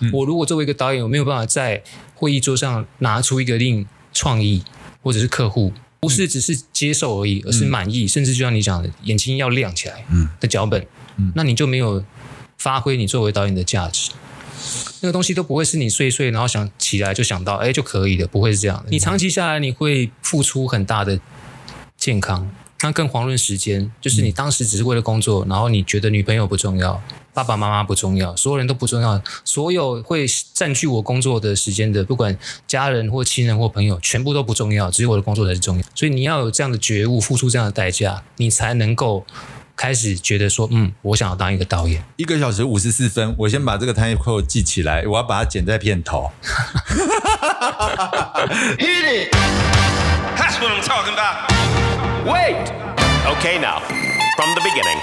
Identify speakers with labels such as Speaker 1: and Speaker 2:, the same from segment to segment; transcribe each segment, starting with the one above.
Speaker 1: 嗯
Speaker 2: 我如果作为一个导演，我没有办法在会议桌上拿出一个令创意或者是客户不是只是接受而已，而是满意，甚至就像你讲的，眼睛要亮起来
Speaker 1: 嗯
Speaker 2: 的脚本，那你就没有发挥你作为导演的价值。那个东西都不会是你睡一睡，然后想起来就想到，哎，就可以的，不会是这样
Speaker 1: 嗯
Speaker 2: 的。你长期下来，你会付出很大的健康，那更遑论时间。就是你当时只是为了工作，然后你觉得女朋友不重要，爸爸妈妈不重要，所有人都不重要，所有会占据我工作的时间的，不管家人或亲人或朋友，全部都不重要，只有我的工作才是重要。所以你要有这样的觉悟，付出这样的代价，你才能够开始觉得说，嗯，我想要当一个导演。
Speaker 1: 一个小时五十四分，我先把这个 time code 记起来，我要把它剪在片头。
Speaker 3: Hit it!
Speaker 4: That's what I'm talking about.
Speaker 3: Wait!
Speaker 4: Okay, now, from the beginning.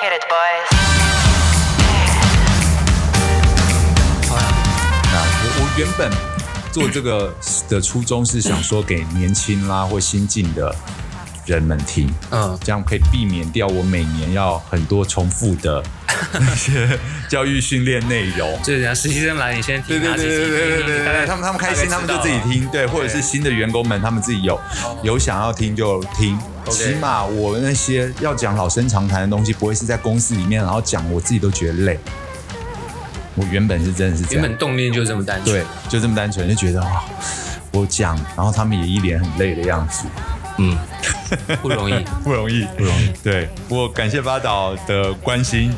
Speaker 5: Hit it, boys.
Speaker 1: 那我我原本做这个的初衷是想说给年轻啦或新进的人们听，
Speaker 2: 嗯
Speaker 1: 这样可以避免掉我每年要很多重复的 那些教育训练内容。
Speaker 2: 就是人家实习生来，你先
Speaker 1: 对
Speaker 2: 听
Speaker 1: 对
Speaker 2: 哪几
Speaker 1: 对
Speaker 2: 集
Speaker 1: 对对对
Speaker 2: 你
Speaker 1: 对
Speaker 2: 大概
Speaker 1: 对，他们他们开
Speaker 2: 大概
Speaker 1: 心，
Speaker 2: 知
Speaker 1: 他
Speaker 2: 道啊哦
Speaker 1: 们就自己听，对，或者是新的员工们，他们自己有有想要听就听。起码我那些要讲老生常谈的东西，不会是在公司里面，然后讲我自己都觉得累。我原本是真的是这
Speaker 2: 原
Speaker 1: 样，
Speaker 2: 本动念就这么单纯。
Speaker 1: 对，就这么单纯，就觉得哇，我讲，然后他们也一脸很累的样子，嗯
Speaker 2: 对， 不容易。
Speaker 1: 不容易，不容易。对我感谢巴导的关心，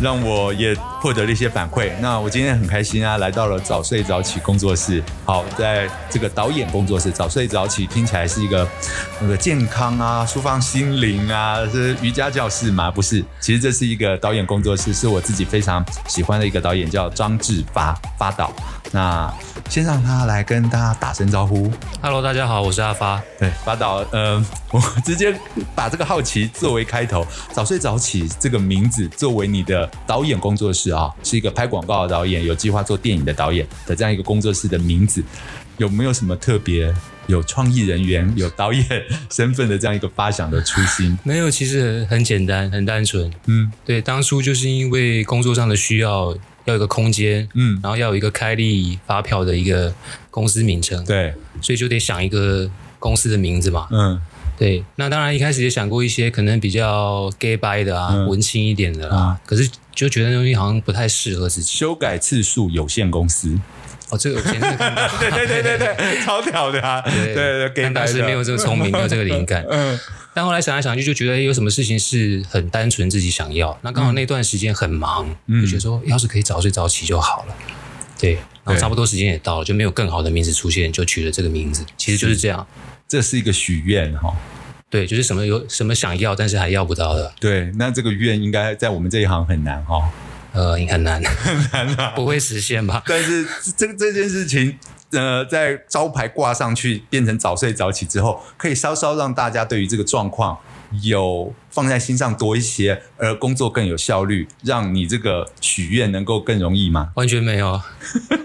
Speaker 1: 让我也获得了一些反馈。那我今天很开心啊，来到了早睡早起工作室。好，在这个导演工作室，早睡早起听起来是一个那个健康啊、舒放心灵啊，是瑜伽教室嘛？不是，其实这是一个导演工作室，是我自己非常喜欢的一个导演，叫张志发发导。那先让他来跟大家打声招呼。
Speaker 2: Hello，大家好，我是阿发。
Speaker 1: 对，巴导，呃，我直接把这个好奇作为开头，早睡早起这个名字作为你的导演工作室啊，是一个拍广告的导演，有计划做电影的导演的这样一个工作室的名字，有没有什么特别有创意人员、有导演身份的这样一个发想的初心？
Speaker 2: 没有，其实很简单，很单纯。
Speaker 1: 嗯
Speaker 2: 对，当初就是因为工作上的需要，要有一个空间，
Speaker 1: 嗯，
Speaker 2: 然后要有一个开立发票的一个公司名称，，
Speaker 1: 对，
Speaker 2: 所以就得想一个公司的名字嘛。
Speaker 1: 嗯
Speaker 2: 对，那当然一开始也想过一些可能比较 gay bye 的啊，
Speaker 1: 嗯
Speaker 2: 文青一点的啦
Speaker 1: 啊，
Speaker 2: 可是就觉得那东西好像不太适合自己。
Speaker 1: 修改次数有限公司，
Speaker 2: 哦，这个我前面看到，
Speaker 1: 对对对对对，超屌的啊， 对对，给
Speaker 2: 但
Speaker 1: 你
Speaker 2: 当时没有这个聪明，没有这个灵感。
Speaker 1: 嗯
Speaker 2: 但后来想来想去，就觉得哎诶有什么事情是很单纯自己想要。那刚好那段时间很忙，
Speaker 1: 嗯
Speaker 2: 就觉得说哎要是可以早睡早起就好了。对，然后
Speaker 1: 对
Speaker 2: 差不多时间也到了，就没有更好的名字出现，就取了这个名字。其实就是这样，
Speaker 1: 这是一个许愿哈、
Speaker 2: 对，就是什么有什么想要，但是还要不到的，
Speaker 1: 对，那这个愿应该在我们这一行很难哈、
Speaker 2: 呃，很 难，很
Speaker 1: 啊
Speaker 2: 难、不会实现吧？
Speaker 1: 但是这这件事情，呃，在招牌挂上去变成早睡早起之后，可以稍稍让大家对于这个状况有放在心上多一些，而工作更有效率，让你这个许愿能够更容易吗？
Speaker 2: 完全没 有，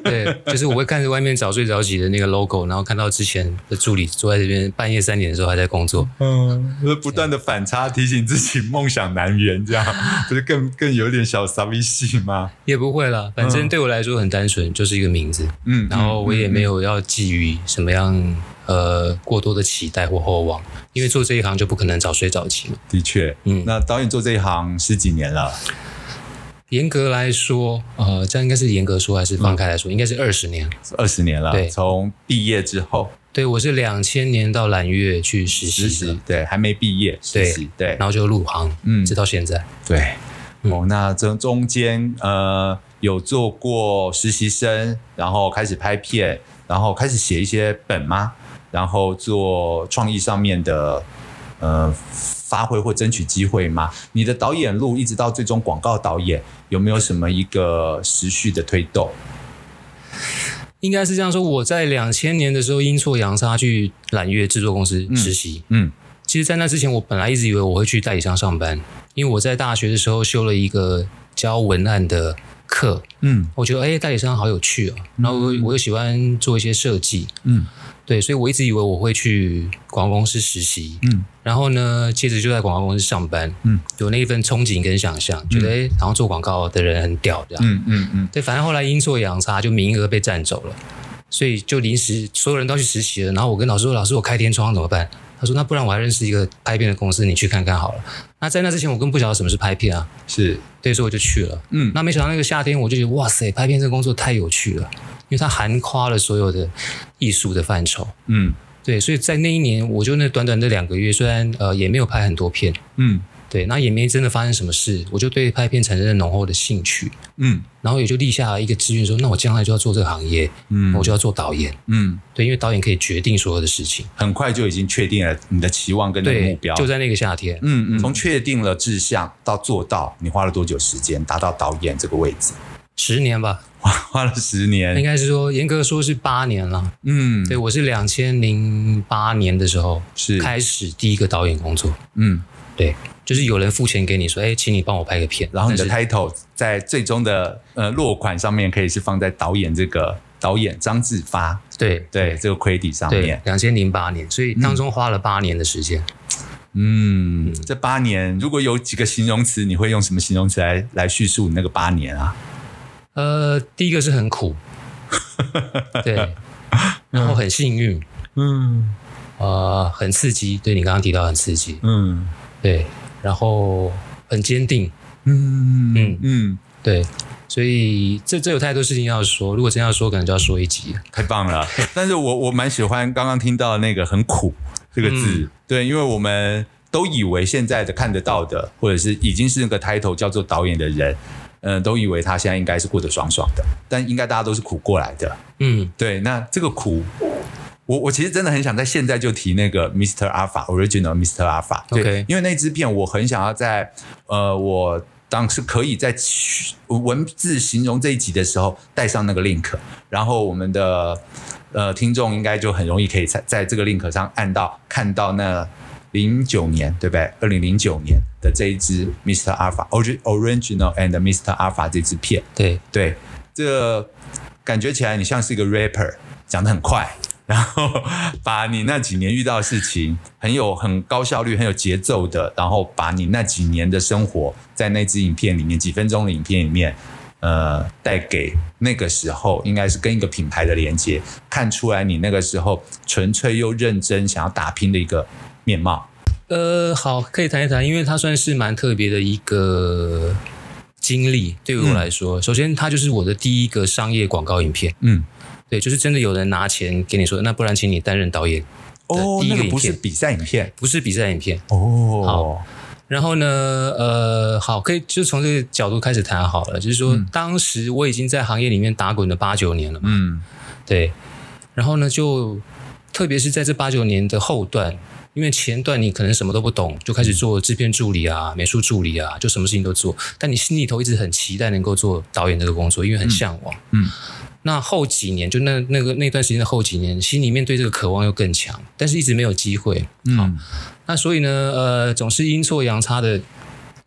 Speaker 2: 对，就是我会看着外面早睡早起的那个 logo，然后看到之前的助理坐在这边半夜三点的时候还在工作，
Speaker 1: 嗯，就是不断的反差提醒自己梦想难圆，这样不是更更有点小傻逼戏吗？
Speaker 2: 也不会啦，反正对我来说很单纯，就是一个名字。
Speaker 1: 嗯，
Speaker 2: 然后我也没有要寄予什么样呃过多的期待或厚望，因为做这一行就不可能早睡早起嘛。
Speaker 1: 的确，嗯
Speaker 2: 嗯，
Speaker 1: 那导演做这一行十几年了，
Speaker 2: 严格来说，呃，这样应该是严格说还是放开来说，应该是二十年。
Speaker 1: 二十年了，
Speaker 2: 对
Speaker 1: 从毕业之后
Speaker 2: 对我是两千年到蓝月去实
Speaker 1: 实
Speaker 2: 习的
Speaker 1: 习，，对，还没毕业实
Speaker 2: 对
Speaker 1: 习，对
Speaker 2: 然，后就入行，
Speaker 1: 嗯
Speaker 2: 嗯，直到现在。
Speaker 1: 对，哦，那这中间呃有做过实习生，然后开始拍片，然后开始写一些本吗？然后做创意上面的呃发挥或争取机会吗？你的导演路一直到最终广告导演，有没有什么一个持续的推动？
Speaker 2: 应该是这样说，我在两千年的时候阴错阳差去揽月制作公司实习。
Speaker 1: 嗯
Speaker 2: 其实，在那之前，我本来一直以为我会去代理商上班，因为我在大学的时候修了一个教文案的课，
Speaker 1: 嗯
Speaker 2: 我觉得哎，代理商好有趣哦。然后我我又喜欢做一些设计，
Speaker 1: 嗯
Speaker 2: 对，所以我一直以为我会去广告公司实习，
Speaker 1: 嗯
Speaker 2: 然后呢，接着就在广告公司上班，
Speaker 1: 嗯，
Speaker 2: 有那一份憧憬跟想象，觉得哎，诶好像做广告的人很屌这样。
Speaker 1: 嗯嗯嗯，
Speaker 2: 对，反正后来阴错阳差，就名额被占走了，所以就临时所有人都去实习了。然后我跟老师说：“老师，我开天窗怎么办？”他说：“那不然我还认识一个拍片的公司，你去看看好了。”那在那之前，我根本不晓得什么是拍片啊，
Speaker 1: 是，
Speaker 2: 对，所以我就去了。
Speaker 1: 嗯
Speaker 2: 那没想到那个夏天，我就觉得哇塞，拍片这个工作太有趣了，因为它涵夸了所有的艺术的范畴。
Speaker 1: 嗯
Speaker 2: 对，所以在那一年，我就那短短的两个月，虽然呃也没有拍很多片，
Speaker 1: 嗯
Speaker 2: 对，那也没真的发生什么事，我就对拍片产生了浓厚的兴趣，
Speaker 1: 嗯
Speaker 2: 然后也就立下了一个志愿，说那我将来就要做这个行业，
Speaker 1: 嗯
Speaker 2: 我就要做导演。
Speaker 1: 嗯，
Speaker 2: 对，因为导演可以决定所有的事情。
Speaker 1: 很快就已经确定了你的期望跟你的
Speaker 2: 对
Speaker 1: 目标，，
Speaker 2: 就在那个夏天，
Speaker 1: 嗯嗯，从确定了志向到做到，你花了多久时间达到导演这个位置？
Speaker 2: 十年吧，
Speaker 1: 花了十
Speaker 2: 应
Speaker 1: 年，
Speaker 2: 该是说严格说是八年了。
Speaker 1: 嗯，
Speaker 2: 对，我是两千零八年的时候
Speaker 1: 是
Speaker 2: 开始第一个导演工作。
Speaker 1: 嗯，
Speaker 2: 对，就是有人付钱给你说，哎，请你帮我拍个片，
Speaker 1: 然后你的
Speaker 2: 但是
Speaker 1: title 在最终的呃落款上面可以是放在导演这个导演张志发
Speaker 2: 对
Speaker 1: 对这个 credit 上
Speaker 2: 对
Speaker 1: 面，，
Speaker 2: 两千零八年，所以当中花了八年的时间。
Speaker 1: 嗯，这八年如果有几个形容词，你会用什么形容词来来叙述你那个八年啊？
Speaker 2: 呃，第一个是很 苦，对，然后很幸运，
Speaker 1: 嗯
Speaker 2: 呃，很刺激，对你刚刚提到很刺激，
Speaker 1: 嗯
Speaker 2: 对，然后很坚定，
Speaker 1: 嗯嗯嗯，
Speaker 2: 对，所以这这有太多事情要说，如果真要说，可能就要说一集。
Speaker 1: 太棒了！但是我我蛮喜欢刚刚听到那个很苦这个字，对，因为我们都以为现在的看得到的，或者是已经是那个 title 叫做导演的人，嗯、都以为他现在应该是过得爽爽的，但应该大家都是苦过来的。
Speaker 2: 嗯，
Speaker 1: 对，那这个苦，我我其实真的很想在现在就提那个 Mr. Alpha Original Mr. Alpha，对
Speaker 2: OK
Speaker 1: 因为那支片我很想要在呃我。当时可以在文字形容这一集的时候带上那个 link，然后我们的呃听众应该就很容易可以在在这个 link 上按到看到那零九年对不对？二零零九年的这一支 Mr. Alpha Orig- Original and Mr. Alpha 这支片，
Speaker 2: 对，
Speaker 1: 对，这个感觉起来你像是一个 rapper，讲得很快，然后把你那几年遇到的事情很有很高效率、很有节奏的，然后把你那几年的生活在那支影片里面几分钟的影片里面。呃，带给那个时候应该是跟一个品牌的连接，看出来你那个时候纯粹又认真想要打拼的一个面貌。
Speaker 2: 呃，好，可以谈一谈，因为它算是蛮特别的一个经历，对于我来说，首先它就是我的第一个商业广告影片，
Speaker 1: 嗯，
Speaker 2: 对，就是真的有人拿钱给你说，那不然请你担任导演，
Speaker 1: 哦，
Speaker 2: 第一
Speaker 1: 那
Speaker 2: 个
Speaker 1: 个
Speaker 2: 影
Speaker 1: 不是
Speaker 2: 片
Speaker 1: 比赛影片
Speaker 2: 不是比赛影片。
Speaker 1: 哦，
Speaker 2: 好然后呢，呃，好，可以就从这个角度开始谈好了，就是说，当时我已经在行业里面打滚了八九年了嘛，
Speaker 1: 嗯
Speaker 2: 对，然后呢，就特别是在这八九年的后段，因为前段你可能什么都不懂，就开始做制片助理啊、美术助理啊，就什么事情都做，但你心里头一直很期待能够做导演这个工作，因为很向往。
Speaker 1: 嗯
Speaker 2: 那后几年，就那那个那段时间的后几年，心里面对这个渴望又更强，但是一直没有机会。
Speaker 1: 嗯
Speaker 2: 那所以呢，呃，总是阴错阳差的，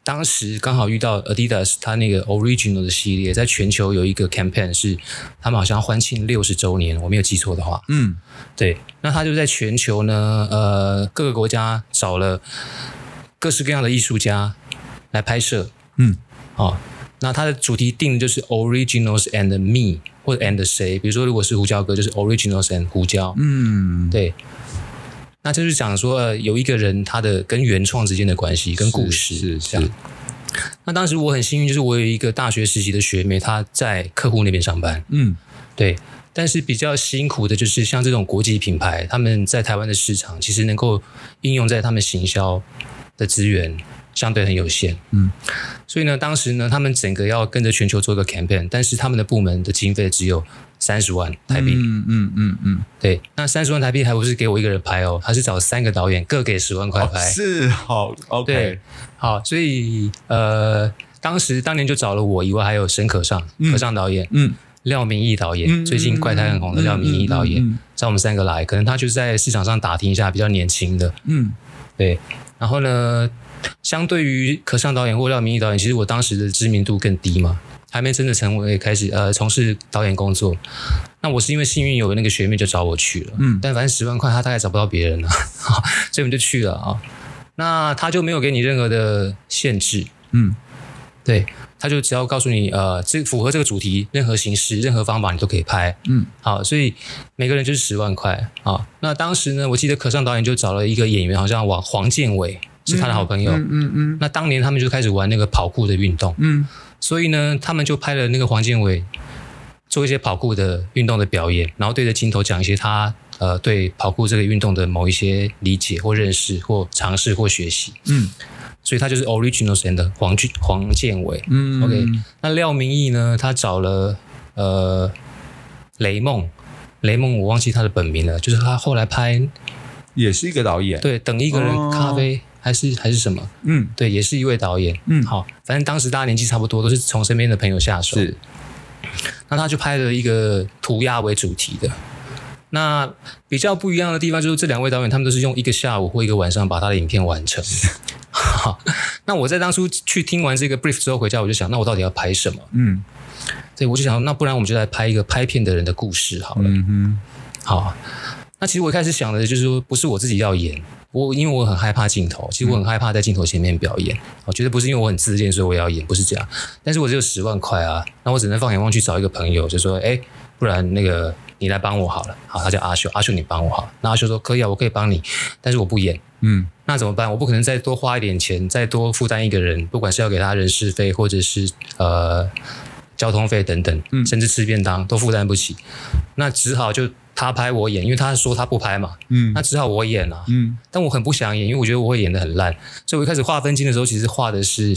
Speaker 2: 当时刚好遇到 Adidas 它那个 Original 的系列，在全球有一个 campaign 是他们好像欢庆六十周年，我没有记错的话，
Speaker 1: 嗯
Speaker 2: 对，那他就在全球呢，呃，各个国家找了各式各样的艺术家来拍摄，
Speaker 1: 嗯，
Speaker 2: 哦，那它的主题定的就是 Originals and Me 或者 and 谁，比如说如果是胡椒哥，就是 Originals and 胡椒，
Speaker 1: 嗯，
Speaker 2: 对，那就是讲说、呃、有一个人他的跟原创之间的关系跟故事
Speaker 1: 是
Speaker 2: 这样
Speaker 1: 是。
Speaker 2: 那当时我很幸运，就是我有一个大学实习的学妹，她在客户那边上班，
Speaker 1: 嗯
Speaker 2: 对。但是比较辛苦的就是像这种国际品牌，他们在台湾的市场其实能够应用在他们行销的资源相对很有限，
Speaker 1: 嗯。
Speaker 2: 所以呢，当时呢，他们整个要跟着全球做一个 campaign，但是他们的部门的经费只有三十万台币，
Speaker 1: 嗯嗯嗯嗯，
Speaker 2: 对，那三十万台币还不是给我一个人拍哦，他是找三个导演各给十万块拍。
Speaker 1: 哦是好
Speaker 2: 对
Speaker 1: OK，，
Speaker 2: 好，所以呃，当时当年就找了我以外，还有沈可尚、可尚导演、
Speaker 1: 嗯
Speaker 2: 廖明义导演，
Speaker 1: 嗯
Speaker 2: 最近怪胎很红的
Speaker 1: 嗯
Speaker 2: 廖明义导演，
Speaker 1: 嗯嗯嗯
Speaker 2: 找我们三个来，可能他就在市场上打听一下比较年轻的，
Speaker 1: 嗯
Speaker 2: 对。然后呢，相对于可尚导演或廖明义导演，其实我当时的知名度更低嘛，还没真的成为开始呃从事导演工作。那我是因为幸运有个那个学妹就找我去了，
Speaker 1: 嗯
Speaker 2: 但反正十万块她大概找不到别人了， 所以我们就去了啊。那他就没有给你任何的限制，
Speaker 1: 嗯，
Speaker 2: 对，他就只要告诉你，呃，这符合这个主题，任何形式、任何方法你都可以拍，
Speaker 1: 嗯，
Speaker 2: 好，所以每个人就是十万块啊。那当时呢，我记得可尚导演就找了一个演员，好像王黄建伟是他的好朋友，
Speaker 1: 嗯嗯
Speaker 2: 那当年他们就开始玩那个跑酷的运动，
Speaker 1: 嗯
Speaker 2: 所以呢，他们就拍了那个黄建伟做一些跑酷的运动的表演，然后对着镜头讲一些他呃对跑酷这个运动的某一些理解或认识或尝试或学习，
Speaker 1: 嗯
Speaker 2: 所以他就是 original s 的黄俊黄建伟。
Speaker 1: 嗯
Speaker 2: OK，那廖明义呢？他找了呃雷梦，雷梦我忘记他的本名了，就是他后来拍
Speaker 1: 也是一个导演，，
Speaker 2: 对等一个人咖啡、还是还是什么？
Speaker 1: 嗯
Speaker 2: 对，也是一位导演。
Speaker 1: 嗯
Speaker 2: 好，反正当时大家年纪差不多，都是从身边的朋友下手。
Speaker 1: 是，
Speaker 2: 那他就拍了一个涂鸦为主题的。那比较不一样的地方就是这两位导演，他们都是用一个下午或一个晚上把他的影片完成。 好，那我在当初去听完这个 brief 之后回家，我就想，那我到底要拍什么？
Speaker 1: 嗯
Speaker 2: 对，我就想，那不然我们就来拍一个拍片的人的故事好了。
Speaker 1: 嗯哼，
Speaker 2: 好，那其实我一开始想的就是说，不是我自己要演，我因为我很害怕镜头，其实我很害怕在镜头前面表演，我觉得不是因为我很自恋，所以我要演，不是这样。但是我只有十万块啊，那我只能放眼望去找一个朋友，就说，哎，不然那个你来帮我好了。好，他叫阿修，阿修你帮我好了。那阿修说可以啊，我可以帮你，但是我不演。
Speaker 1: 嗯
Speaker 2: 那怎么办？我不可能再多花一点钱，再多负担一个人，不管是要给他人事费，或者是呃交通费等等，
Speaker 1: 嗯
Speaker 2: 甚至吃便当都负担不起。那只好就他拍我演，因为他说他不拍嘛，
Speaker 1: 嗯
Speaker 2: 那只好我演啊。
Speaker 1: 嗯
Speaker 2: 但我很不想演，因为我觉得我会演的很烂，所以我一开始画分镜的时候，其实画的是。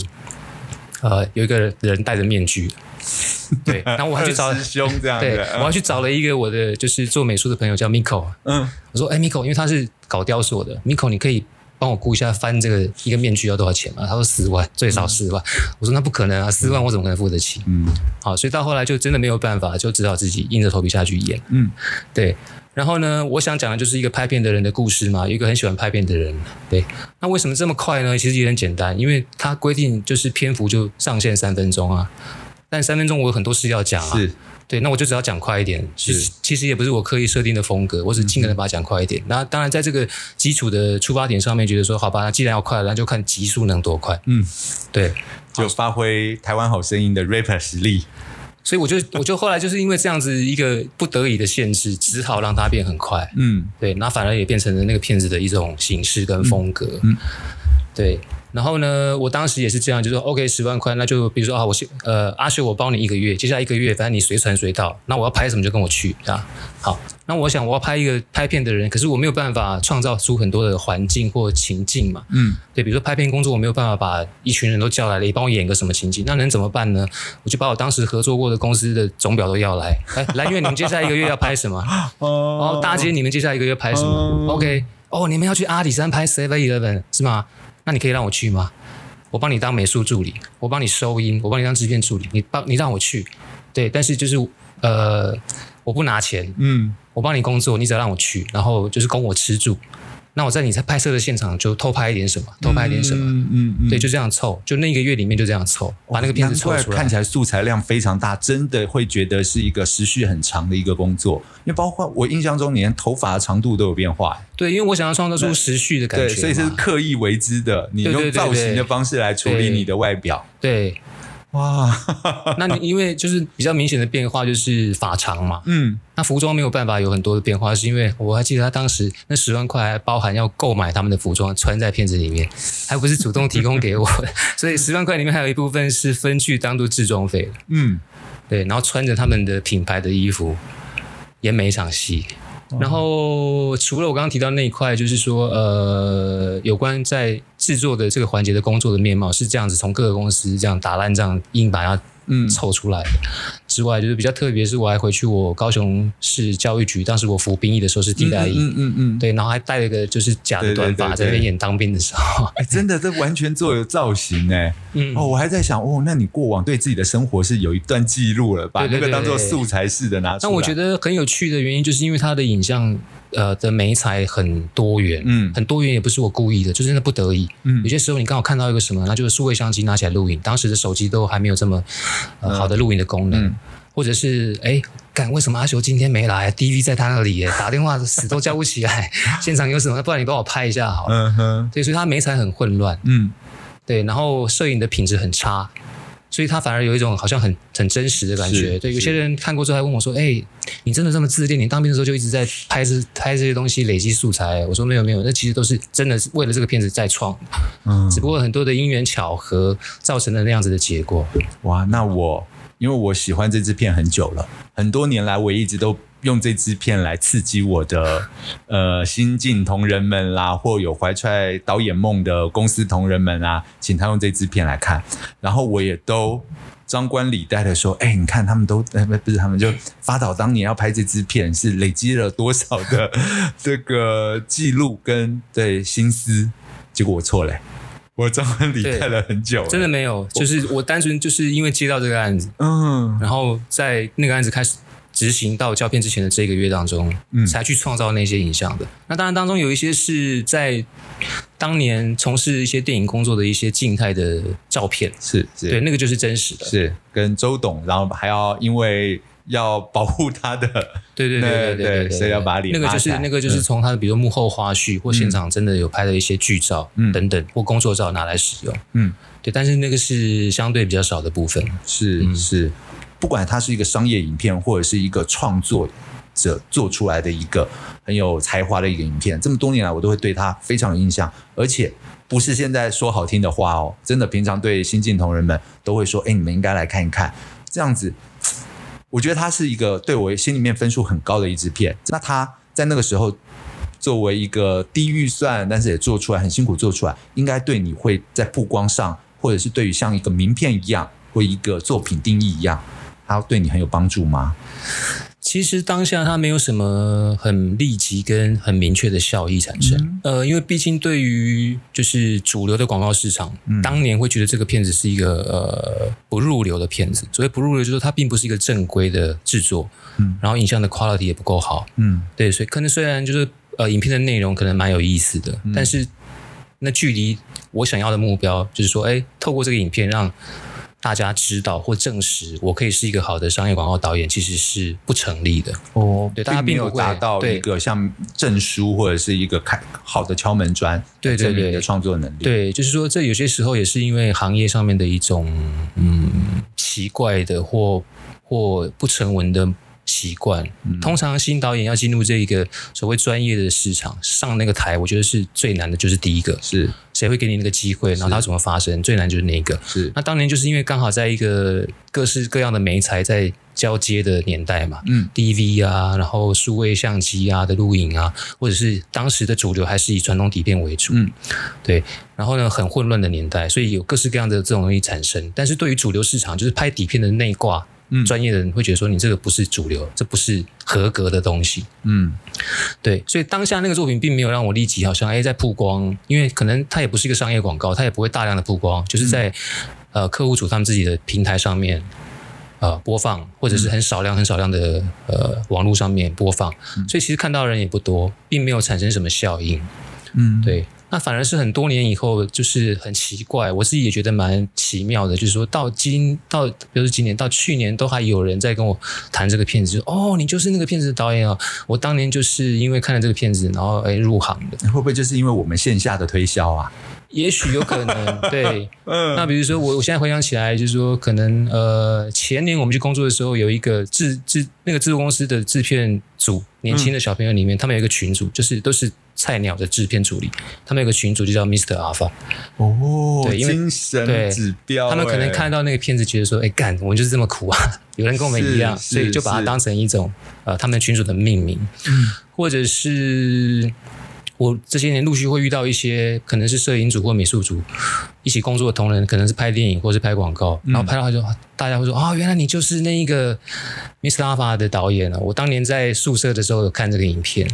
Speaker 2: 呃，有一个人戴着面具，对，然后我还去找
Speaker 1: 二，师兄这样
Speaker 2: 对
Speaker 1: 子，
Speaker 2: 我还去找了一个我的就是做美术的朋友叫 Miko，
Speaker 1: 嗯
Speaker 2: 我说：“哎、m i k o 因为他是搞雕塑的，Miko，你可以帮我估一下翻这个一个面具要多少钱吗？”他说：“四万，最少四万。我说：“那不可能啊，四万我怎么可能付得起
Speaker 1: 嗯？”
Speaker 2: 好，所以到后来就真的没有办法，就只好自己硬着头皮下去演。
Speaker 1: 嗯
Speaker 2: 对，然后呢，我想讲的就是一个拍片的人的故事嘛，有一个很喜欢拍片的人。对，那为什么这么快呢？其实也很简单，因为他规定就是篇幅就上限三分钟啊。但三分钟我有很多事要讲啊，
Speaker 1: 是
Speaker 2: 对，那我就只要讲快一点。其
Speaker 1: 是嗯
Speaker 2: 实其实也不是我刻意设定的风格，我只尽可能把它讲快一点。那当然，在这个基础的出发点上面，觉得说好吧，那既然要快，那就看极速能多快。
Speaker 1: 嗯，
Speaker 2: 对，
Speaker 1: 就发挥台湾好声音的 rapper 实力，
Speaker 2: 所以我就我就后来就是因为这样子一个不得已的限制，只好让它变很快。
Speaker 1: 嗯
Speaker 2: 对，那反而也变成了那个片子的一种形式跟风格。
Speaker 1: 嗯嗯
Speaker 2: 对。然后呢，我当时也是这样，就说 OK，十万块，那就比如说啊，我先呃，阿雪，我包你一个月，接下来一个月，反正你随传随到，那我要拍什么就跟我去，这样好。那我想我要拍一个拍片的人，可是我没有办法创造出很多的环境或情境嘛。
Speaker 1: 嗯
Speaker 2: 对，比如说拍片工作，我没有办法把一群人都叫来了，你帮我演个什么情景，那能怎么办呢？我就把我当时合作过的公司的总表都要来，哎来，蓝月，你们接下来一个月要拍什么？
Speaker 1: 哦
Speaker 2: 哦，大姐，你们接下来一个月拍什么、
Speaker 1: 哦
Speaker 2: o k 哦，你们要去阿里山拍 Seven Eleven 是吗？那你可以让我去吗？我帮你当美术助理，我帮你收音，我帮你当制片助理，你帮你让我去，对，但是就是呃，我不拿钱，
Speaker 1: 嗯
Speaker 2: 我帮你工作，你只要让我去，然后就是供我吃住，那我在你在拍摄的现场就偷拍一点什么，偷拍一点什么，
Speaker 1: 嗯嗯嗯
Speaker 2: 对，就这样凑，就那一个月里面就这样凑，把那个片子凑
Speaker 1: 难
Speaker 2: 出
Speaker 1: 怪
Speaker 2: 来
Speaker 1: 看。起来素材量非常大，真的会觉得是一个时序很长的一个工作。因为包括我印象中，你连头发的长度都有变化，
Speaker 2: 对，因为我想要创造出时序的感觉
Speaker 1: 对，
Speaker 2: 嘛，
Speaker 1: 所以是刻意为之的。你
Speaker 2: 对对对
Speaker 1: 用造型的
Speaker 2: 对
Speaker 1: 方式来处理
Speaker 2: 对
Speaker 1: 你的外表，
Speaker 2: 对。
Speaker 1: 哇，
Speaker 2: 那你因为就是比较明显的变化就是发长嘛，
Speaker 1: 嗯，
Speaker 2: 那服装没有办法有很多的变化，是因为我还记得他当时那十万块还包含要购买他们的服装穿在片子里面，还不是主动提供给我的， 所以十万块里面还有一部分是分去当做制装费的，
Speaker 1: 嗯，
Speaker 2: 对，然后穿着他们的品牌的衣服演每一场戏。
Speaker 1: 哦
Speaker 2: 然后除了我刚刚提到那一块，就是说，呃，有关在制作的这个环节的工作的面貌是这样子，从各个公司这样打烂这样硬把它
Speaker 1: 嗯
Speaker 2: 凑出来的。之外，就是比较特别，是我还回去我高雄市教育局，当时我服兵役的时候是替代役，
Speaker 1: 嗯嗯嗯，
Speaker 2: 对，然后还戴了一个就是假的短
Speaker 1: 对对对
Speaker 2: 发，
Speaker 1: 对
Speaker 2: 在那边演当兵的时候，
Speaker 1: 哎，真的，这完全做有造型哎、
Speaker 2: 嗯
Speaker 1: 哦，我还在想，哦，那你过往对自己的生活是有一段记录了，把
Speaker 2: 对对
Speaker 1: 那个
Speaker 2: 对
Speaker 1: 当做
Speaker 2: 对
Speaker 1: 素材式的拿出来。
Speaker 2: 但我觉
Speaker 1: 得，
Speaker 2: 得很有趣的原因，就是因为它的影像呃的美材很多元，
Speaker 1: 嗯
Speaker 2: 很多元也不是我故意的，就是真的不得已。
Speaker 1: 嗯
Speaker 2: 有些时候你刚好看到一个什么，那就是数位相机拿起来录影，当时的手机都还没有这么、
Speaker 1: 嗯
Speaker 2: 呃、好的录影的功能，或者是哎。干为什么阿修今天没来？DV 在他那里耶，打电话死都叫不起 来。现场有什么？不然你帮我拍一下好了。
Speaker 1: 嗯哼，
Speaker 2: 对，所以他美材很混乱。
Speaker 1: 嗯
Speaker 2: 对，然后摄影的品质很差，所以他反而有一种好像很很真实的感觉。
Speaker 1: 是
Speaker 2: 对，有
Speaker 1: 是
Speaker 2: 些人看过之后还问我说：“哎、你真的这么自恋？你当兵的时候就一直在拍这拍这些东西，累积素材？”我说：“没有没有，那其实都是真的是为了这个片子在创，
Speaker 1: 嗯
Speaker 2: 只，不过很多的因缘巧合造成了那样子的结果。
Speaker 1: 哇，那我因为我喜欢这支片很久了，很多年来我一直都用这支片来刺激我的呃新进同仁们啦，或有怀揣导演梦的公司同仁们啊，请他用这支片来看，然后我也都。张冠李戴的说：“哎、你看他们都，呃、不不是他们就发导当年要拍这支片，是累积了多少的这个记录跟对心思？结果我错了、我张冠李戴了很久、
Speaker 2: 真的
Speaker 1: 欸
Speaker 2: 没有，就是我单纯就是因为接到这个案子，
Speaker 1: 嗯，
Speaker 2: 然后在那个案子开始执行到胶片之前的这个月当中，
Speaker 1: 嗯
Speaker 2: 才去创造那些影像的。那当然当中有一些是在当年从事一些电影工作的一些静态的照片，
Speaker 1: 是是，
Speaker 2: 对，那个就是真实的，
Speaker 1: 是跟周董，然后还要因为要保护他的，
Speaker 2: 对对对
Speaker 1: 对
Speaker 2: 对
Speaker 1: 对
Speaker 2: 对对，
Speaker 1: 所以要把它脸
Speaker 2: 那个就
Speaker 1: 拉起
Speaker 2: 是
Speaker 1: 来
Speaker 2: 那个就是
Speaker 1: 嗯
Speaker 2: 从他的比如说幕后花絮或现场真的有拍的一些剧照
Speaker 1: 嗯
Speaker 2: 等等或工作照拿来使用，
Speaker 1: 嗯，
Speaker 2: 对，但是那个是相对比较少的部分，
Speaker 1: 是、是，嗯不管他是一个商业影片，或者是一个创作者做出来的一个很有才华的一个影片，这么多年来我都会对他非常有印象，而且不是现在说好听的话哦，真的平常对新进同仁们都会说，哎，你们应该来看一看，这样子我觉得它是一个对我心里面分数很高的一支片。那它在那个时候作为一个低预算，但是也做出来很辛苦做出来，应该对你会在曝光上，或者是对于像一个名片一样，或一个作品定义一样，它对你很有帮助吗？
Speaker 2: 其实当下它没有什么很立即跟很明确的效益产生，呃，因为毕竟对于就是主流的广告市场，当年会觉得这个片子是一个呃不入流的片子。所谓不入流，就是说它并不是一个正规的制作，
Speaker 1: 嗯
Speaker 2: 然后影像的 quality 也不够好，
Speaker 1: 嗯
Speaker 2: 对，所以可能虽然就是呃影片的内容可能蛮有意思的，但是那距离我想要的目标，就是说，哎，透过这个影片让大家知道或证实我可以是一个好的商业广告导演，其实是不成立的。
Speaker 1: 哦，
Speaker 2: 对大家
Speaker 1: 并
Speaker 2: 并
Speaker 1: 没
Speaker 2: 不
Speaker 1: 有
Speaker 2: 会
Speaker 1: 达到
Speaker 2: 对
Speaker 1: 一个像证书或者是一个开好的敲门砖，
Speaker 2: 对对
Speaker 1: 证明你
Speaker 2: 对
Speaker 1: 的创作能力。，
Speaker 2: 对，就是说，这有些时候也是因为行业上面的一种嗯奇怪的或或不成文的习惯。通常新导演要进入这一个所谓专业的市场，上那个台，我觉得是最难的，就是第一个
Speaker 1: 是
Speaker 2: 谁会给你那个机会，然后它怎么发生，最难就是那一个。
Speaker 1: 是，
Speaker 2: 那当年就是因为刚好在一个各式各样的媒材在交接的年代嘛，
Speaker 1: 嗯
Speaker 2: DV 啊，然后数位相机啊的录影啊，或者是当时的主流还是以传统底片为主，
Speaker 1: 嗯，
Speaker 2: 对。然后呢，很混乱的年代，所以有各式各样的这种东西产生。但是对于主流市场，就是拍底片的内挂，
Speaker 1: 嗯
Speaker 2: 专业的人会觉得说你这个不是主流，这不是合格的东西。
Speaker 1: 嗯
Speaker 2: 对，所以当下那个作品并没有让我立即好像哎在曝光，因为可能它也不是一个商业广告，它也不会大量的曝光，就是在、呃客户组他们自己的平台上面呃播放，或者是很少量很少量的呃网络上面播放，所以其实看到的人也不多，并没有产生什么效应。
Speaker 1: 嗯，
Speaker 2: 对，那反而是很多年以后，就是很奇怪，我自己也觉得蛮奇妙的，就是说到今到，比如说今年到去年，都还有人在跟我谈这个片子，就哦，你就是那个片子的导演啊，我当年就是因为看了这个片子，然后哎入行的，
Speaker 1: 会不会就是因为我们线下的推销啊？
Speaker 2: 也许有可 能对。
Speaker 1: 嗯
Speaker 2: 那比如说我我现在回想起来，就是说可能呃前年我们去工作的时候，有一个制制那个制作公司的制片组，年轻的小朋友里面，他们有一个群组，就是都是菜鸟的制片助理，他们有个群组就叫 Mr. Alpha。
Speaker 1: 哦，
Speaker 2: 对因为
Speaker 1: 精
Speaker 2: 对
Speaker 1: 神指标欸、
Speaker 2: 他们可能看到那个片子，觉得说：“哎、干，我们就是这么苦啊！” 有人跟我们一样，
Speaker 1: 是
Speaker 2: 所以就把它
Speaker 1: 是
Speaker 2: 当成一种呃他们群主的命名，或者是我这些年陆续会遇到一些可能是摄影组或美术组一起工作的同仁，可能是拍电影或是拍广告，
Speaker 1: 嗯
Speaker 2: 然后拍到他就大家会说：“啊、原来你就是那一个 Miss Lava 的导演啊！我当年在宿舍的时候有看这个影片。”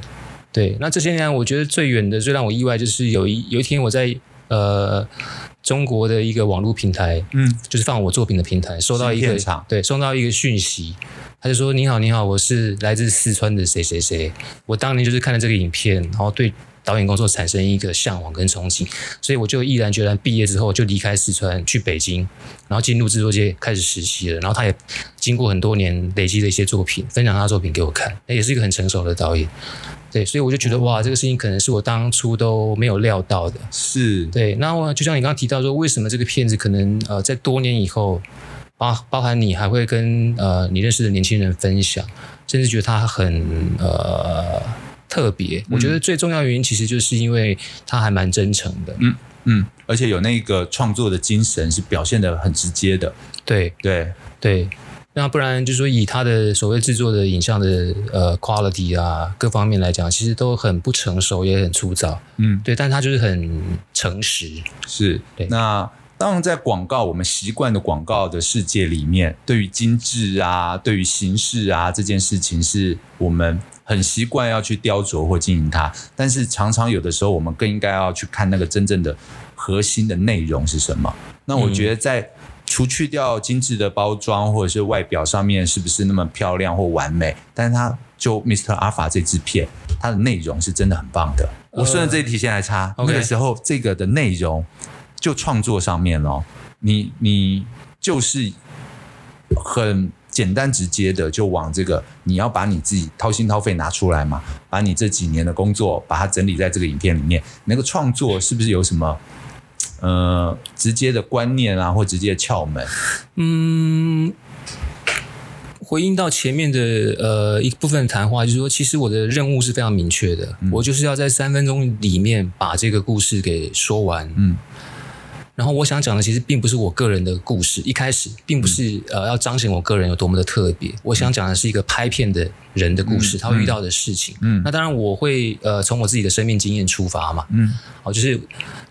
Speaker 2: 对，那这些年来我觉得最远的、最让我意外，就是有一有一天我在呃中国的一个网络平台，
Speaker 1: 嗯，
Speaker 2: 就是放我作品的平台，收到一
Speaker 1: 芯
Speaker 2: 个
Speaker 1: 片厂
Speaker 2: 对，收到一个讯息，他就说：“你好，你好，我是来自四川的谁谁谁，我当年就是看了这个影片，然后对导演工作产生一个向往跟憧憬，所以我就毅然决然毕业之后就离开四川去北京，然后进入制作界开始实习了。然后他也经过很多年累积的一些作品，分享他的作品给我看，那也是一个很成熟的导演。”对，所以我就觉
Speaker 1: 哦
Speaker 2: 得哇，这个事情可能是我当初都没有料到的。
Speaker 1: 是，
Speaker 2: 对，那我就像你刚刚提到说，为什么这个片子可能呃在多年以后，包包含你还会跟呃你认识的年轻人分享，甚至觉得它很呃特别。我觉得最重要的原因其实就是因为它还蛮真诚的。
Speaker 1: 嗯，而且有那个创作的精神是表现的很直接的，
Speaker 2: 对
Speaker 1: 对，
Speaker 2: 对，那不然就是说以它的所谓制作的影像的呃 quality 啊各方面来讲，其实都很不成熟，也很粗糙。
Speaker 1: 嗯，
Speaker 2: 对，但它就是很诚实。
Speaker 1: 是
Speaker 2: 对。
Speaker 1: 那当然，在广告我们习惯的广告的世界里面，对于精致啊，对于形式啊这件事情，是我们很习惯要去雕琢或经营它。但是常常有的时候，我们更应该要去看那个真正的核心的内容是什么。那我觉得在。除去掉精致的包装或者是外表上面是不是那么漂亮或完美，但是它就 Mr. Alpha 这支片，它的内容是真的很棒的。我顺着这一题先来插，那
Speaker 2: OK
Speaker 1: 个时候这个的内容就创作上面哦，你你就是很简单直接的就往这个，你要把你自己掏心掏肺拿出来嘛，把你这几年的工作把它整理在这个影片里面，那个创作是不是有什么？呃，直接的观念啊，或直接的窍门，
Speaker 2: 嗯，回应到前面的呃一部分谈话，就是说，其实我的任务是非常明确的，
Speaker 1: 嗯
Speaker 2: 我就是要在三分钟里面把这个故事给说完。
Speaker 1: 嗯，
Speaker 2: 然后我想讲的其实并不是我个人的故事，一开始并不是、
Speaker 1: 嗯
Speaker 2: 呃要彰显我个人有多么的特别，我想讲的是一个拍片的人的故事，
Speaker 1: 嗯
Speaker 2: 他会遇到的事情。
Speaker 1: 嗯
Speaker 2: 那当然我会呃从我自己的生命经验出发嘛，
Speaker 1: 嗯
Speaker 2: 哦，就是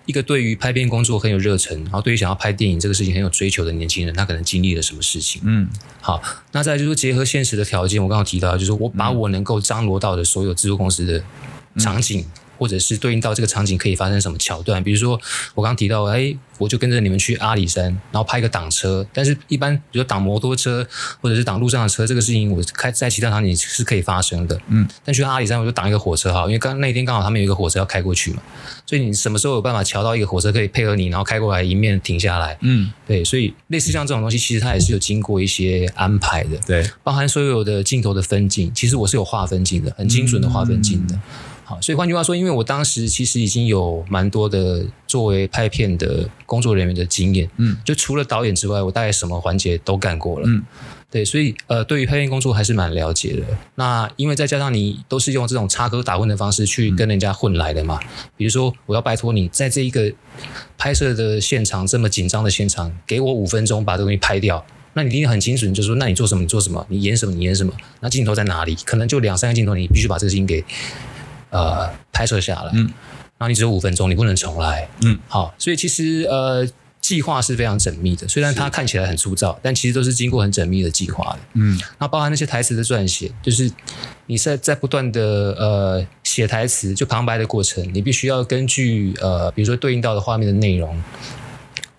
Speaker 2: 一个对于拍片工作很有热忱，然后对于想要拍电影这个事情很有追求的年轻人，他可能经历了什么事情？
Speaker 1: 嗯
Speaker 2: 好，那再来就是说结合现实的条件，我刚刚提到，就是我把我能够张罗到的所有制作公司的场景，或者是对应到这个场景可以发生什么桥段，比如说我刚刚提到，哎，我就跟着你们去阿里山，然后拍一个挡车，但是一般比如说挡摩托车或者是挡路上的车，这个事情我开在其他场景是可以发生的，
Speaker 1: 嗯，
Speaker 2: 但去阿里山我就挡一个火车哈，因为刚那天刚好他们有一个火车要开过去嘛，所以你什么时候有办法瞧到一个火车可以配合你，然后开过来迎面停下来，
Speaker 1: 嗯，
Speaker 2: 对，所以类似像这种东西，其实它也是有经过一些安排的，
Speaker 1: 对，
Speaker 2: 包含所有的镜头的分镜，其实我是有划分镜的，很精准的划分镜的。
Speaker 1: 嗯
Speaker 2: 好，所以换句话说，因为我当时其实已经有蛮多的作为拍片的工作人员的经验，
Speaker 1: 嗯，
Speaker 2: 就除了导演之外，我大概什么环节都干过了，
Speaker 1: 嗯，
Speaker 2: 对，所以呃，对于拍片工作还是蛮了解的。那因为再加上你都是用这种插科打诨的方式
Speaker 1: 嗯
Speaker 2: 去跟人家混来的嘛，比如说我要拜托你在这一个拍摄的现场这么紧张的现场，给我五分钟把这个东西拍掉。那你一定很精准，就说那你做什么，你做什么，你演什么，你演什么，那镜头在哪里？可能就两三个镜头，你必须把这个事情给呃拍摄下来。
Speaker 1: 嗯，
Speaker 2: 然后你只有五分钟，你不能重来。
Speaker 1: 嗯，
Speaker 2: 好，所以其实呃计划是非常缜密的，虽然它看起来很粗糙，但其实都是经过很缜密的计划的。
Speaker 1: 嗯
Speaker 2: 那包含那些台词的撰写，就是你在在不断的呃写台词，就旁白的过程，你必须要根据呃，比如说对应到的画面的内容，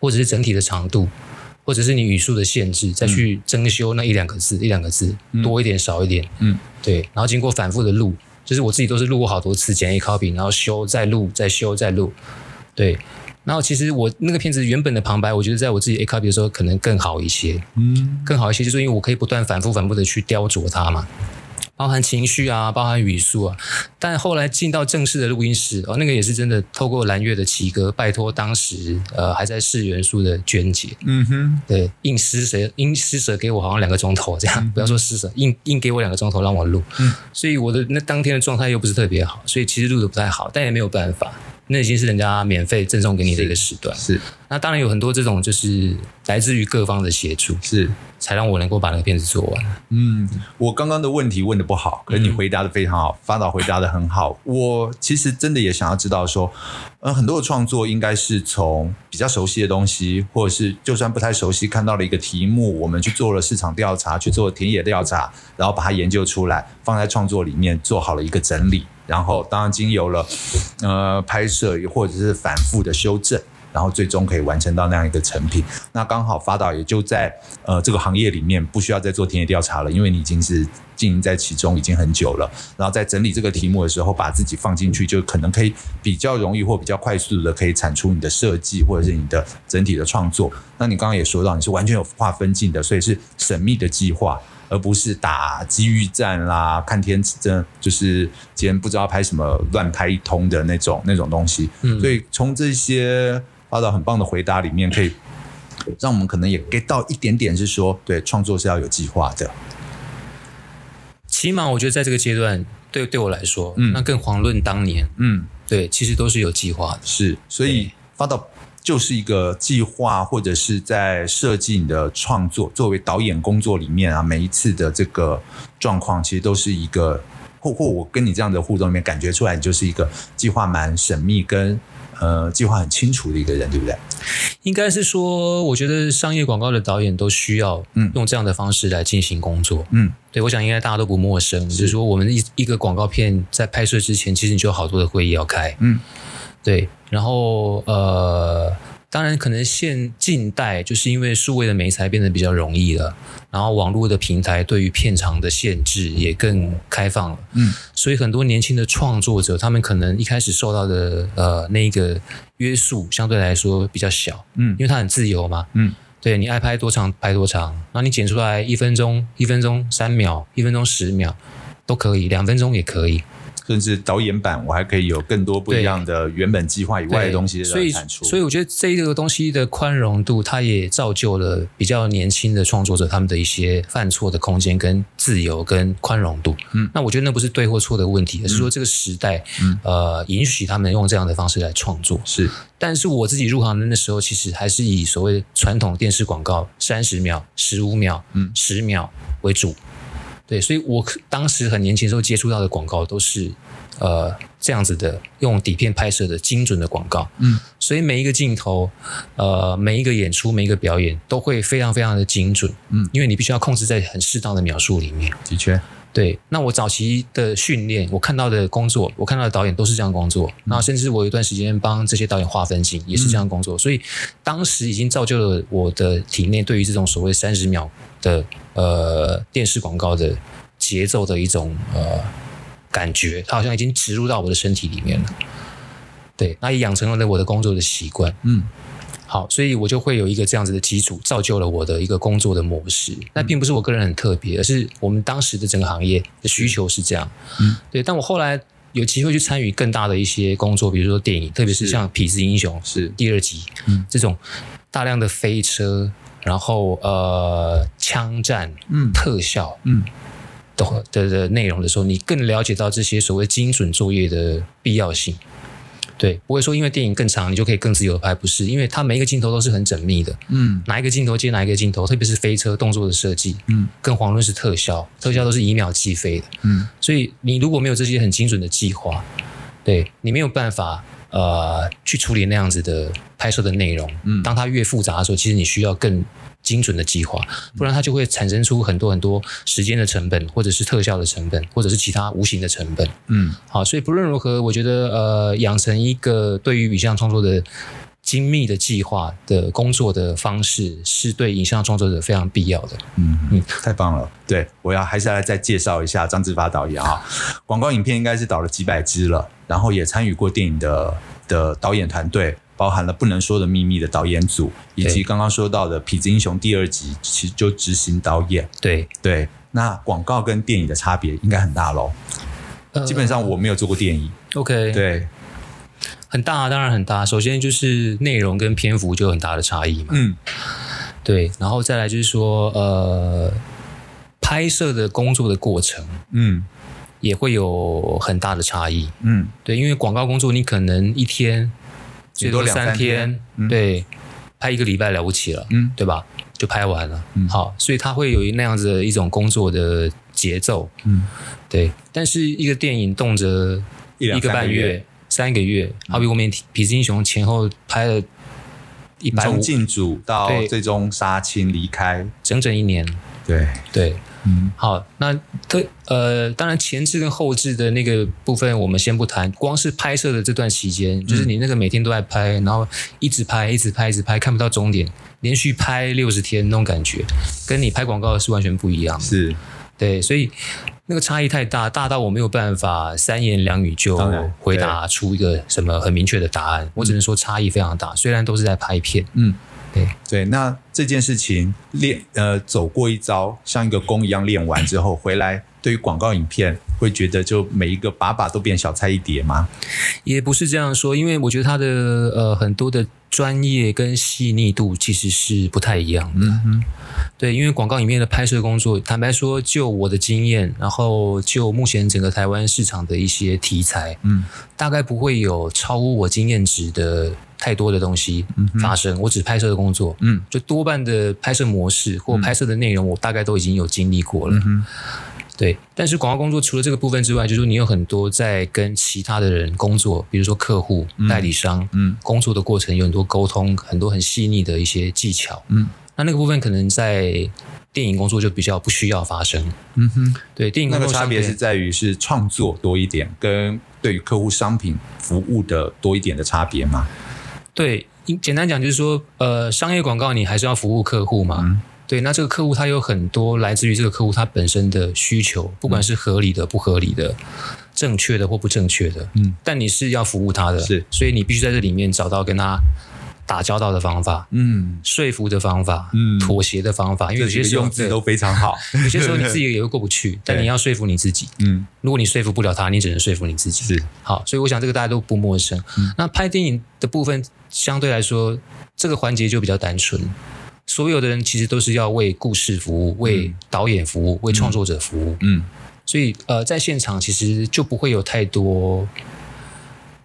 Speaker 2: 或者是整体的长度，或者是你语速的限制，再去征修那一两个字、一两个字多一点少一点，
Speaker 1: 嗯，
Speaker 2: 对，然后经过反复的录，就是我自己都是录过好多次简易 copy，然后修再录再修再录，对。然后其实我那个片子原本的旁白，我觉得在我自己 A copy 的时候可能更好一些，
Speaker 1: 嗯
Speaker 2: 更好一些，就是因为我可以不断反复反复的去雕琢它嘛，包含情绪啊，包含语速啊。但后来进到正式的录音室，哦，那个也是真的透过蓝月的奇哥，拜托当时呃还在试元素的娟姐，
Speaker 1: 嗯哼，
Speaker 2: 对，硬施舍，硬施舍给我好像两个钟头这样，不要说施舍，硬硬给我两个钟头让我录，所以我的那当天的状态又不是特别好，所以其实录的不太好，但也没有办法，那已经是人家免费赠送给你的一个时段。
Speaker 1: 是
Speaker 2: 那当然有很多这种就是来自于各方的协助，
Speaker 1: 是，
Speaker 2: 才让我能够把那个片子做完。
Speaker 1: 嗯，我刚刚的问题问的不好，可是你
Speaker 2: 嗯
Speaker 1: 回答的非常好，发导回答的很好。我其实真的也想要知道说，呃，很多的创作应该是从比较熟悉的东西，或者是就算不太熟悉，看到了一个题目，我们去做了市场调查，去做田野调查，然后把它研究出来，放在创作里面做好了一个整理，然后当然经由了呃拍摄或者是反复的修正。然后最终可以完成到那样一个成品。那刚好发导也就在呃这个行业里面，不需要再做田野调查了，因为你已经是经营在其中已经很久了。然后在整理这个题目的时候，把自己放进去，就可能可以比较容易或比较快速的可以产出你的设计或者是你的整体的创作。那你刚刚也说到，你是完全有划分进的，所以是缜密的计划。而不是打机遇战啦，看天真就是今天不知道拍什么，乱拍一通的那种那种东西。
Speaker 2: 嗯
Speaker 1: 所以从这些发导很棒的回答里面，可以让我们可能也 get 到一点点，是说对创作是要有计划的。
Speaker 2: 起码我觉得在这个阶段，对对我来说，
Speaker 1: 嗯
Speaker 2: 那更遑论当年，
Speaker 1: 嗯，
Speaker 2: 对，其实都是有计划的。
Speaker 1: 是，所以发导就是一个计划，或者是在设计你的创作，作为导演工作里面啊，每一次的这个状况，其实都是一个，或或我跟你这样的互动里面感觉出来，你就是一个计划蛮缜密跟呃计划很清楚的一个人，对不对？
Speaker 2: 应该是说，我觉得商业广告的导演都需要
Speaker 1: 嗯
Speaker 2: 用这样的方式来进行工作。
Speaker 1: 嗯，
Speaker 2: 对，我想应该大家都不陌生，就是说我们一一个广告片在拍摄之前，其实你就有好多的会议要开。
Speaker 1: 嗯，
Speaker 2: 对，然后呃，当然可能现近代就是因为数位的媒材变得比较容易了，然后网络的平台对于片长的限制也更开放了。
Speaker 1: 嗯，
Speaker 2: 所以很多年轻的创作者，他们可能一开始受到的呃那个约束相对来说比较小。
Speaker 1: 嗯
Speaker 2: 因为它很自由嘛。
Speaker 1: 嗯，
Speaker 2: 对你爱拍多长拍多长，然后你剪出来一分钟、一分钟三秒、一分钟十秒都可以，两分钟也可以。
Speaker 1: 甚至导演版，我还可以有更多不一
Speaker 2: 对
Speaker 1: 样的原本计划以外的东西
Speaker 2: 所以
Speaker 1: 产出。
Speaker 2: 所以我觉得这个东西的宽容度，它也造就了比较年轻的创作者他们的一些犯错的空间、跟自由、跟宽容度。
Speaker 1: 嗯，
Speaker 2: 那我觉得那不是对或错的问题，而是说这个时代，
Speaker 1: 嗯
Speaker 2: 呃，允许他们用这样的方式来创作。
Speaker 1: 是
Speaker 2: 但是我自己入行的那时候，其实还是以所谓传统电视广告三十秒、十五秒、
Speaker 1: 嗯
Speaker 2: 十秒为主。对，所以我可当时很年轻的时候接触到的广告都是，呃，这样子的用底片拍摄的精准的广告。
Speaker 1: 嗯，
Speaker 2: 所以每一个镜头，呃，每一个演出、每一个表演都会非常非常的精准。
Speaker 1: 嗯，
Speaker 2: 因为你必须要控制在很适当的描述里面。
Speaker 1: 的确，
Speaker 2: 对，那我早期的训练，我看到的工作，我看到的导演都是这样工作。那、甚至我有一段时间帮这些导演划分镜，也是这样工作。所以当时已经造就了我的体内对于这种所谓三十秒的呃电视广告的节奏的一种呃感觉，它好像已经植入到我的身体里面了。对，那也养成了我的工作的习惯。
Speaker 1: 嗯
Speaker 2: 好，所以我就会有一个这样子的基础，造就了我的一个工作的模式。那并不是我个人很特别，而是我们当时的整个行业的需求是这样。
Speaker 1: 嗯，
Speaker 2: 对。但我后来有机会去参与更大的一些工作，比如说电影，特别是
Speaker 1: 是
Speaker 2: 像《痞子英雄》
Speaker 1: 是
Speaker 2: 第二集，
Speaker 1: 嗯
Speaker 2: 这种大量的飞车，然后呃枪战、
Speaker 1: 嗯
Speaker 2: 特效
Speaker 1: 嗯
Speaker 2: 的的的内容的时候，你更了解到这些所谓精准作业的必要性。对，不会说因为电影更长，你就可以更自由的拍，不是？因为它每一个镜头都是很缜密的，
Speaker 1: 嗯
Speaker 2: 哪一个镜头接哪一个镜头，特别是飞车动作的设计，
Speaker 1: 嗯
Speaker 2: 更遑论是特效，特效都是以秒计飞的。
Speaker 1: 嗯
Speaker 2: 所以你如果没有这些很精准的计划，对你没有办法呃去处理那样子的拍摄的内容。
Speaker 1: 嗯
Speaker 2: 当它越复杂的时候，其实你需要更精准的计划，
Speaker 1: 嗯
Speaker 2: 不然它就会产生出很多很多时间的成本，或者是特效的成本，或者是其他无形的成本。
Speaker 1: 嗯，
Speaker 2: 好，所以不论如何，我觉得呃，养成一个对于影像创作的精密的计划的工作的方式，是对影像创作者非常必要的。
Speaker 1: 嗯，太棒了！对我要还是要再介绍一下张志发导演啊，广告影片应该是导了几百支了，然后也参与过电影的的导演团队，包含了《不能说的秘密》的导演组，以及
Speaker 2: 对
Speaker 1: 刚刚说到的《痞子英雄》第二集，其实就执行导演。
Speaker 2: 对，
Speaker 1: 对，那广告跟电影的差别应该很大喽。
Speaker 2: 呃
Speaker 1: 基本上我没有做过电影，
Speaker 2: OK，
Speaker 1: 对，
Speaker 2: 很大，啊当然很大。首先就是内容跟篇幅就有很大的差异嘛。
Speaker 1: 嗯
Speaker 2: 对，然后再来就是说，呃，拍摄的工作的过程
Speaker 1: 嗯
Speaker 2: 也会有很大的差异。
Speaker 1: 嗯，
Speaker 2: 对，因为广告工作你可能一天最
Speaker 1: 顶多
Speaker 2: 多
Speaker 1: 两
Speaker 2: 三
Speaker 1: 三天嗯
Speaker 2: 对，拍一个礼拜了不起了，
Speaker 1: 嗯
Speaker 2: 对吧？就拍完了，
Speaker 1: 嗯
Speaker 2: 好，所以它会有那样子的一种工作的节奏，
Speaker 1: 嗯，
Speaker 2: 对。但是一个电影动辄
Speaker 1: 一两
Speaker 2: 个
Speaker 1: 三
Speaker 2: 半
Speaker 1: 个月嗯
Speaker 2: 月、三个月，好比我们《痞子英雄》前后拍了一百
Speaker 1: 从
Speaker 2: 五，
Speaker 1: 进组到
Speaker 2: 对
Speaker 1: 最终杀青离开，
Speaker 2: 整整一年，
Speaker 1: 对，
Speaker 2: 对。好，那特呃，当然前置跟后置的那个部分我们先不谈，光是拍摄的这段期
Speaker 1: 嗯
Speaker 2: 间，就是你那个每天都在拍，然后一直拍，一直拍，一直拍，看不到终点，连续拍六十天那种感觉，跟你拍广告是完全不一样的。
Speaker 1: 是
Speaker 2: 对，所以那个差异太大，大到我没有办法三言两语就
Speaker 1: 当然
Speaker 2: 回答出一个什么很明确的答案。我只能说差异非常大，虽然都是在拍片，
Speaker 1: 嗯，
Speaker 2: 对，
Speaker 1: 对。那这件事情练呃走过一遭，像一个弓一样练完之后回来，对于广告影片会觉得就每一个把把都变小菜一碟吗？
Speaker 2: 也不是这样说，因为我觉得他的呃很多的专业跟细腻度其实是不太一样的。
Speaker 1: 嗯哼，
Speaker 2: 对，因为广告影片的拍摄工作，坦白说，就我的经验，然后就目前整个台湾市场的一些题材，
Speaker 1: 嗯，
Speaker 2: 大概不会有超乎我经验值的太多的东西发生。我只拍摄的工作，
Speaker 1: 嗯，
Speaker 2: 就多半的拍摄模式或拍摄的内容，我大概都已经有经历过了。
Speaker 1: 嗯哼
Speaker 2: 对，但是广告工作除了这个部分之外，就是你有很多在跟其他的人工作，比如说客户、代理商，
Speaker 1: 嗯
Speaker 2: 工作的过程有很多沟通，很多很细腻的一些技巧，
Speaker 1: 嗯，
Speaker 2: 那那个部分可能在电影工作就比较不需要发生。
Speaker 1: 嗯哼，
Speaker 2: 对，电影
Speaker 1: 那
Speaker 2: 工作
Speaker 1: 个差
Speaker 2: 上
Speaker 1: 别
Speaker 2: 面
Speaker 1: 是在于是创作多一点，跟对于客户商品服务的多一点的差别嘛？
Speaker 2: 对，因简单讲就是说，呃，商业广告你还是要服务客户嘛。
Speaker 1: 嗯
Speaker 2: 对，那这个客户他有很多来自于这个客户他本身的需求，不
Speaker 1: 嗯
Speaker 2: 管是合理的、不合理的、正确的或不正确的，
Speaker 1: 嗯，
Speaker 2: 但你是要服务他的，
Speaker 1: 是
Speaker 2: 所以你必须在这里面找到跟他打交道的方法、
Speaker 1: 嗯，
Speaker 2: 说服的方法、
Speaker 1: 嗯
Speaker 2: 妥协的方法，因为
Speaker 1: 这
Speaker 2: 有
Speaker 1: 几
Speaker 2: 些
Speaker 1: 个
Speaker 2: 时候
Speaker 1: 用字都非常好。
Speaker 2: 有些时候你自 己也会过不去，但你要说服你自己。
Speaker 1: 嗯，
Speaker 2: 如果你说服不了他，你只能说服你自己。
Speaker 1: 是嗯
Speaker 2: 好，所以我想这个大家都不陌生。那拍电影的部分相对来说，这个环节就比较单纯。所有的人其实都是要为故事服务、为导演服务、为创作者服务，
Speaker 1: 嗯，
Speaker 2: 所以呃，在现场其实就不会有太多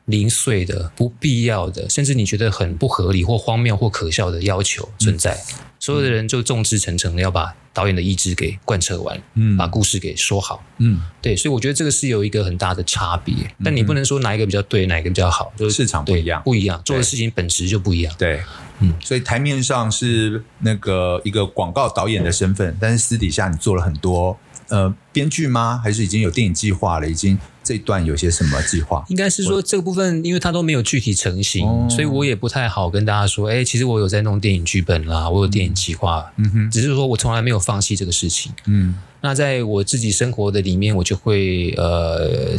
Speaker 2: 零碎的、不必要的，甚至你觉得很不合理或荒谬或可笑的要求
Speaker 1: 嗯
Speaker 2: 存在。所有的人就众志成城的要把导演的意志给贯彻完，
Speaker 1: 嗯
Speaker 2: 把故事给说好。
Speaker 1: 嗯，
Speaker 2: 对，所以我觉得这个是有一个很大的差别，但你不能说哪一个比较对，哪一个比较好，就是
Speaker 1: 市场不一样
Speaker 2: 对不一样，做的事情本质就不一样。
Speaker 1: 对，嗯，所以台面上是那个一个广告导演的身份，但是私底下你做了很多呃编剧吗？还是已经有电影计划了？已经这一段有些什么计划？
Speaker 2: 应该是说这个部分，因为它都没有具体成型，
Speaker 1: 哦
Speaker 2: 所以我也不太好跟大家说，哎、其实我有在弄电影剧本啦，我有电影计划，嗯
Speaker 1: 哼，
Speaker 2: 只是说我从来没有放弃这个事情。
Speaker 1: 嗯
Speaker 2: 那在我自己生活的里面，我就会呃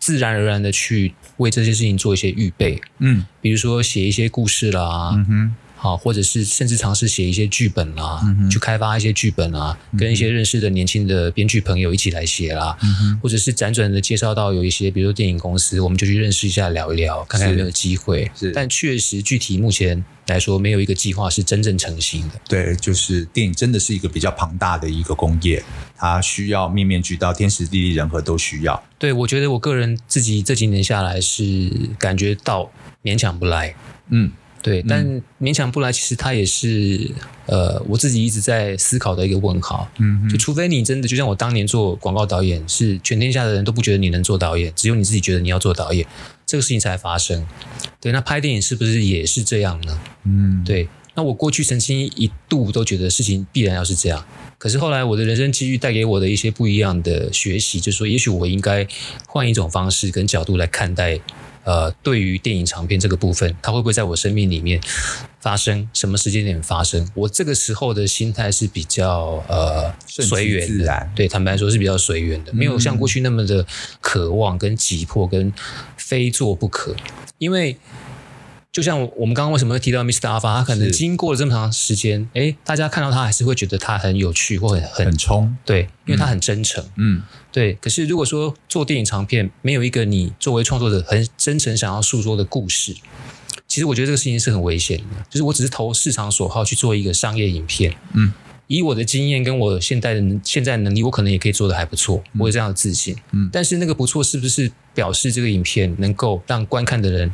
Speaker 2: 自然而然的去为这些事情做一些预备，
Speaker 1: 嗯
Speaker 2: 比如说写一些故事啦，
Speaker 1: 嗯哼嗯
Speaker 2: 好，或者是甚至尝试写一些剧本啦，去开发一些剧本啦，跟一些认识的年轻的编剧朋友一起来写啦，
Speaker 1: 嗯
Speaker 2: 或者是辗转的介绍到有一些，比如说电影公司，我们就去认识一下，聊一聊，看看有没有机会
Speaker 1: 是。
Speaker 2: 但确实具体目前来说，没有一个计划是真正成型的。
Speaker 1: 对，就是电影真的是一个比较庞大的一个工业，它需要面面俱到，天时地利人和都需要。
Speaker 2: 对我觉得我个人自己这几年下来是感觉到勉强不来，
Speaker 1: 嗯
Speaker 2: 对，但勉强不来，其实它也是呃，我自己一直在思考的一个问号。
Speaker 1: 嗯
Speaker 2: 就除非你真的就像我当年做广告导演，是全天下的人都不觉得你能做导演，只有你自己觉得你要做导演，这个事情才发生。对，那拍电影是不是也是这样呢？
Speaker 1: 嗯，
Speaker 2: 对，那我过去曾经一度都觉得事情必然要是这样，可是后来我的人生机遇带给我的一些不一样的学习，就是说，也许我应该换一种方式跟角度来看待，呃，对于电影长片这个部分，它会不会在我生命里面发生，什么时间点发生？我这个时候的心态是比较呃
Speaker 1: 顺其
Speaker 2: 随缘
Speaker 1: 自
Speaker 2: 的
Speaker 1: 然嗯
Speaker 2: 对，坦白说是比较随缘的，没有像过去那么的渴望、跟急迫、跟非做不可，因为。就像我们刚刚为什么会提到 Mr. Alpha，他可能
Speaker 1: 是
Speaker 2: 经过了这么长时间，诶，大家看到他还是会觉得他很有趣或很很
Speaker 1: 很冲。
Speaker 2: 对，因为他很真诚。
Speaker 1: 嗯
Speaker 2: 对，可是如果说做电影长片，没有一个你作为创作者很真诚想要诉说的故事，其实我觉得这个事情是很危险的。就是我只是投市场所好去做一个商业影片，
Speaker 1: 嗯，
Speaker 2: 以我的经验跟我现在的能现在的能力，我可能也可以做得还不错，我有这样的自信。
Speaker 1: 嗯
Speaker 2: 但是那个不错是不是表示这个影片能够让观看的人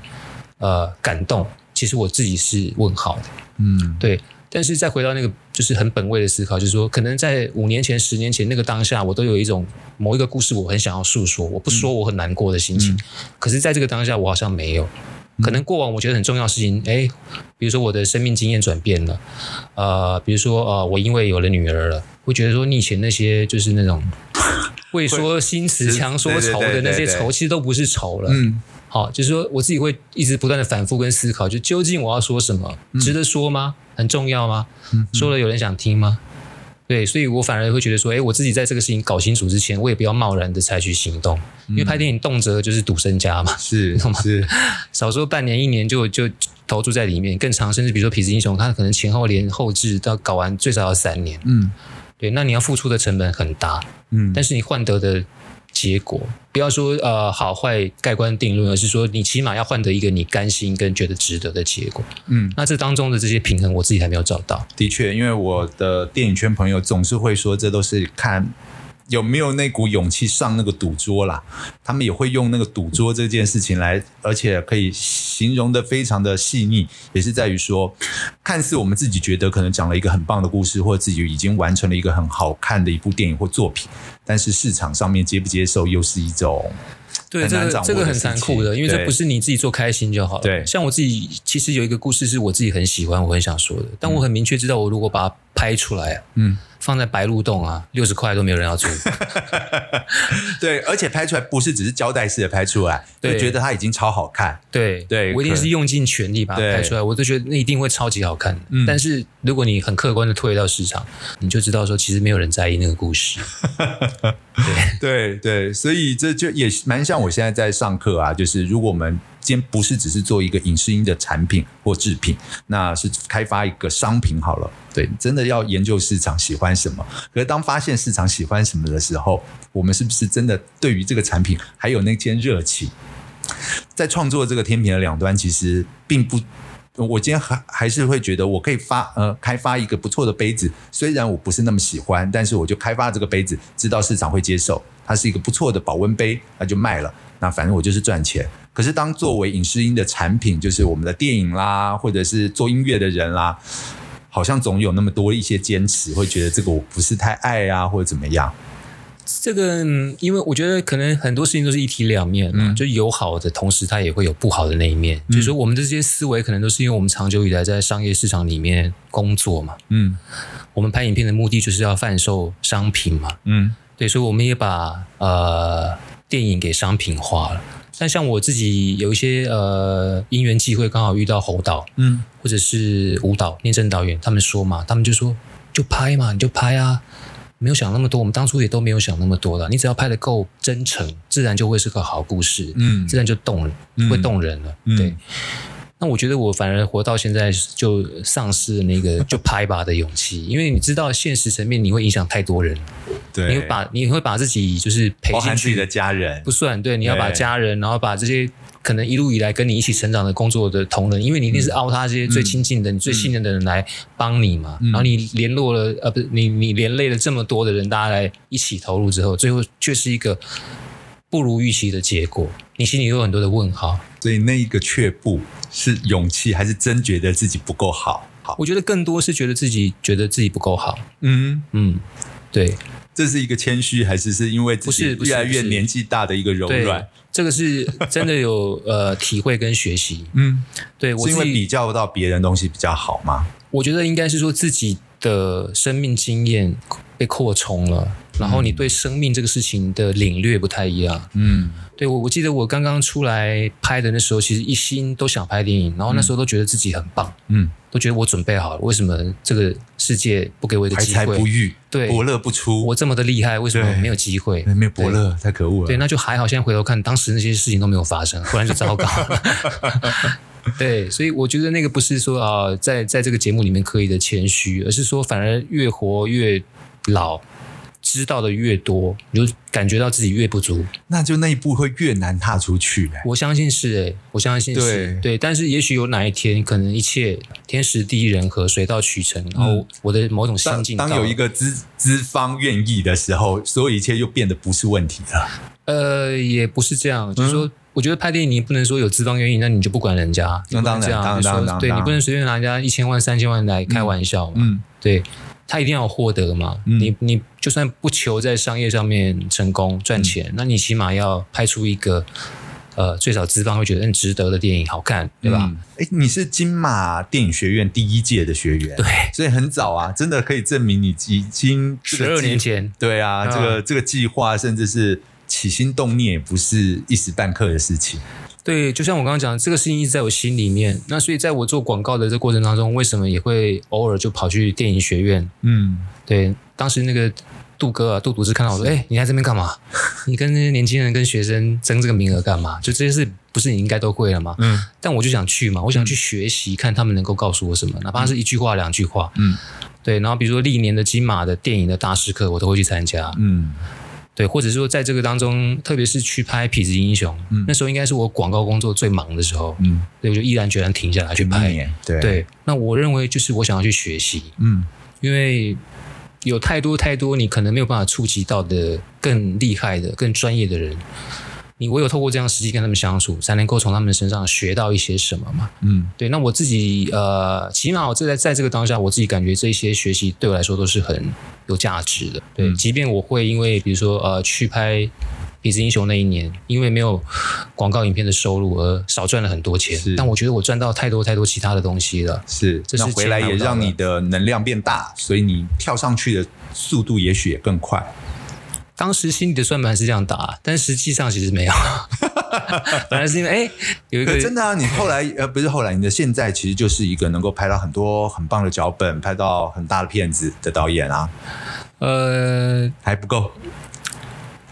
Speaker 2: 呃感动？其实我自己是问号的。
Speaker 1: 嗯
Speaker 2: 对。但是再回到那个就是很本位的思考，就是说，可能在五年前、十年前那个当下，我都有一种某一
Speaker 1: 嗯
Speaker 2: 个故事我很想要诉说，我不说我很难过的心情。可是在这个当下，我好像没有。
Speaker 1: 嗯
Speaker 2: 可能过往我觉得很重要的事情，哎，比如说我的生命经验转变了，呃，比如说呃，我因为有了女儿了，会觉得说你以前那些就是那种 畏缩心词强说愁的那
Speaker 1: 对对对
Speaker 2: 些
Speaker 1: 对
Speaker 2: 愁，其实都不是愁了。
Speaker 1: 嗯，
Speaker 2: 好，就是说我自己会一直不断的反复跟思考，就究竟我要说什么，值得说吗？很重要吗？说了有人想听吗？对，所以我反而会觉得说，哎，我自己在这个事情搞清楚之前，我也不要贸然的采取行动，因为拍电影动辄就是赌身家嘛，
Speaker 1: 是是，
Speaker 2: 少说半年一年就就投注在里面，更长，甚至比如说《痞子英雄》，它可能前后连后置到搞完最少要三年，
Speaker 1: 嗯
Speaker 2: 对，那你要付出的成本很大，
Speaker 1: 嗯，
Speaker 2: 但是你换得的结果，不要说呃好坏盖棺定论，而是说你起码要换得一个你甘心跟觉得值得的结果。
Speaker 1: 嗯，
Speaker 2: 那这当中的这些平衡，我自己还没有找到。
Speaker 1: 的确，因为我的电影圈朋友总是会说，这都是看有没有那股勇气上那个赌桌啦。他们也会用那个赌桌这件事情来，而且可以形容的非常的细腻，也是在于说，看似我们自己觉得可能讲了一个很棒的故事，或者自己已经完成了一个很好看的一部电影或作品，但是市场上面接不接受又是一种
Speaker 2: 对，
Speaker 1: 很
Speaker 2: 这
Speaker 1: 难
Speaker 2: 个
Speaker 1: 掌握
Speaker 2: 这个
Speaker 1: 的
Speaker 2: 很
Speaker 1: 事
Speaker 2: 残
Speaker 1: 情
Speaker 2: 酷的，因为这
Speaker 1: 对
Speaker 2: 不是你自己做开心就好了。
Speaker 1: 对
Speaker 2: 像我自己其实有一个故事是我自己很喜欢，我很想说的，但我很明确知道，我如果把它拍出来、
Speaker 1: 嗯
Speaker 2: 嗯，放在白鹿洞啊，六十块都没有人要租。
Speaker 1: 对，而且拍出来不是只是胶带式的拍出来，就
Speaker 2: 对
Speaker 1: 觉得它已经超好看。
Speaker 2: 对，
Speaker 1: 对
Speaker 2: 我一定
Speaker 1: 可
Speaker 2: 是用尽全力把它
Speaker 1: 对
Speaker 2: 拍出来，我都觉得那一定会超级好看。
Speaker 1: 嗯
Speaker 2: 但是如果你很客观的退到市场，你就知道说其实没有人在意那个故事。
Speaker 1: 对对，所以这就也蛮像我现在在上课啊，就是如果我们今天不是只是做一个影视音的产品或制品，那是开发一个商品好了。对，真的要研究市场喜欢什么。可是当发现市场喜欢什么的时候，我们是不是真的对于这个产品还有那件热情？在创作这个天平的两端，其实并不。我今天还还是会觉得，我可以发呃开发一个不错的杯子，虽然我不是那么喜欢，但是我就开发这个杯子，知道市场会接受，它是一个不错的保温杯，那就卖了。那反正我就是赚钱。可是当作为影视音的产品，就是我们的电影啦，或者是做音乐的人啦，好像总有那么多一些坚持，会觉得这个我不是太爱啊，或者怎么样。
Speaker 2: 这个，嗯因为我觉得可能很多事情都是一体两面嘛，
Speaker 1: 嗯
Speaker 2: 就有好的，同时它也会有不好的那一面。就是说，我们的这些思维可能都是因为我们长久以来在商业市场里面工作嘛，
Speaker 1: 嗯
Speaker 2: 我们拍影片的目的就是要贩售商品嘛，
Speaker 1: 嗯
Speaker 2: 对，所以我们也把呃电影给商品化了。但像我自己有一些呃因缘际会，刚好遇到侯导
Speaker 1: 嗯
Speaker 2: 或者是舞蹈念正导演，他们说嘛，他们就说就拍嘛，你就拍啊，没有想那么多，我们当初也都没有想那么多的，你只要拍的够真诚，自然就会是个好故事，
Speaker 1: 嗯
Speaker 2: 自然就动人，
Speaker 1: 嗯
Speaker 2: 会动人了，
Speaker 1: 嗯
Speaker 2: 对。那我觉得我反而活到现在就丧失了那个就拍吧的勇气，因为你知道现实层面你会影响太多人，
Speaker 1: 对，
Speaker 2: 你会把你会把自己就是赔
Speaker 1: 包
Speaker 2: 进
Speaker 1: 含自己
Speaker 2: 去
Speaker 1: 的家人
Speaker 2: 不，算对，你要把
Speaker 1: 对
Speaker 2: 家人，然后把这些可能一路以来跟你一起成长的工作的同仁，因为你一定是
Speaker 1: 嗯
Speaker 2: 凹他这些最亲近的、你最信任的人来帮你嘛，
Speaker 1: 嗯
Speaker 2: 然后你联络了呃，不是你你连累了这么多的人，大家来一起投入之后，最后却是一个不如预期的结果，你心里有很多的问号。
Speaker 1: 所以那一个却步是勇气，还是真觉得自己不够好？好，
Speaker 2: 我觉得更多是觉得自己觉得自己不够好，
Speaker 1: 嗯，
Speaker 2: 嗯，对，
Speaker 1: 这是一个谦虚，还是是因为自
Speaker 2: 不
Speaker 1: 己
Speaker 2: 是不是
Speaker 1: 越来越
Speaker 2: 不是
Speaker 1: 年纪大的一个柔
Speaker 2: 对
Speaker 1: 软？，
Speaker 2: 这个是真的有呃体会跟学习，
Speaker 1: 嗯，
Speaker 2: 对我
Speaker 1: 是因
Speaker 2: 自己
Speaker 1: 为比较到别人东西比较好吗？
Speaker 2: 我觉得应该是说自己的生命经验被扩充了，然后你对生命这个事情的领略不太一样。
Speaker 1: 嗯
Speaker 2: 对我，我记得我刚刚出来拍的那时候，其实一心都想拍电影，然后那时候都觉得自己很棒，
Speaker 1: 嗯，
Speaker 2: 都觉得我准备好了。为什么这个世界不给我一个
Speaker 1: 怀
Speaker 2: 机
Speaker 1: 才不
Speaker 2: 会？
Speaker 1: 遇，
Speaker 2: 对
Speaker 1: 伯乐不出，
Speaker 2: 我这么的厉害，为什么
Speaker 1: 对
Speaker 2: 没有机会？
Speaker 1: 没有伯乐，太可恶了。
Speaker 2: 对，那就还好。现在回头看，当时那些事情都没有发生，不然就糟糕 了。对，所以我觉得那个不是说啊、呃在在这个节目里面刻意的谦虚，而是说反而越活越老，知道的越多，你就感觉到自己越不足。
Speaker 1: 那就那一步会越难踏出去、欸。
Speaker 2: 我相信是诶、我相信是
Speaker 1: 对
Speaker 2: 但是也许有哪一天，可能一切天时地利人和，水到渠成，然后我的某种
Speaker 1: 当
Speaker 2: 心境
Speaker 1: 嗯当
Speaker 2: 到
Speaker 1: 有
Speaker 2: 了
Speaker 1: 一个资资方愿意的时候，所有一切又变得不是问题了。
Speaker 2: 呃，也不是这样，就是
Speaker 1: 嗯
Speaker 2: 说，我觉得拍电影你不能说有资方愿意，那你就不管人家，
Speaker 1: 那当
Speaker 2: 你不能
Speaker 1: 然
Speaker 2: 这样
Speaker 1: 当然
Speaker 2: 就说
Speaker 1: 当然
Speaker 2: 对
Speaker 1: 当然
Speaker 2: 你不能随便拿人家一千万、三千万来开玩笑嘛，
Speaker 1: 嗯
Speaker 2: 对。他一定要有获得嘛？
Speaker 1: 嗯
Speaker 2: 你你就
Speaker 1: 嗯
Speaker 2: 算不求在商业上面成功赚钱，那你起码要拍出一个呃最少资方会觉得嗯值得的电影好看，对吧？
Speaker 1: 嗯？哎、你是金马电影学院第一届的学员，
Speaker 2: 对，
Speaker 1: 所以很早啊，真的可以证明你已经这
Speaker 2: 十
Speaker 1: 个
Speaker 2: 二
Speaker 1: 计
Speaker 2: 年前，
Speaker 1: 对啊，
Speaker 2: 嗯
Speaker 1: 这个这个计划甚至是起心动念，也不是一时半刻的事情。
Speaker 2: 对，就像我刚刚讲，这个事情一直在我心里面。那所以在我做广告的这过程当中，为什么也会偶尔就跑去电影学院？
Speaker 1: 嗯，
Speaker 2: 对，当时那个杜哥啊，杜读志看到我说：“哎、你在这边干嘛？ 你跟那些年轻人、跟学生争这个名额干嘛？就这些事不是你应该都会了吗？”
Speaker 1: 嗯，
Speaker 2: 但我就想去嘛，我想去学习，看他们能够告诉我什么，哪怕是一句话、两句话。
Speaker 1: 嗯，
Speaker 2: 对。然后比如说历年的金马的电影的大师课，我都会去参加。
Speaker 1: 嗯
Speaker 2: 对，或者说在这个当中，特别是去拍《痞子英雄》
Speaker 1: 嗯
Speaker 2: 那时候应该是我广告工作最忙的时候，
Speaker 1: 嗯，
Speaker 2: 所以我就毅然决然停下来去
Speaker 1: 一
Speaker 2: 拍。
Speaker 1: 年对，
Speaker 2: 哎对，那我认为就是我想要去学习，
Speaker 1: 嗯
Speaker 2: 因为有太多太多你可能没有办法触及到的更厉害的、更专业的人，你唯有透过这样实际跟他们相处，才能够从他们身上学到一些什么嘛。
Speaker 1: 嗯
Speaker 2: 对，那我自己呃，起码我这在在这个当下，我自己感觉这些学习对我来说都是很有价值的。对，
Speaker 1: 嗯
Speaker 2: 即便我会因为比如说呃去拍《痞子英雄》那一年，因为没有广告影片的收入而少赚了很多钱
Speaker 1: 是，
Speaker 2: 但我觉得我赚到太多太多其他的东西了。
Speaker 1: 是，
Speaker 2: 这是
Speaker 1: 那回来也让你的能量变大，所以你跳上去的速度也许也更快。
Speaker 2: 当时心里的算盘是这样打，但实际上其实 没有，反而是因为哎、有一
Speaker 1: 可
Speaker 2: 个
Speaker 1: 真的啊，你后来呃不是后来，你的现在其实就是一个能够拍到很多很棒的脚本，拍到很大的片子的导演啊，
Speaker 2: 呃，
Speaker 1: 还不够，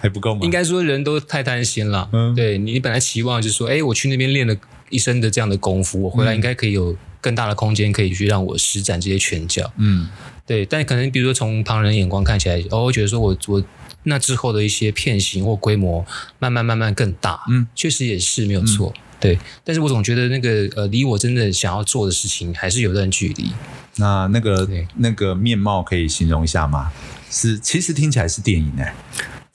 Speaker 1: 还不够吗？
Speaker 2: 应该说人都太贪心了。
Speaker 1: 嗯
Speaker 2: 对你本来期望就是说，哎，我去那边练了一身的这样的功夫，我回
Speaker 1: 嗯
Speaker 2: 来应该可以有更大的空间，可以去让我施展这些拳脚。
Speaker 1: 嗯
Speaker 2: 对，但可能比如说从旁人眼光看起来，哦，我觉得说我我那之后的一些片型或规模，慢慢慢慢更大，
Speaker 1: 嗯，
Speaker 2: 确实也是没有错。对，但是我总觉得那个呃，离我真的想要做的事情还是有段距离。
Speaker 1: 那那个
Speaker 2: 对
Speaker 1: 那个面貌可以形容一下吗？是，其实听起来是电影哎、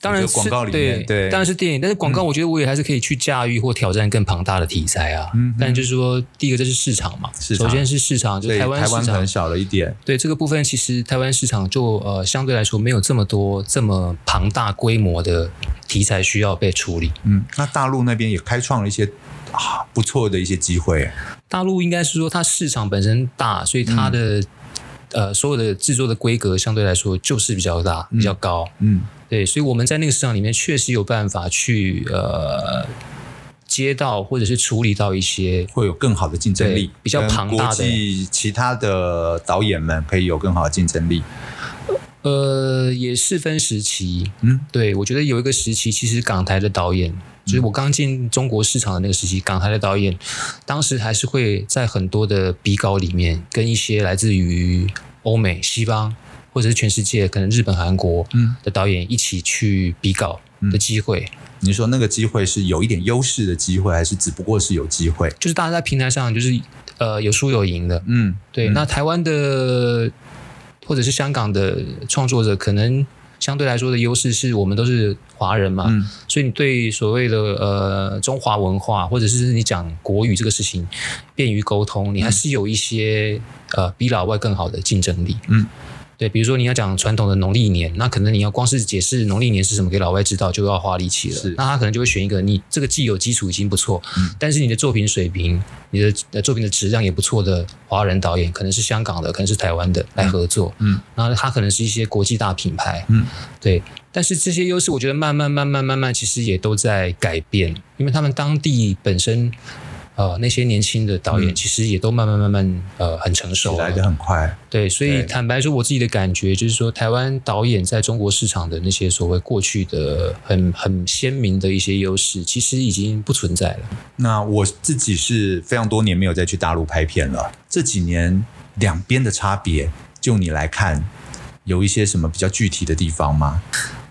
Speaker 2: 当然
Speaker 1: 我
Speaker 2: 是
Speaker 1: 觉得广告里面对嗯
Speaker 2: 当然是电影，但是广告我觉得我也还是可以去驾驭或挑战更庞大的题材啊。
Speaker 1: 嗯哼
Speaker 2: 但就是说，第一个这是市场嘛，
Speaker 1: 市场
Speaker 2: 首先是市场，就
Speaker 1: 所以
Speaker 2: 台湾
Speaker 1: 台湾
Speaker 2: 市
Speaker 1: 可
Speaker 2: 场
Speaker 1: 能。小了一点，
Speaker 2: 对这个部分，其实台湾市场就呃相对来说没有这么多这么庞大规模的题材需要被处理。
Speaker 1: 嗯，那大陆那边也开创了一些啊不错的一些机会、
Speaker 2: 大陆应该是说它市场本身大，所以
Speaker 1: 嗯
Speaker 2: 它的、呃所有的制作的规格相对来说就是比较大、比较高。
Speaker 1: 嗯
Speaker 2: 对，所以我们在那个市场里面确实有办法去呃接到或者是处理到一些
Speaker 1: 会有更好的竞争力
Speaker 2: 对，比较
Speaker 1: 跟
Speaker 2: 庞大的
Speaker 1: 国际其他的导演们可以有更好的竞争力。
Speaker 2: 呃也是分时期。
Speaker 1: 嗯，
Speaker 2: 对我觉得有一个时期，其实港台的导演。就是我刚进中国市场的那个时期，港台的导演当时还是会在很多的比稿里面，跟一些来自于欧美、西方或者是全世界，可能日本、韩国
Speaker 1: 嗯
Speaker 2: 的导演一起去比稿的机会。
Speaker 1: 你说那个机会是有一点优势的机会，还是只不过是有机会？
Speaker 2: 就是大家在平台上，就是呃有输有赢的，
Speaker 1: 嗯，
Speaker 2: 对，
Speaker 1: 嗯
Speaker 2: 那台湾的或者是香港的创作者，可能相对来说的优势是我们都是华人嘛，
Speaker 1: 嗯
Speaker 2: 所以你对所谓的呃中华文化，或者是你讲国语这个事情，便于沟通，你还是有一些、呃比老外更好的竞争力。
Speaker 1: 嗯。
Speaker 2: 对，比如说你要讲传统的农历年，那可能你要光是解释农历年是什么给老外知道，就要花力气了。
Speaker 1: 是
Speaker 2: 那他可能就会选一个你这个既有基础已经不错，但是你的作品水平、你的呃作品的质量也不错的华人导演，可能是香港的，可能是台湾的来合作，
Speaker 1: 嗯，
Speaker 2: 然后他可能是一些国际大品牌，
Speaker 1: 嗯，
Speaker 2: 对。但是这些优势，我觉得慢慢慢慢慢慢，其实也都在改变，因为他们当地本身。呃，那些年轻的导演
Speaker 1: 嗯
Speaker 2: 其实也都慢慢慢慢呃很成熟
Speaker 1: 起
Speaker 2: 了
Speaker 1: 来的很快。
Speaker 2: 对，所以
Speaker 1: 对
Speaker 2: 坦白说，我自己的感觉就是说，台湾导演在中国市场的那些所谓过去的很很鲜明的一些优势，其实已经不存在了。
Speaker 1: 那我自己是非常多年没有再去大陆拍片了，这几年两边的差别，就你来看，有一些什么比较具体的地方吗？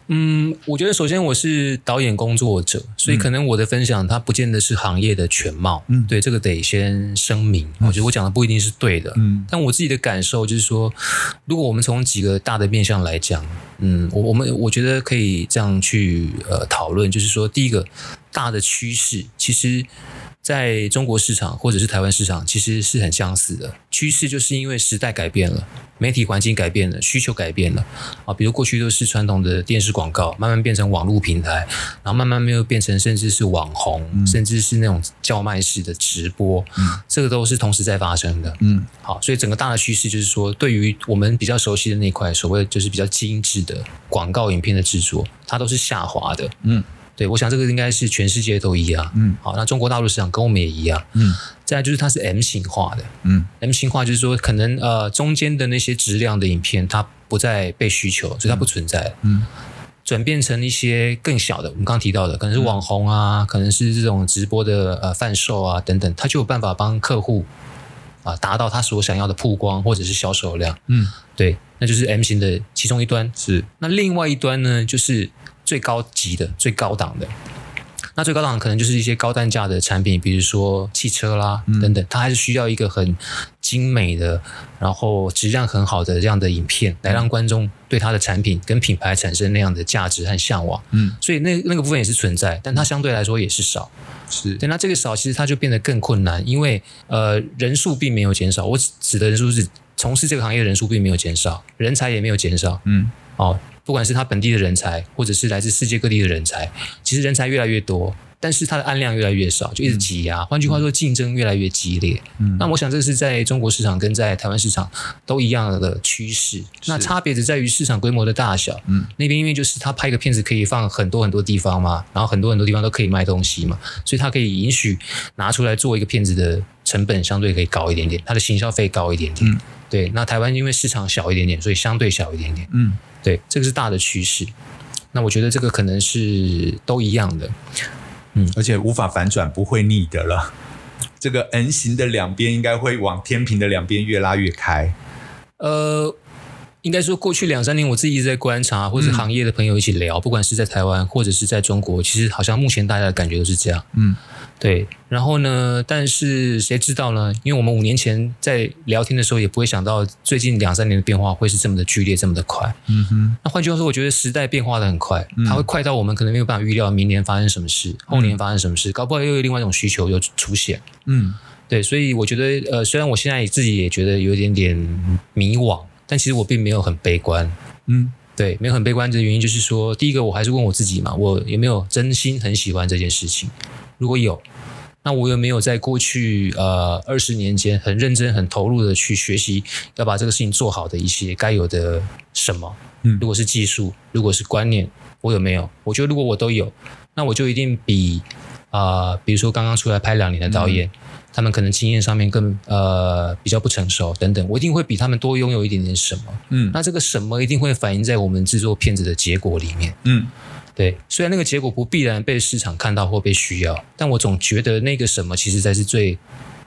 Speaker 2: 嗯，我觉得首先我是导演工作者，所以可能我的分享它不见得是行业的全貌。
Speaker 1: 嗯
Speaker 2: 对，这个得先声明，我觉得我讲的不一定是对的。
Speaker 1: 嗯
Speaker 2: 但我自己的感受就是说，如果我们从几个大的面向来讲，嗯，我我们我觉得可以这样去呃讨论，就是说，第一个大的趋势，其实在中国市场或者是台湾市场其实是很相似的趋势，就是因为时代改变了，媒体环境改变了，需求改变了啊。比如过去都是传统的电视广告，慢慢变成网络平台，然后慢慢又变成甚至是网红，甚至是那种叫卖式的直播，这个都是同时在发生的。
Speaker 1: 嗯，
Speaker 2: 好，所以整个大的趋势就是说，对于我们比较熟悉的那一块，所谓就是比较精致的广告影片的制作，它都是下滑的。
Speaker 1: 嗯，
Speaker 2: 对，我想这个应该是全世界都一样。
Speaker 1: 嗯，
Speaker 2: 好，那中国大陆市场跟我们也一样。
Speaker 1: 嗯，
Speaker 2: 再来就是它是 M 型化的。
Speaker 1: 嗯
Speaker 2: ，M 型化就是说，可能呃中间的那些质量的影片，它不再被需求，所以它不存在了。
Speaker 1: 嗯，
Speaker 2: 转变成一些更小的，我们刚刚提到的，可能是网红啊，
Speaker 1: 嗯
Speaker 2: 可能是这种直播的呃贩售啊等等，它就有办法帮客户啊达到他所想要的曝光或者是销售量。
Speaker 1: 嗯，
Speaker 2: 对，那就是 M 型的其中一端。
Speaker 1: 是，
Speaker 2: 那另外一端呢，就是最高级的、最高档的。那最高档可能就是一些高单价的产品，比如说汽车啦、等等，它还是需要一个很精美的，然后质量很好的这样的影片，来让观众对它的产品跟品牌产生那样的价值和向往。
Speaker 1: 嗯，
Speaker 2: 所以那那个部分也是存在，但它相对来说也是少。
Speaker 1: 是，
Speaker 2: 对，那这个少其实它就变得更困难，因为呃人数并没有减少，我指指的人数是从事这个行业的人数并没有减少，人才也没有减少。
Speaker 1: 嗯
Speaker 2: 哦，不管是他本地的人才，或者是来自世界各地的人才，其实人才越来越多，但是它的案量越来越少，就一直挤压。换句话说，竞争越来越激烈。
Speaker 1: 嗯
Speaker 2: 那我想这是在中国市场跟在台湾市场都一样的趋势。那差别只在于市场规模的大小。
Speaker 1: 嗯，
Speaker 2: 那边因为就是他拍个片子可以放很多很多地方嘛，然后很多很多地方都可以卖东西嘛，所以他可以允许拿出来做一个片子的成本相对可以高一点点，它的行销费高一点点。
Speaker 1: 嗯
Speaker 2: 对，那台湾因为市场小一点点，所以相对小一点点。
Speaker 1: 嗯
Speaker 2: 对，这个是大的趋势。那我觉得这个可能是都一样的，
Speaker 1: 而且无法反转，不会逆的了。这个 N 型的两边应该会往天平的两边越拉越开。
Speaker 2: 呃，应该说过去两三年我自己一直在观察，或者行业的朋友一起聊，不管是在台湾或者是在中国，其实好像目前大家的感觉都是这样。
Speaker 1: 嗯，
Speaker 2: 对。然后呢，但是谁知道呢？因为我们五年前在聊天的时候，也不会想到最近两三年的变化会是这么的剧烈，这么的快。
Speaker 1: 嗯哼，嗯
Speaker 2: 那换句话说，我觉得时代变化的很快，它会快到我们可能没有办法预料明年发生什么事，后年发生什么事，搞不好又有另外一种需求又出现。
Speaker 1: 嗯
Speaker 2: 对，所以我觉得，呃，虽然我现在自己也觉得有一点点迷惘，但其实我并没有很悲观。
Speaker 1: 嗯
Speaker 2: 对，没有很悲观的原因就是说，第一个我还是问我自己嘛，我有没有真心很喜欢这件事情？如果有，那我有没有在过去呃二十年间很认真、很投入的去学习，要把这个事情做好的一些该有的什么？
Speaker 1: 嗯
Speaker 2: 如果是技术，如果是观念，我有没有？我觉得如果我都有，那我就一定比啊、呃比如说刚刚出来拍两年的导演，他们可能经验上面更呃比较不成熟等等，我一定会比他们多拥有一点点什么。
Speaker 1: 嗯
Speaker 2: 那这个什么一定会反映在我们制作片子的结果里面。
Speaker 1: 嗯
Speaker 2: 对，虽然那个结果不必然被市场看到或被需要，但我总觉得那个什么其实才是最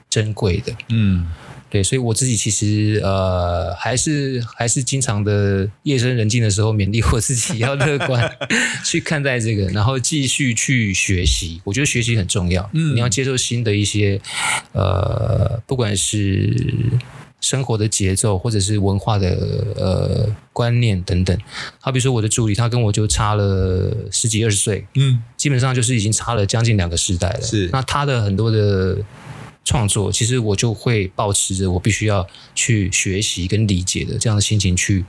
Speaker 2: 珍贵的。
Speaker 1: 嗯，
Speaker 2: 对，所以我自己其实呃，还是还是经常的夜深人静的时候勉励我自己要乐观 去看待这个，然后继续去学习。我觉得学习很重要，
Speaker 1: 嗯
Speaker 2: 你要接受新的一些呃，不管是生活的节奏，或者是文化的呃观念等等。好比说我的助理，他跟我就差了十几二十岁，
Speaker 1: 嗯
Speaker 2: 基本上就是已经差了将近两个世代了。
Speaker 1: 是
Speaker 2: 那他的很多的创作，其实我就会保持着我必须要去学习跟理解的这样的心情去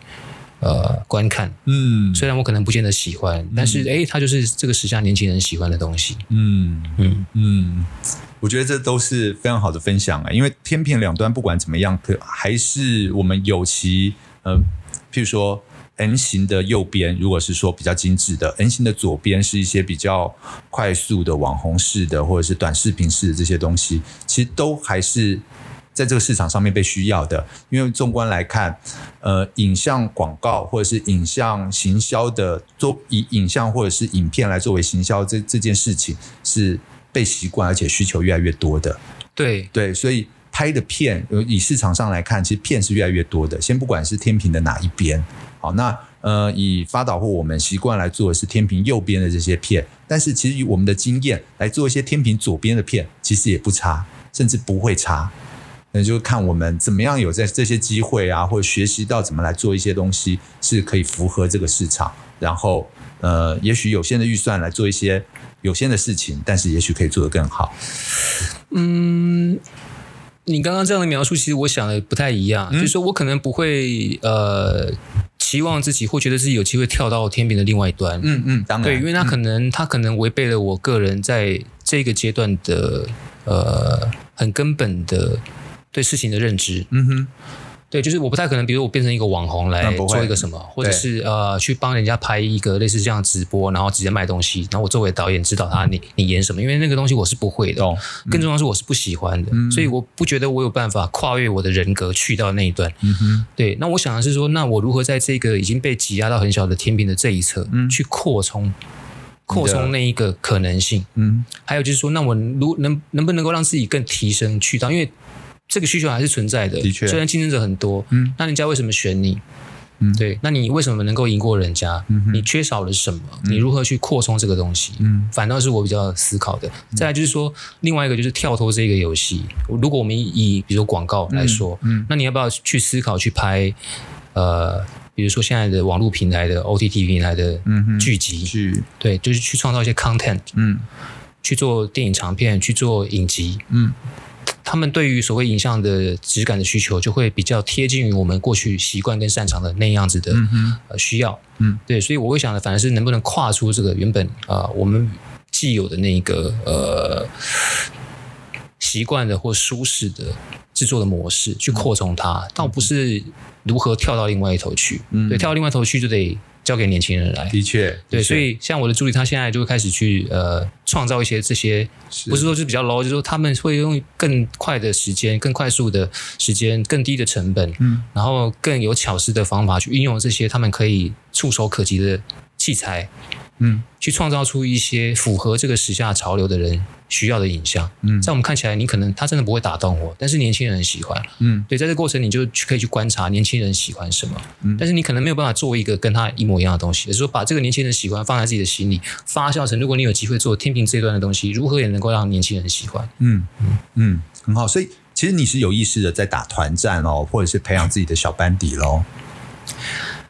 Speaker 2: 呃观看。
Speaker 1: 嗯
Speaker 2: 虽然我可能不见得喜欢，但是诶，他就是这个时下年轻人喜欢的东西。
Speaker 1: 嗯
Speaker 2: 嗯
Speaker 1: 嗯，我觉得这都是非常好的分享啊、因为天平两端不管怎么样，可还是我们有其呃，譬如说 N 型的右边，如果是说比较精致的，N 型的左边是一些比较快速的网红式的或者是短视频式的这些东西，其实都还是。在这个市场上面被需要的，因为纵观来看，呃，影像广告或者是影像行销的做以影像或者是影片来作为行销这这件事情是被习惯而且需求越来越多的。
Speaker 2: 对，
Speaker 1: 对，所以拍的片，呃以市场上来看，其实片是越来越多的。先不管是天平的哪一边，好，那呃，以发导或我们习惯来做的是天平右边的这些片，但是其实以我们的经验来做一些天平左边的片，其实也不差，甚至不会差。那就看我们怎么样有在这些机会啊，或者学习到怎么来做一些东西，是可以符合这个市场。然后，呃，也许有限的预算来做一些有限的事情，但是也许可以做得更好。
Speaker 2: 嗯
Speaker 1: 嗯
Speaker 2: 你刚刚这样的描述，其实我想的不太一样，
Speaker 1: 嗯
Speaker 2: 就是说我可能不会呃期望自己或觉得自己有机会跳到天平的另外一端，
Speaker 1: 嗯嗯，当然，
Speaker 2: 对，因为他可能、他可能违背了我个人在这个阶段的呃很根本的对事情的认知，
Speaker 1: 嗯哼，
Speaker 2: 对，就是我不太可能，比如我变成一个网红来
Speaker 1: 嗯不会
Speaker 2: 做一个什么，或者
Speaker 1: 对
Speaker 2: 是呃去帮人家拍一个类似这样直播，然后直接卖东西，然后我作为导演指导他你你演什么，因为那个东西我是不会的
Speaker 1: 嗯懂，嗯
Speaker 2: 更重要是我是不喜欢的，所以我不觉得我有办法跨越我的人格去到那一段。
Speaker 1: 嗯哼，
Speaker 2: 对，那我想的是说，那我如何在这个已经被挤压到很小的天平的这一侧，
Speaker 1: 嗯
Speaker 2: 去扩充扩充那一个可能性？
Speaker 1: 嗯，
Speaker 2: 还有就是说，那我如能能不能够让自己更提升去到，因为这个需求还是存在的，
Speaker 1: 的确
Speaker 2: 虽然竞争者很多，
Speaker 1: 嗯，
Speaker 2: 那人家为什么选你？
Speaker 1: 嗯
Speaker 2: 对，那你为什么能够赢过人家？
Speaker 1: 嗯哼
Speaker 2: 你缺少了什么？你如何去扩充这个东西？
Speaker 1: 嗯，
Speaker 2: 反倒是我比较思考的。再来就是说，另外一个就是跳脱这个游戏。如果我们以比如说广告来说，
Speaker 1: 嗯嗯
Speaker 2: 那你要不要去思考去拍呃，比如说现在的网络平台的 OTT 平台的
Speaker 1: 嗯哼
Speaker 2: 剧集，
Speaker 1: 去，
Speaker 2: 对，就是去创造一些 content，
Speaker 1: 嗯
Speaker 2: 去做电影长片，去做影集，
Speaker 1: 嗯，
Speaker 2: 他们对于所谓影像的质感的需求，就会比较贴近于我们过去习惯跟擅长的那样子的、
Speaker 1: 嗯哼，
Speaker 2: 呃需要，
Speaker 1: 嗯，
Speaker 2: 对，所以我会想的反而是能不能跨出这个原本啊、呃我们既有的那一个呃习惯的或舒适的制作的模式
Speaker 1: 嗯
Speaker 2: 去扩充它，倒不是如何跳到另外一头去，
Speaker 1: 嗯
Speaker 2: 对，跳到另外一头去就得交给年轻人来，
Speaker 1: 的确，
Speaker 2: 对，
Speaker 1: 的确
Speaker 2: 所以像我的助理，他现在就会开始去呃创造一些这些，不是说是比较 low，就是说他们会用更快的时间、更快速的时间、更低的成本，
Speaker 1: 嗯，
Speaker 2: 然后更有巧思的方法去运用这些他们可以触手可及的器材，
Speaker 1: 嗯，
Speaker 2: 去创造出一些符合这个时下潮流的人需要的影像。
Speaker 1: 嗯
Speaker 2: 在我们看起来，你可能他真的不会打动我，但是年轻人很喜欢。
Speaker 1: 嗯
Speaker 2: 对，在这过程你就去可以去观察年轻人喜欢什么，
Speaker 1: 嗯
Speaker 2: 但是你可能没有办法做一个跟他一模一样的东西，也就是说把这个年轻人喜欢放在自己的心里，发酵成如果你有机会做天平这一段的东西，如何也能够让年轻人喜欢。
Speaker 1: 嗯嗯，很好，所以。其实你是有意识的在打团战哦，或者是培养自己的小班底喽。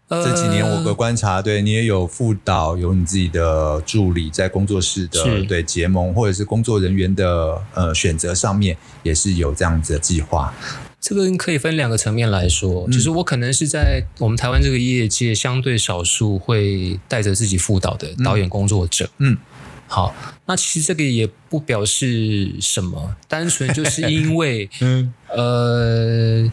Speaker 2: 呃
Speaker 1: 这几年我的观察，对你也有辅导，有你自己的助理在工作室的
Speaker 2: 是
Speaker 1: 对结盟，或者是工作人员的呃选择上面，也是有这样子的计划。
Speaker 2: 这个可以分两个层面来说，
Speaker 1: 嗯
Speaker 2: 就是我可能是在我们台湾这个业界相对少数会带着自己副导的导演工作者。
Speaker 1: 嗯嗯
Speaker 2: 好，那其实这个也不表示什么， 单纯就是因为，
Speaker 1: 嗯
Speaker 2: 呃，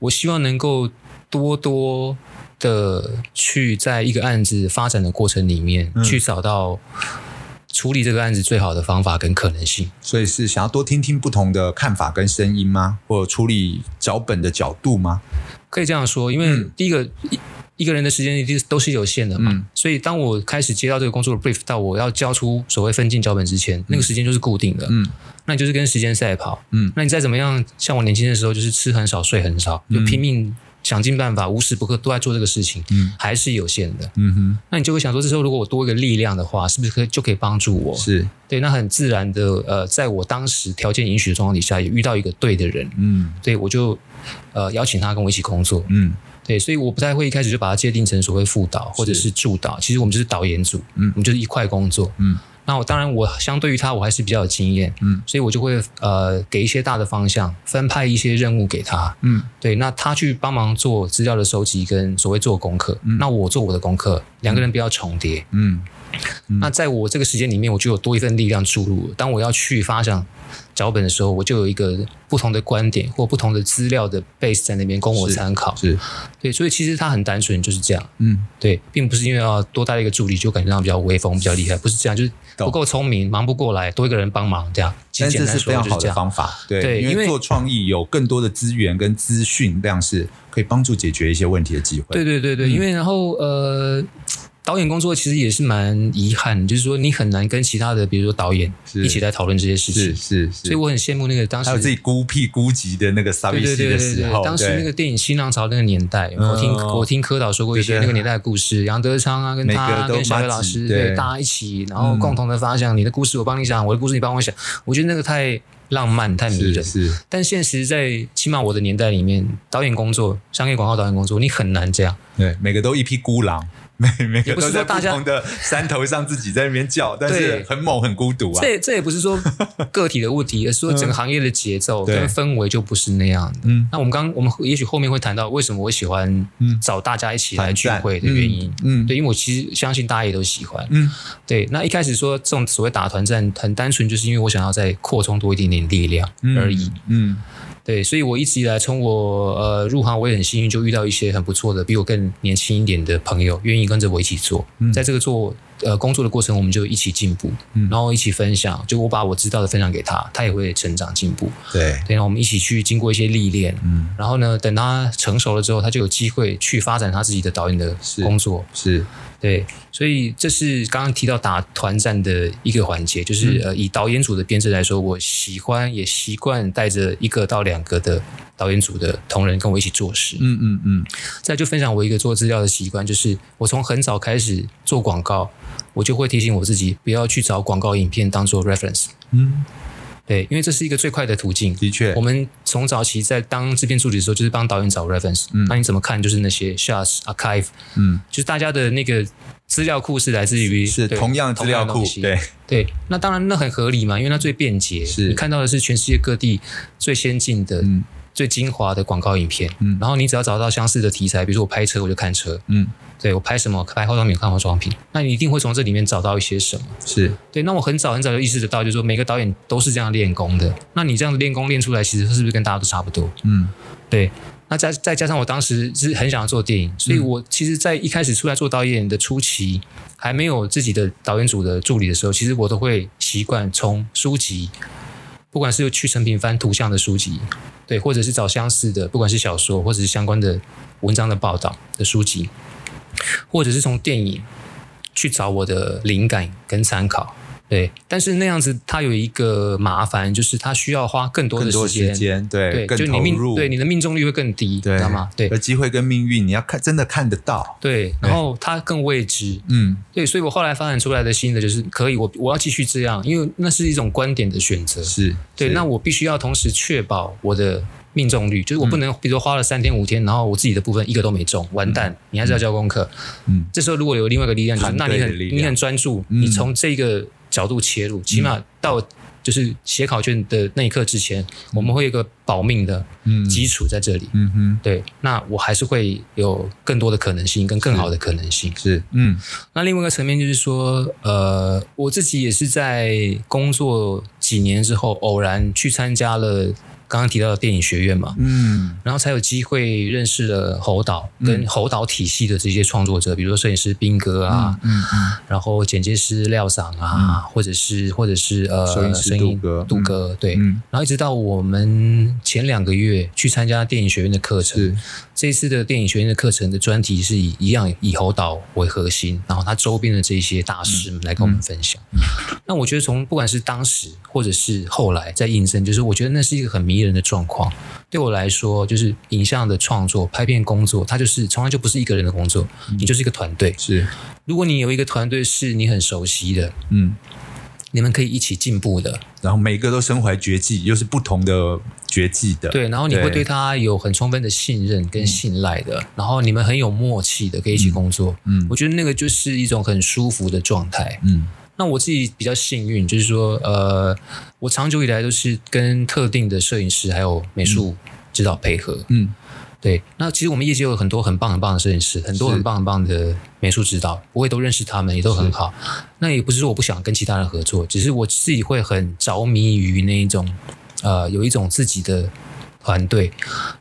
Speaker 2: 我希望能够多多的去在一个案子发展的过程里面，
Speaker 1: 嗯
Speaker 2: 去找到处理这个案子最好的方法跟可能性。
Speaker 1: 所以是想要多听听不同的看法跟声音吗？或者处理脚本的角度吗？
Speaker 2: 可以这样说，因为第一个、一一个人的时间一定都是有限的嘛，
Speaker 1: 嗯
Speaker 2: 所以当我开始接到这个工作的 brief 到我要交出所谓分镜脚本之前，那个时间就是固定的，
Speaker 1: 嗯
Speaker 2: 那你就是跟时间赛跑，
Speaker 1: 嗯
Speaker 2: 那你再怎么样，像我年轻的时候就是吃很少睡很少，就拼命想尽办法，无时不刻都在做这个事情，
Speaker 1: 嗯
Speaker 2: 还是有限的。
Speaker 1: 嗯哼，
Speaker 2: 那你就会想说，这时候如果我多一个力量的话，是不是可以就可以帮助我？
Speaker 1: 是
Speaker 2: 对，那很自然的，呃，在我当时条件允许的状况底下，也遇到一个对的人，
Speaker 1: 嗯
Speaker 2: 对我就呃邀请他跟我一起工作，
Speaker 1: 嗯
Speaker 2: 对，所以我不太会一开始就把它界定成所谓副导或者是助导，其实我们就是导演组，
Speaker 1: 嗯
Speaker 2: 我们就是一块工作，
Speaker 1: 嗯。
Speaker 2: 那我当然，我相对于他，我还是比较有经验，
Speaker 1: 嗯
Speaker 2: 所以我就会呃给一些大的方向，分派一些任务给他，
Speaker 1: 嗯
Speaker 2: 对，那他去帮忙做资料的收集跟所谓做功课，
Speaker 1: 嗯
Speaker 2: 那我做我的功课，两个人不要重叠。
Speaker 1: 嗯
Speaker 2: 那在我这个时间里面，我就有多一份力量注入了。当我要去发想脚本的时候，我就有一个不同的观点或不同的资料的 base 在那边供我
Speaker 1: 是
Speaker 2: 参考。
Speaker 1: 是
Speaker 2: 对，所以其实它很单纯，就是这样。
Speaker 1: 嗯
Speaker 2: 对，并不是因为要多带一个助理就感觉到比较威风、比较厉害，不是这样，就是
Speaker 1: 懂
Speaker 2: 不够聪明，忙不过来，多一个人帮忙这样。其
Speaker 1: 但
Speaker 2: 实
Speaker 1: 这
Speaker 2: 简单
Speaker 1: 是非
Speaker 2: 说
Speaker 1: 常
Speaker 2: 就
Speaker 1: 好
Speaker 2: 是这
Speaker 1: 的
Speaker 2: 样。
Speaker 1: 方法，对，
Speaker 2: 对
Speaker 1: 因
Speaker 2: 因为
Speaker 1: 做创意有更多的资源跟资讯量是可以帮助解决一些问题的机会。
Speaker 2: 对对对
Speaker 1: 嗯
Speaker 2: 对，因为然后呃，导演工作其实也是蛮遗憾，就是说你很难跟其他的，比如说导演
Speaker 1: 是
Speaker 2: 一起来讨论这些事
Speaker 1: 是
Speaker 2: 情。
Speaker 1: 是是，
Speaker 2: 所以我很羡慕那个当时
Speaker 1: 还有自己孤僻孤寂的那个傻逼
Speaker 2: 对对
Speaker 1: 戏
Speaker 2: 对
Speaker 1: 的
Speaker 2: 对
Speaker 1: 时
Speaker 2: 对
Speaker 1: 候，
Speaker 2: 对，当时
Speaker 1: 对
Speaker 2: 那个电影新浪潮那个年代，我听
Speaker 1: 嗯
Speaker 2: 我听柯导说过一
Speaker 1: 对
Speaker 2: 些
Speaker 1: 对
Speaker 2: 那个年代的故事，杨德昌啊，跟
Speaker 1: 每个
Speaker 2: 他
Speaker 1: 都
Speaker 2: 跟小
Speaker 1: 麻
Speaker 2: 伟老
Speaker 1: 吉
Speaker 2: 师，
Speaker 1: 对
Speaker 2: 对，大家一起，然后共同的发想，你的故事我帮你想，我的故事你帮我想，我觉得那个太浪漫，太迷
Speaker 1: 是
Speaker 2: 人。
Speaker 1: 是
Speaker 2: 但现实在，起码我的年代里面，导演工作、商业广告导演工作，你很难这样。
Speaker 1: 对，每个都一批孤狼， 每每
Speaker 2: 也
Speaker 1: 个
Speaker 2: 不
Speaker 1: 都
Speaker 2: 是
Speaker 1: 在
Speaker 2: 说
Speaker 1: 不
Speaker 2: 大家
Speaker 1: 同的山头上自己在那 边叫，但是
Speaker 2: 对
Speaker 1: 很猛很孤独啊。嗯
Speaker 2: 这这也不是 说个体的问题，而是说整个行业的节奏
Speaker 1: 对
Speaker 2: 跟氛围就不是那样的。
Speaker 1: 嗯
Speaker 2: 那我们刚我们也许后面会谈到为什么我喜欢
Speaker 1: 嗯
Speaker 2: 找大家一起来
Speaker 1: 团
Speaker 2: 聚
Speaker 1: 战
Speaker 2: 会的原因。
Speaker 1: 嗯嗯
Speaker 2: 对，因为我其实相信大家也都喜欢。
Speaker 1: 嗯，
Speaker 2: 对。那一开始说这种所谓打团战，很单纯，就是因为我想要再扩充多一点点力量
Speaker 1: 嗯
Speaker 2: 而已。。
Speaker 1: 嗯，
Speaker 2: 对，所以我一直以来从我呃入行，我也很幸运，就遇到一些很不错的，比我更年轻一点的朋友，愿意跟着我一起做。在这个做呃工作的过程，我们就一起进步，然后一起分享，就我把我知道的分享给他，他也会成长进步。
Speaker 1: 对，
Speaker 2: 对，然后我们一起去经过一些历练，
Speaker 1: 嗯
Speaker 2: 然后呢，等他成熟了之后，他就有机会去发展他自己的导演的
Speaker 1: 是
Speaker 2: 工作。
Speaker 1: 是，
Speaker 2: 对，所以这是刚刚提到打团战的一个环节，就是、
Speaker 1: 嗯
Speaker 2: 呃，以导演组的编制来说，我喜欢也习惯带着一个到两个的导演组的同仁跟我一起做事。
Speaker 1: 嗯嗯嗯，
Speaker 2: 再就分享我一个做资料的习惯，就是我从很早开始做广告，我就会提醒我自己不要去找广告影片当做 reference。
Speaker 1: 嗯，
Speaker 2: 对，因为这是一个最快的途径。
Speaker 1: 的确
Speaker 2: 我，们从早期在当制片助理的时候，就是帮导演找 reference、
Speaker 1: 嗯
Speaker 2: 那你怎么看？就是那些 shots、archive，
Speaker 1: 嗯，
Speaker 2: 就是大家的那个资料库是来自于
Speaker 1: 是
Speaker 2: 对
Speaker 1: 同样的资料
Speaker 2: 同
Speaker 1: 库
Speaker 2: 东，西
Speaker 1: 对，
Speaker 2: 对，那当然那很合理嘛，因为那最便捷，
Speaker 1: 是
Speaker 2: 你看到的是全世界各地最先进的、
Speaker 1: 嗯
Speaker 2: 最精华的广告影片，
Speaker 1: 嗯
Speaker 2: 然后你只要找到相似的题材，比如说我拍车我就看车，
Speaker 1: 嗯，
Speaker 2: 对我拍什么拍化妆品看化妆品，那你一定会从这里面找到一些什么。
Speaker 1: 是，
Speaker 2: 对，那我很早很早就意识得到，就是说每个导演都是这样练功的，那你这样练功练出来，其实是不是跟大家都差不多？
Speaker 1: 嗯
Speaker 2: 对，那再再加上我当时是很想要做电影，所以
Speaker 1: 嗯
Speaker 2: 我其实，在一开始出来做导演的初期，还没有自己的导演组的助理的时候，其实我都会习惯从书籍，不管是去成品翻图像的书籍，对，或者是找相似的，不管是小说或者是相关的文章的报道的书籍，或者是从电影去找我的灵感跟参考。对，但是那样子它有一个麻烦，就是它需要花更多
Speaker 1: 更
Speaker 2: 的
Speaker 1: 多时间，对，
Speaker 2: 对，
Speaker 1: 更
Speaker 2: 就你
Speaker 1: 投
Speaker 2: 命
Speaker 1: 入，
Speaker 2: 对你的命中率会更低，你
Speaker 1: 对，
Speaker 2: 知道吗？对
Speaker 1: 而机会跟命运，你要看，真的看得到，
Speaker 2: 对，然后它更未知，
Speaker 1: 嗯，
Speaker 2: 对，所以我后来发展出来的新的就是可以，我我要继续这样，因为那是一种观点的选择，
Speaker 1: 是，
Speaker 2: 对，
Speaker 1: 是
Speaker 2: 那我必须要同时确保我的命中率，就是我
Speaker 1: 嗯
Speaker 2: 不能，比如说花了三天五天，然后我自己的部分一个都没中，完蛋，你还是要交功课，
Speaker 1: 嗯，
Speaker 2: 这时候如果有另外一个力量，就是
Speaker 1: 团
Speaker 2: 那
Speaker 1: 队
Speaker 2: 你
Speaker 1: 的
Speaker 2: 很
Speaker 1: 力量
Speaker 2: 你很专注，
Speaker 1: 嗯
Speaker 2: 你从这个角度切入，起码到就是写考卷的那一刻之前，我们会有一个保命的
Speaker 1: 嗯
Speaker 2: 基础在这里，
Speaker 1: 嗯哼，
Speaker 2: 对，那我还是会有更多的可能性，跟更好的可能性。
Speaker 1: 是，嗯
Speaker 2: 那另外一个层面就是说，呃，我自己也是在工作几年之后，偶然去参加了刚刚提到的电影学院嘛，
Speaker 1: 嗯
Speaker 2: 然后才有机会认识了侯导跟侯导体系的这些创作者，比如说摄影师斌哥啊，
Speaker 1: 嗯嗯，
Speaker 2: 然后剪接师廖赏啊，或者是或者是呃，
Speaker 1: 收音师
Speaker 2: 声
Speaker 1: 杜哥
Speaker 2: 杜
Speaker 1: 嗯
Speaker 2: 哥对，
Speaker 1: 嗯
Speaker 2: 然后一直到我们前两个月去参加电影学院的课程，
Speaker 1: 是，
Speaker 2: 这一次的电影学院的课程的专题是以一样以侯导为核心，然后他周边的这些大师们来跟我
Speaker 1: 嗯
Speaker 2: 们分享。那我觉得从不管是当时或者是后来在印证，就是我觉得那是一个很迷人的状况。对我来说，就是影像的创作、拍片工作，它就是从来就不是一个人的工作，
Speaker 1: 嗯
Speaker 2: 你就是一个团队。
Speaker 1: 是，
Speaker 2: 如果你有一个团队是你很熟悉的，
Speaker 1: 嗯，
Speaker 2: 你们可以一起进步的，
Speaker 1: 然后每个都身怀绝技，又是不同的绝技的，
Speaker 2: 对，然后你会
Speaker 1: 对
Speaker 2: 对他有很充分的信任跟信赖的，然后你们很有默契的，可以一起工作。
Speaker 1: 嗯嗯嗯
Speaker 2: 我觉得那个就是一种很舒服的状态。
Speaker 1: 嗯
Speaker 2: 那我自己比较幸运，就是说，呃，我长久以来都是跟特定的摄影师还有美术指导配合。
Speaker 1: 嗯
Speaker 2: 对，那其实我们业界有很多很棒很棒的摄影师，很多
Speaker 1: 是
Speaker 2: 很棒很棒的美术指导，我也都认识他们，也都很好。那也不是说我不想跟其他人合作，只是我自己会很着迷于那一种，呃，有一种自己的团队，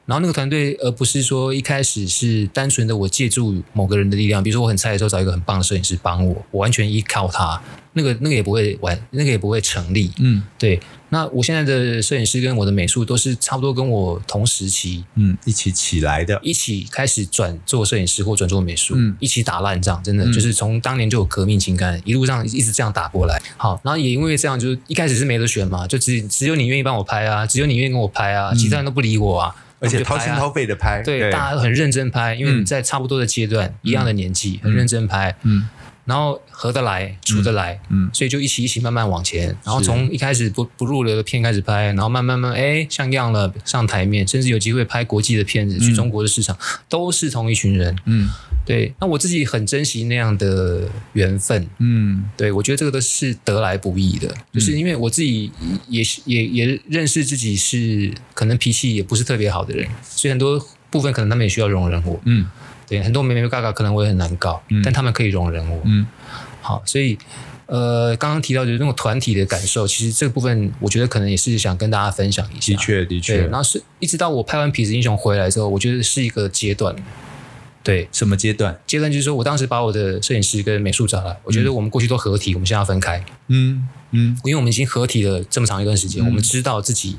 Speaker 2: 然后那个团队，而不是说一开始是单纯的我借助某个人的力量，比如说我很菜的时候找一个很棒的摄影师帮我，我完全依靠他，那个那个也不会完，那个也不会成立。
Speaker 1: 嗯
Speaker 2: 对，那我现在的摄影师跟我的美术都是差不多跟我同时期
Speaker 1: 嗯，一起起来的，
Speaker 2: 一起开始转做摄影师或转做美术，
Speaker 1: 嗯
Speaker 2: 一起打烂仗，真的、
Speaker 1: 嗯
Speaker 2: 就是从当年就有革命情感，一路上一直这样打过来。
Speaker 1: 嗯
Speaker 2: 好，然后也因为这样，就是一开始是没得选嘛，就只只有你愿意帮我拍啊，只有你愿意跟我拍啊，其他人都不理我啊，
Speaker 1: 嗯而且
Speaker 2: 那我
Speaker 1: 掏
Speaker 2: 们就
Speaker 1: 心
Speaker 2: 拍啊
Speaker 1: 掏肺的拍，
Speaker 2: 对，大家都很认真拍，因为在差不多的阶段、一样的年纪，很认真拍，
Speaker 1: 嗯
Speaker 2: 然后合得来，处得来，
Speaker 1: 嗯
Speaker 2: 所以就一起一起慢慢往前，然后从一开始不不入流的片开始拍，然后慢慢慢哎像样了，上台面，甚至有机会拍国际的片子，去中国的市场，都是同一群人。
Speaker 1: 嗯
Speaker 2: 对，那我自己很珍惜那样的缘分。
Speaker 1: 嗯
Speaker 2: 对，我觉得这个都是得来不易的，就是因为我自己也也也认识自己是可能脾气也不是特别好的人，所以很多部分可能他们也需要容忍我。
Speaker 1: 嗯
Speaker 2: 对，很多妹妹嘎嘎可能我也很难搞，
Speaker 1: 嗯
Speaker 2: 但他们可以容忍我。
Speaker 1: 嗯
Speaker 2: 好，所以呃，刚刚提到就是那种团体的感受，其实这个部分我觉得可能也是想跟大家分享一下。
Speaker 1: 的确的
Speaker 2: 对，
Speaker 1: 确
Speaker 2: 然。后是一直到我拍完《痞子英雄》回来之后，我觉得是一个阶段。对，
Speaker 1: 什么阶段？
Speaker 2: 阶段就是说我当时把我的摄影师跟美术找来，我觉得我们过去都合体，我们现在要分开，
Speaker 1: 嗯嗯
Speaker 2: 因为我们已经合体了这么长一段时间，我们知道自己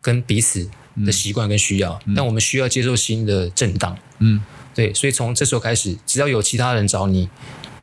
Speaker 2: 跟彼此的习惯跟需要，但我们需要接受新的震荡。
Speaker 1: 嗯
Speaker 2: 对，所以从这时候开始，只要有其他人找你，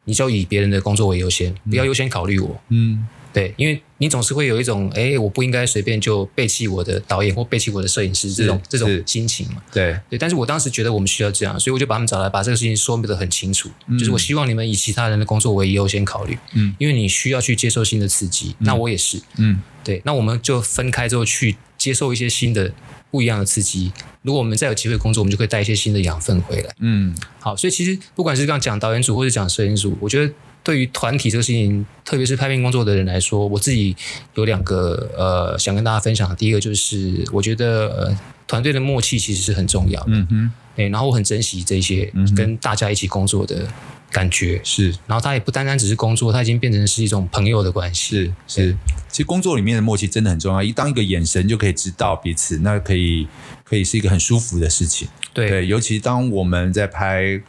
Speaker 2: 你就以别人的工作为优先，不要优先考虑我。
Speaker 1: 嗯
Speaker 2: 对，因为你总是会有一种，哎，我不应该随便就背弃我的导演或背弃我的摄影师这种
Speaker 1: 是
Speaker 2: 这种
Speaker 1: 是
Speaker 2: 心情嘛。
Speaker 1: 对，
Speaker 2: 对，但是我当时觉得我们需要这样，所以我就把他们找来，把这个事情说明得很清楚，就是我希望你们以其他人的工作为优先考虑，
Speaker 1: 嗯，
Speaker 2: 因为你需要去接受新的刺激，那我也是，
Speaker 1: 嗯
Speaker 2: 对，那我们就分开之后去接受一些新的不一样的刺激。如果我们再有机会工作，我们就可以带一些新的养分回来。
Speaker 1: 嗯
Speaker 2: 好，所以其实不管是刚刚讲导演组或者讲摄影组，我觉得对于团体这个事情，特别是拍片工作的人来说，我自己有两个呃想跟大家分享的。第一个就是我觉得呃团队的默契其实是很重要的，
Speaker 1: 嗯哼，
Speaker 2: 对，然后我很珍惜这些
Speaker 1: 嗯哼
Speaker 2: 跟大家一起工作的感觉。
Speaker 1: 是
Speaker 2: 然后它也不单单只是工作，它已经变成是一种朋友的关系。
Speaker 1: 是是，其实工作里面的默契真的很重要，一当一个眼神就可以知道彼此，那可以可以是一个很舒服的事情。
Speaker 2: 对，
Speaker 1: 对，尤其当我们在拍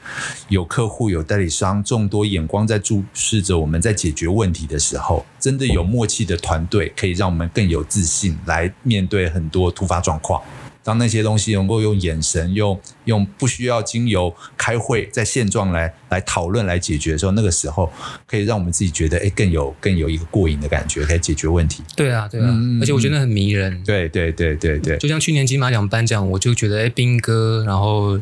Speaker 1: 有客户、有代理商众多眼光在注视着我们在解决问题的时候，真的有默契的团队可以让我们更有自信来面对很多突发状况。当那些东西能够用眼神、用用不需要经由开会在现状来来讨论来解决的时候，那个时候可以让我们自己觉得哎更有更有一个过瘾的感觉，可以解决问题。
Speaker 2: 对啊，对啊，
Speaker 1: 嗯嗯
Speaker 2: 而且我觉得很迷人。
Speaker 1: 对对对对对，
Speaker 2: 就像去年金马奖颁奖，我就觉得，哎，斌哥，然后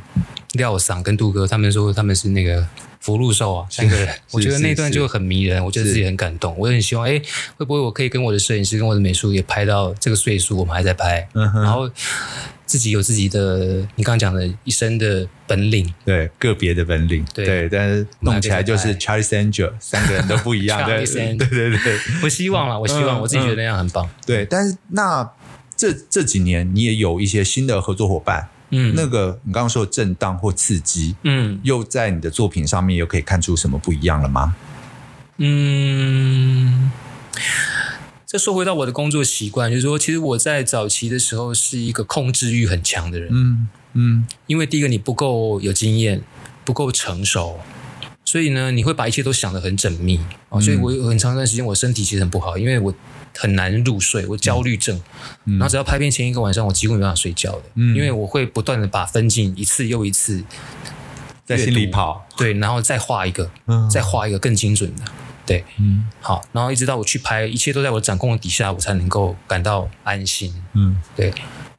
Speaker 2: 廖赏跟杜哥，他们说他们是那个福禄寿啊，三个人， 我觉得那段就很迷人，我觉得自己很感动，我也很希望，哎，会不会我可以跟我的摄影师、跟我的美术也拍到这个岁数，我们还在拍，
Speaker 1: 嗯哼
Speaker 2: 然后自己有自己的，你刚刚讲的一身的本领，
Speaker 1: 对个别的本领，
Speaker 2: 对
Speaker 1: 但是弄起来就是 Charlie s a n g e r 三个人都不一样，对
Speaker 2: Charlie Sanger
Speaker 1: 对对对
Speaker 2: 我希望啦，我希望、
Speaker 1: 嗯
Speaker 2: 我自己觉得那样很棒，
Speaker 1: 对。但是那这这几年你也有一些新的合作伙伴，
Speaker 2: 嗯，
Speaker 1: 那个你刚刚说的震荡或刺激，
Speaker 2: 嗯
Speaker 1: 又在你的作品上面又可以看出什么不一样了吗？
Speaker 2: 嗯，这说回到我的工作习惯，就是说，其实我在早期的时候是一个控制欲很强的人，
Speaker 1: 嗯嗯
Speaker 2: 因为第一个你不够有经验，不够成熟。所以呢，你会把一切都想得很缜密哦，
Speaker 1: 嗯
Speaker 2: 所以我有很长一段时间我身体其实很不好，因为我很难入睡，我焦虑症，然后只要拍片前一个晚上，我几乎没办法睡觉的，
Speaker 1: 嗯
Speaker 2: 因为我会不断的把分镜一次又一次，
Speaker 1: 在心里跑，
Speaker 2: 对，然后再画一个，
Speaker 1: 嗯
Speaker 2: 再画一个更精准的，对，
Speaker 1: 嗯
Speaker 2: 好，然后一直到我去拍，一切都在我掌控的底下，我才能够感到安心。
Speaker 1: 嗯
Speaker 2: 对，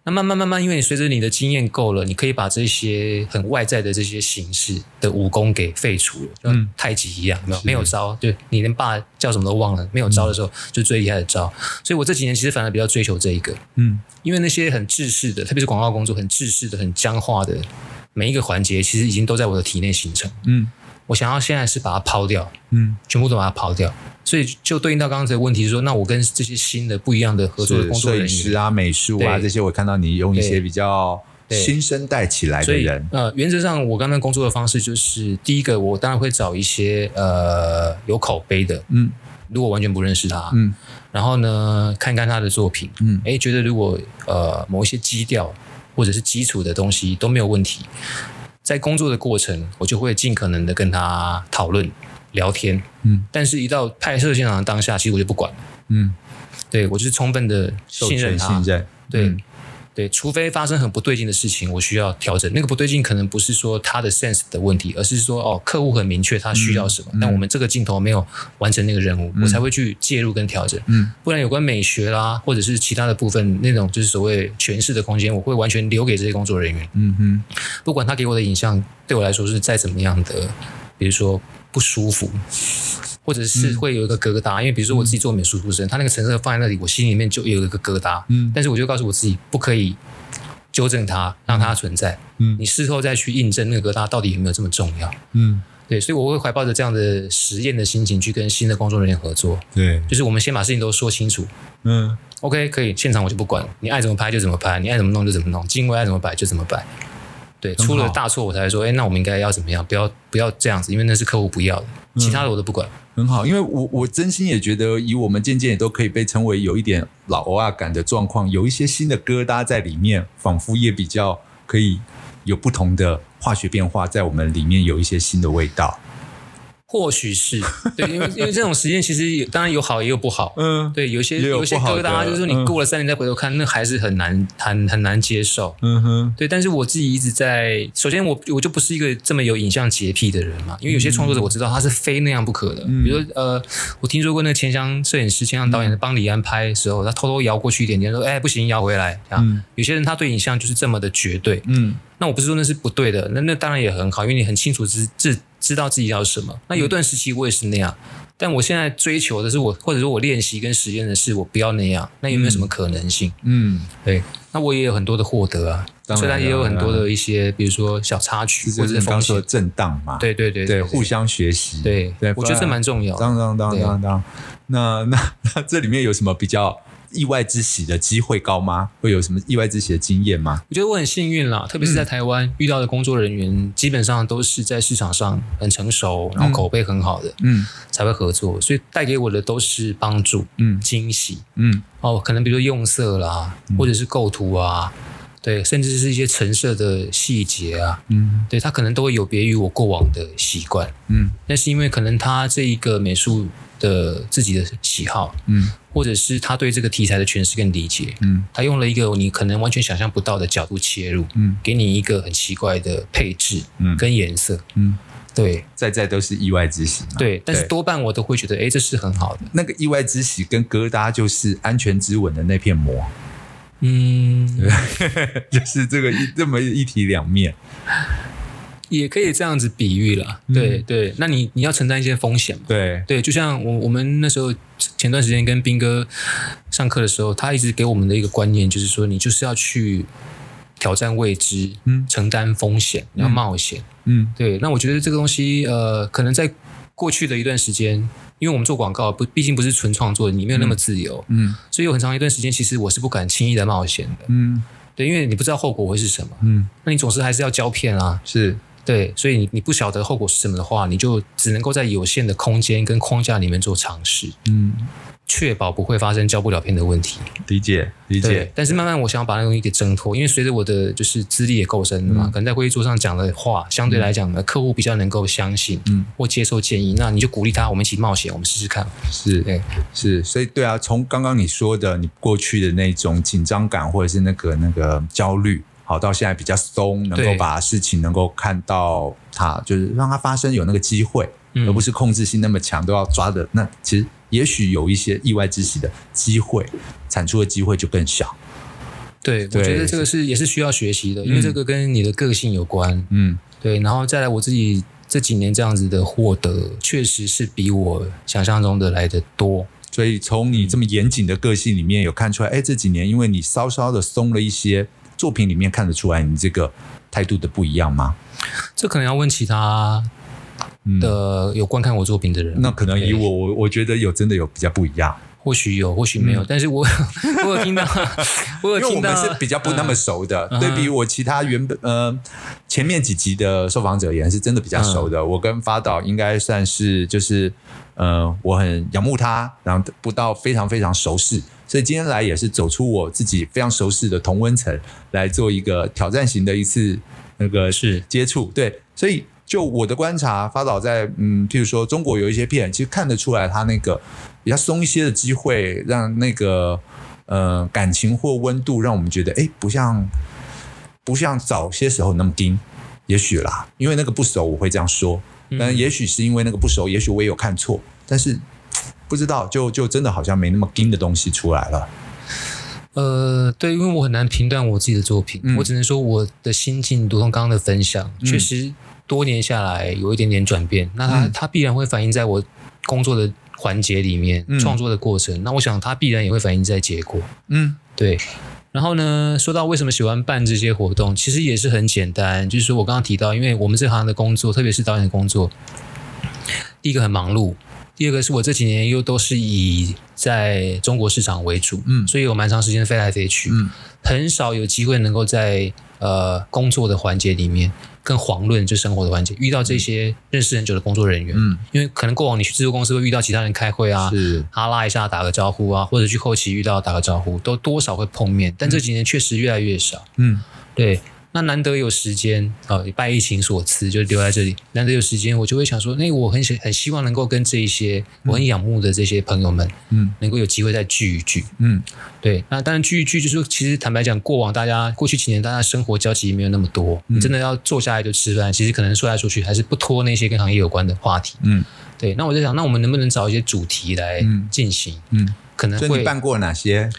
Speaker 2: 那慢慢慢慢，因为你随着你的经验够了，你可以把这些很外在的这些形式的武功给废除了，就像
Speaker 1: 嗯
Speaker 2: 太极一样，有没有没有招，就你连爸叫什么都忘了，没有招的时候、就最厉害的招。所以我这几年其实反而比较追求这一个，
Speaker 1: 嗯
Speaker 2: 因为那些很制式的，特别是广告工作很制式的、很僵化的每一个环节，其实已经都在我的体内形成。
Speaker 1: 嗯
Speaker 2: 我想要现在是把它抛掉，
Speaker 1: 嗯，
Speaker 2: 全部都把它刨掉。所以就对应到刚刚才的问题是说，那我跟这些新的不一样的合作的
Speaker 1: 是
Speaker 2: 工作
Speaker 1: 摄
Speaker 2: 人
Speaker 1: 影
Speaker 2: 员，
Speaker 1: 师啊、美术啊
Speaker 2: 对
Speaker 1: 这些，我看到你用一些
Speaker 2: 对
Speaker 1: 比较
Speaker 2: 对
Speaker 1: 新生代起来的
Speaker 2: 所以
Speaker 1: 人，
Speaker 2: 呃，原则上我刚刚工作的方式就是，第一个我当然会找一些呃有口碑的，
Speaker 1: 嗯
Speaker 2: 如果完全不认识他，
Speaker 1: 嗯
Speaker 2: 然后呢看看他的作品，
Speaker 1: 嗯
Speaker 2: 诶，觉得如果呃某一些基调或者是基础的东西都没有问题，在工作的过程，我就会尽可能的跟他讨论聊天，
Speaker 1: 嗯，
Speaker 2: 但是一到拍摄现场的当下，其实我就不管了。
Speaker 1: 嗯，
Speaker 2: 对我就是充分的
Speaker 1: 授
Speaker 2: 信任
Speaker 1: 权
Speaker 2: 他，
Speaker 1: 信任，
Speaker 2: 对、
Speaker 1: 嗯
Speaker 2: 对，除非发生很不对劲的事情，我需要调整。那个不对劲可能不是说他的 sense 的问题，而是说哦，客户很明确他需要什么，
Speaker 1: 嗯
Speaker 2: 但我们这个镜头没有完成那个任务，我才会去介入跟调整。
Speaker 1: 嗯，
Speaker 2: 不然有关美学啦，或者是其他的部分那种就是所谓诠释的空间，我会完全留给这些工作人员。
Speaker 1: 嗯哼。
Speaker 2: 不管他给我的影像对我来说是再怎么样的，比如说不舒服，或者是会有一个疙瘩，因为比如说我自己做美术出身，他那个成色放在那里，我心里面就有一个疙瘩，
Speaker 1: 嗯
Speaker 2: 但是我就告诉我自己不可以纠正它，让它存在。
Speaker 1: 嗯
Speaker 2: 你事后再去印证那个它到底有没有这么重要。
Speaker 1: 嗯，
Speaker 2: 对，所以我会怀抱着这样的实验的心情去跟新的工作人员合作，
Speaker 1: 对，
Speaker 2: 就是我们先把事情都说清楚。
Speaker 1: 嗯
Speaker 2: OK，可以，现场我就不管了，你爱怎么拍就怎么拍，你爱怎么弄就怎么弄，经过爱怎么摆就怎么摆。对，
Speaker 1: 好
Speaker 2: 出了大错我才会说，哎、那我们应该要怎么样？不要不要这样子，因为那是客户不要的，其
Speaker 1: 嗯
Speaker 2: 他的我都不管。
Speaker 1: 很好，因为我我真心也觉得，以我们渐渐也都可以被称为有一点老欧啊感的状况，有一些新的疙瘩在里面，仿佛也比较可以有不同的化学变化，在我们里面有一些新的味道。
Speaker 2: 或许是对，因为因为这种实验其实也当然有好也有不好。
Speaker 1: 嗯，
Speaker 2: 对，有些
Speaker 1: 也有
Speaker 2: 有些
Speaker 1: 不好
Speaker 2: 疙
Speaker 1: 的
Speaker 2: 瘩，就是说你
Speaker 1: 嗯
Speaker 2: 过了三年再回头看，那还是很难很很难接受。
Speaker 1: 嗯哼，
Speaker 2: 对，但是我自己一直在，首先我我就不是一个这么有影像洁癖的人嘛，因为有些创作
Speaker 1: 嗯
Speaker 2: 者我知道他是非那样不可的，比如说呃，我听说过那个钱翔摄影师、钱翔导
Speaker 1: 嗯
Speaker 2: 演帮李安拍的时候，他偷偷摇过去一点点，说哎不行，摇回来啊。
Speaker 1: 嗯
Speaker 2: 有些人他对影像就是这么的绝对，
Speaker 1: 嗯
Speaker 2: 那我不是说那是不对的，那那当然也很好，因为你很清楚知知知道自己要什么。那
Speaker 1: 嗯
Speaker 2: 有一段时期我也是那样，但我现在追求的是我，或者说我练习跟实验的是我不要那样，那有没有什么可能性？
Speaker 1: 嗯，
Speaker 2: 对，那我也有很多的获得啊，
Speaker 1: 当然
Speaker 2: 虽然也有很多
Speaker 1: 当
Speaker 2: 的一些，比如说小插曲
Speaker 1: 这
Speaker 2: 或
Speaker 1: 就
Speaker 2: 者
Speaker 1: 是
Speaker 2: 是
Speaker 1: 你刚
Speaker 2: 风
Speaker 1: 刚说的
Speaker 2: 险，
Speaker 1: 震荡嘛，
Speaker 2: 对对对
Speaker 1: 对，互相学习，
Speaker 2: 对
Speaker 1: 对，，
Speaker 2: 我觉得这蛮重要的。
Speaker 1: 当当当
Speaker 2: 对
Speaker 1: 当当。那那那这里面有什么比较意外之喜的机会高吗？会有什么意外之喜的经验吗？
Speaker 2: 我觉得我很幸运啦，特别是
Speaker 1: 嗯
Speaker 2: 在台湾遇到的工作人员，基本上都是在市场上很成熟，然后口碑很好的
Speaker 1: 嗯
Speaker 2: 才会合作，所以带给我的都是帮助、
Speaker 1: 嗯
Speaker 2: 惊喜
Speaker 1: 嗯
Speaker 2: 哦，可能比如说用色啦，或者是构图啊，对，甚至是一些陈设的细节啊，
Speaker 1: 嗯
Speaker 2: 对，它可能都会有别于我过往的习惯。
Speaker 1: 嗯
Speaker 2: 那是因为可能他这一个美术的自己的喜好，
Speaker 1: 嗯
Speaker 2: 或者是他对这个题材的诠释跟理解，
Speaker 1: 嗯
Speaker 2: 他用了一个你可能完全想象不到的角度切入，
Speaker 1: 嗯
Speaker 2: 给你一个很奇怪的配置，
Speaker 1: 嗯
Speaker 2: 跟颜色，
Speaker 1: 嗯，
Speaker 2: 对
Speaker 1: 在在都是意外之喜嘛。
Speaker 2: 对，但是多半我都会觉得，哎，这是很好的，
Speaker 1: 那个意外之喜跟疙瘩就是安全之吻的那片膜，
Speaker 2: 嗯，
Speaker 1: 就是这个一这么一体两面。
Speaker 2: 也可以这样子比喻啦，
Speaker 1: 嗯
Speaker 2: 对对，那你你要承担一些风险嘛。
Speaker 1: 对，
Speaker 2: 对，就像我我们那时候前段时间跟斌哥上课的时候，他一直给我们的一个观念就是说，你就是要去挑战未知，
Speaker 1: 嗯
Speaker 2: 承担风险，你要冒险。
Speaker 1: 嗯
Speaker 2: 对，那我觉得这个东西，呃，可能在过去的一段时间，因为我们做广告不，毕竟不是纯创作，你没有那么自由，
Speaker 1: 嗯
Speaker 2: 所以有很长一段时间，其实我是不敢轻易的冒险的。
Speaker 1: 嗯
Speaker 2: 对，因为你不知道后果会是什么，
Speaker 1: 嗯，
Speaker 2: 那你总是还是要胶片啊，
Speaker 1: 是
Speaker 2: 对，所以你你不晓得后果是什么的话，你就只能够在有限的空间跟框架里面做尝试，
Speaker 1: 嗯，
Speaker 2: 确保不会发生交不了片的问题。
Speaker 1: 理解理
Speaker 2: 对
Speaker 1: 解，，
Speaker 2: 但是慢慢我想要把那个东西给挣脱，因为随着我的就是资历也够深了嘛，
Speaker 1: 嗯
Speaker 2: 可能在会议桌上讲的话，相对来讲呢，客户比较能够相信，
Speaker 1: 嗯
Speaker 2: 或接受建议，那你就鼓励他，我们一起冒险，我们试试看。
Speaker 1: 是。
Speaker 2: 对，
Speaker 1: 是，所以对啊，从刚刚你说的，你过去的那种紧张感或者是那个那个焦虑，好到现在比较松，能够
Speaker 2: 对
Speaker 1: 把事情能够看到它，就是让它发生有那个机会，
Speaker 2: 嗯
Speaker 1: 而不是控制性那么强，都要抓的。那其实也许有一些意外之喜的机会，产出的机会就更小。
Speaker 2: 对，
Speaker 1: 对
Speaker 2: 我觉得这个是也是需要学习的，因为这个跟你的个性有关。
Speaker 1: 嗯
Speaker 2: 对，然后再来我自己这几年这样子的获得，确实是比我想象中的来的多。
Speaker 1: 所以从你这么严谨的个性里面，有看出来，哎，这几年因为你稍稍的松了一些，作品里面看得出来你这个态度的不一样吗？
Speaker 2: 这可能要问其他的有观看我作品的人，
Speaker 1: 嗯那可能以
Speaker 2: 对
Speaker 1: 我我我觉得有真的有比较不一样。
Speaker 2: 或许有，或许没有，但是我 我有听 到，我有
Speaker 1: 嗯因为我
Speaker 2: 听到，
Speaker 1: 们是比较不那么熟的，对比我其他原本呃前面几集的受访者言是真的比较熟的。我跟发导应该算是就是呃，我很仰慕他，然后不到非常非常熟识，所以今天来也是走出我自己非常熟识的同温层，来做一个挑战型的一次那个
Speaker 2: 是
Speaker 1: 接触。对，所以就我的观察，发导在嗯，譬如说中国有一些片，其实看得出来他那个比较松一些的机会，让那个呃感情或温度，让我们觉得哎，诶不像不像早些时候那么硬。也许啦，因为那个不熟，我会这样说。
Speaker 2: 嗯
Speaker 1: 但也许是因为那个不熟，也许我也有看错，但是不知道，就就真的好像没那么硬的东西出来了。
Speaker 2: 呃，对，因为我很难评断我自己的作品，
Speaker 1: 嗯
Speaker 2: 我只能说我的心境，如同刚刚的分享，确实多年下来有一点点转变。那
Speaker 1: 嗯
Speaker 2: 它、它必然会反映在我工作的环节里面，
Speaker 1: 嗯
Speaker 2: 创作的过程。那我想它必然也会反映在结果。
Speaker 1: 嗯，
Speaker 2: 对，然后呢，说到为什么喜欢办这些活动，其实也是很简单，就是说我刚刚提到，因为我们这行的工作，特别是导演的工作，第一个很忙碌，第二个是我这几年又都是以在中国市场为主，
Speaker 1: 嗯
Speaker 2: 所以有蛮长时间飞来飞去，
Speaker 1: 嗯，
Speaker 2: 很少有机会能够在呃工作的环节里面更遑论就生活的环节遇到这些认识很久的工作人员，
Speaker 1: 嗯，
Speaker 2: 因为可能过往你去制作公司会遇到其他人开会啊，
Speaker 1: 是
Speaker 2: 哈拉一下打个招呼啊，或者去后期遇到打个招呼，都多少会碰面，但这几年确实越来越少。
Speaker 1: 嗯
Speaker 2: 对，那难得有时间啊、呃拜疫情所赐，就留在这里。难得有时间，我就会想说，那我很想很希望能够跟这一些我很仰慕的这些朋友们，
Speaker 1: 嗯
Speaker 2: 能够有机会再聚一聚。
Speaker 1: 嗯
Speaker 2: 对，那当然聚一聚，就是其实坦白讲，过往大家过去几年大家生活交集没有那么多，你真的要坐下来就吃饭，其实可能说来说去还是不脱那些跟行业有关的话题。
Speaker 1: 嗯
Speaker 2: 对，那我在想，那我们能不能找一些主题来
Speaker 1: 嗯
Speaker 2: 进行？
Speaker 1: 嗯，
Speaker 2: 可能
Speaker 1: 所以
Speaker 2: 会
Speaker 1: 你办过哪些？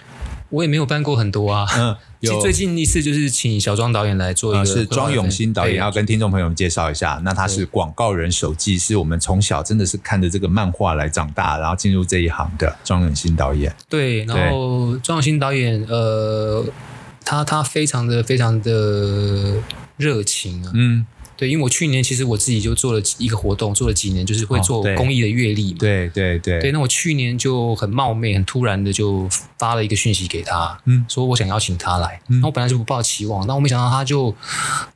Speaker 2: 我也没有办过很多啊。
Speaker 1: 嗯，
Speaker 2: 其实
Speaker 1: 有
Speaker 2: 最近一次就是请小庄导演来做一
Speaker 1: 呃
Speaker 2: 个，哎
Speaker 1: 是庄永新导演，啊要跟听众朋友们介绍一下。那他是广告人手记，是我们从小真的是看着这个漫画来长大，然后进入这一行的庄永新导演。
Speaker 2: 对，然后庄永新导演，呃，他他非常的非常的热情啊。
Speaker 1: 嗯，
Speaker 2: 对，因为我去年其实我自己就做了一个活动，做了几年，就是会
Speaker 1: 哦
Speaker 2: 做
Speaker 1: 对
Speaker 2: 公益的阅历嘛。
Speaker 1: 对对对，
Speaker 2: 对，那我去年就很冒昧、很突然的就发了一个讯息给他，
Speaker 1: 嗯
Speaker 2: 说我想邀请他来。
Speaker 1: 嗯
Speaker 2: 那我本来就不抱期望，那我没想到他就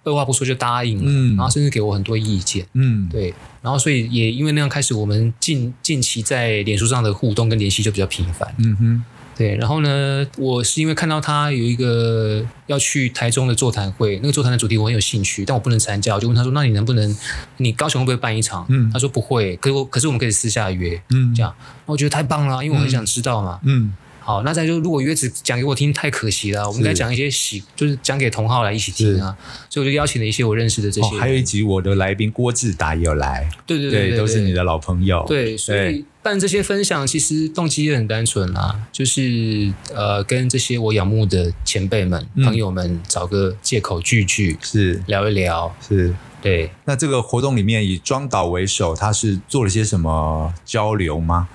Speaker 2: 二话不说就答应了，
Speaker 1: 嗯
Speaker 2: 然后甚至给我很多意见。
Speaker 1: 嗯，
Speaker 2: 对，然后所以也因为那样开始，我们近近期在脸书上的互动跟联系就比较频繁。
Speaker 1: 嗯哼，
Speaker 2: 对，然后呢，我是因为看到他有一个要去台中的座谈会，那个座谈的主题我很有兴趣，但我不能参加，我就问他说：“那你能不能，你高雄会不会办一场？”
Speaker 1: 嗯
Speaker 2: 他说不会，可是我可是我们可以私下约，
Speaker 1: 嗯
Speaker 2: 这样，那我觉得太棒了，因为我很想知道嘛。
Speaker 1: 嗯
Speaker 2: 好，那再就如果约只讲给我听太可惜了，我们应该讲一些喜，就是讲给同好来一起听啊。所以我就邀请了一些我认识的这
Speaker 1: 哦
Speaker 2: 些，，
Speaker 1: 还有一集我的来宾郭志达也有来，
Speaker 2: 对对对，
Speaker 1: 对，都是你
Speaker 2: 的。
Speaker 1: 的老朋友。
Speaker 2: 对，所以办这些分享，其实动机也很单纯啦，就是呃，跟这些我仰慕的前辈们、
Speaker 1: 嗯
Speaker 2: 朋友们找个借口聚聚，
Speaker 1: 是
Speaker 2: 聊一聊。
Speaker 1: 是。
Speaker 2: 对，
Speaker 1: 那这个活动里面以庄导为首，他是做了些什么交流吗？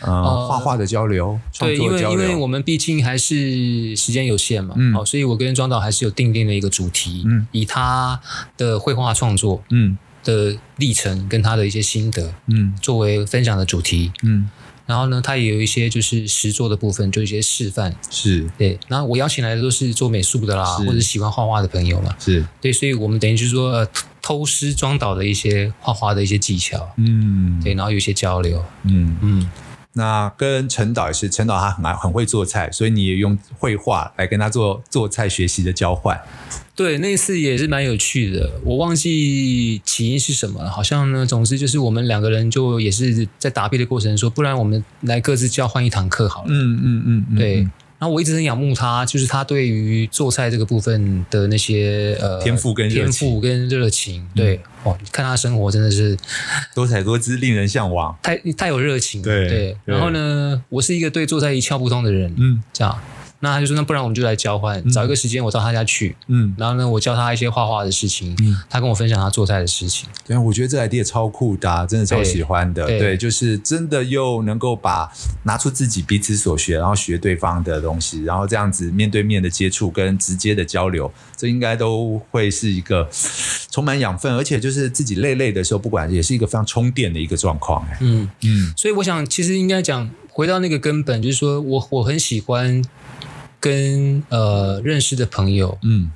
Speaker 1: 呃，
Speaker 2: 呃
Speaker 1: 画画的交流，创
Speaker 2: 对，因
Speaker 1: 作
Speaker 2: 为
Speaker 1: 交
Speaker 2: 因为我
Speaker 1: 流。
Speaker 2: 们毕竟还是时间有限嘛，
Speaker 1: 嗯
Speaker 2: 哦，所以我跟庄导还是有定定的一个主题，
Speaker 1: 嗯
Speaker 2: 以他的绘画创作
Speaker 1: 嗯
Speaker 2: 的历程跟他的一些心得
Speaker 1: 嗯
Speaker 2: 作为分享的主题。
Speaker 1: 嗯，
Speaker 2: 然后呢，他也有一些就是实作的部分，就一些示范。
Speaker 1: 是
Speaker 2: 对，然后我邀请来的都是做美术的啦，
Speaker 1: 是
Speaker 2: 或者喜欢画画的朋友嘛。
Speaker 1: 是，
Speaker 2: 对，所以我们等于就是说、呃、偷偷师庄导的一些画画的一些技巧，
Speaker 1: 嗯
Speaker 2: 对，然后有一些交流，
Speaker 1: 嗯。
Speaker 2: 嗯，
Speaker 1: 那跟陈导也是，陈导他很爱很会做菜，所以你也用绘画来跟他做做菜学习的交换。
Speaker 2: 对，那次也是蛮有趣的，我忘记起因是什么了，好像呢，总之就是我们两个人就也是在答辩的过程说，不然我们来各自交换一堂课好了，
Speaker 1: 嗯嗯嗯嗯
Speaker 2: 对。然后我一直很仰慕他，就是他对于做菜这个部分的那些呃
Speaker 1: 天赋跟热
Speaker 2: 天
Speaker 1: 情嗯
Speaker 2: 赋跟热情，对、哦，看他生活真的是
Speaker 1: 多彩多姿，令人向往。
Speaker 2: 太太有热情了，
Speaker 1: 对对
Speaker 2: 然后呢，我是一个对做菜一窍不通的人，
Speaker 1: 嗯
Speaker 2: 这样，那他就说，那不然我们就来交换，找一个时间我到他家去，
Speaker 1: 嗯，
Speaker 2: 然后呢，我教他一些画画的事情，他跟我分享他做菜的事情，
Speaker 1: 对啊，我觉得这 idea 超酷的啊、真的超
Speaker 2: 对
Speaker 1: 喜欢的。
Speaker 2: 对
Speaker 1: 对，就是真的又能够把拿出自己彼此所学，然后学对方的东西，然后这样子面对面的接触跟直接的交流，这应该都会是一个充满养分，而且就是自己累累的时候，不管也是一个非常充电的一个状况、哎
Speaker 2: 嗯，
Speaker 1: 嗯
Speaker 2: 所以我想，其实应该讲回到那个根本，就是说我我很喜欢跟呃认识的朋友，
Speaker 1: 嗯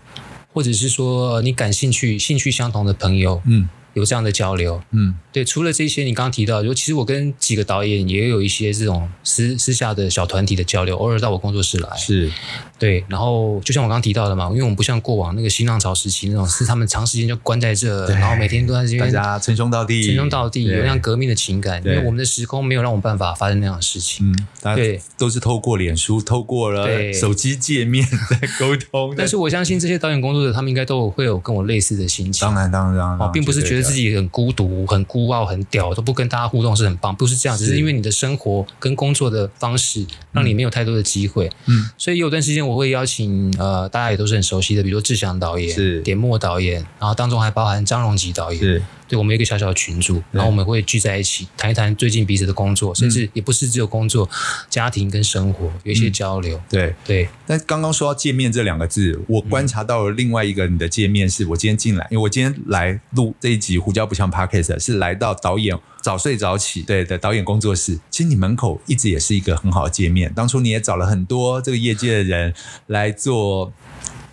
Speaker 2: 或者是说、呃你感兴趣、兴趣相同的朋友
Speaker 1: 嗯
Speaker 2: 有这样的交流，
Speaker 1: 嗯
Speaker 2: 对，除了这些，你刚刚提到，就其实我跟几个导演也有一些这种私私下的小团体的交流，偶尔到我工作室来。
Speaker 1: 是
Speaker 2: 对，然后就像我刚刚提到的嘛，因为我们不像过往那个新浪潮时期那种，是他们长时间就关在这，
Speaker 1: 对
Speaker 2: 然后每天都在这
Speaker 1: 大
Speaker 2: 边
Speaker 1: 家称兄道弟，
Speaker 2: 嗯称兄道弟，
Speaker 1: 对
Speaker 2: 有那样革命的情感，因
Speaker 1: 对
Speaker 2: 为我们的时空没有让我们办法发生那样的事情。
Speaker 1: 嗯，大家
Speaker 2: 对
Speaker 1: 都是透过脸书，透过了
Speaker 2: 对
Speaker 1: 手机界面 在沟通。
Speaker 2: 但是我相信这些导演工作者，他们应该都有会有跟我类似的心情
Speaker 1: 当。然，当然，当然
Speaker 2: 哦，并不是觉得自
Speaker 1: 己
Speaker 2: 己很孤独、很孤傲、很屌，都不跟大家互动是很棒，不是这样，只
Speaker 1: 是
Speaker 2: 是因为你的生活跟工作的方式让你没有太多的机会。
Speaker 1: 嗯，
Speaker 2: 所以有段时间我会邀请呃，大家也都是很熟悉的，比如说志祥导演、
Speaker 1: 是
Speaker 2: 点墨导演，然后当中还包含张荣吉导演，
Speaker 1: 是
Speaker 2: 对我们有一个小小的群组，然后我们会聚在一起谈一谈最近彼此的工作，甚至也不是只有工作，家庭跟生活有一些交流。
Speaker 1: 对。
Speaker 2: 对，
Speaker 1: 但刚刚说到界面这两个字，我观察到了另外一个你的界面是，我今天进来，因为我今天来录这一集《胡椒不像 Podcast》，是来到导演早睡早起对的导演工作室。其实你门口一直也是一个很好的界面，当初你也找了很多这个业界的人来做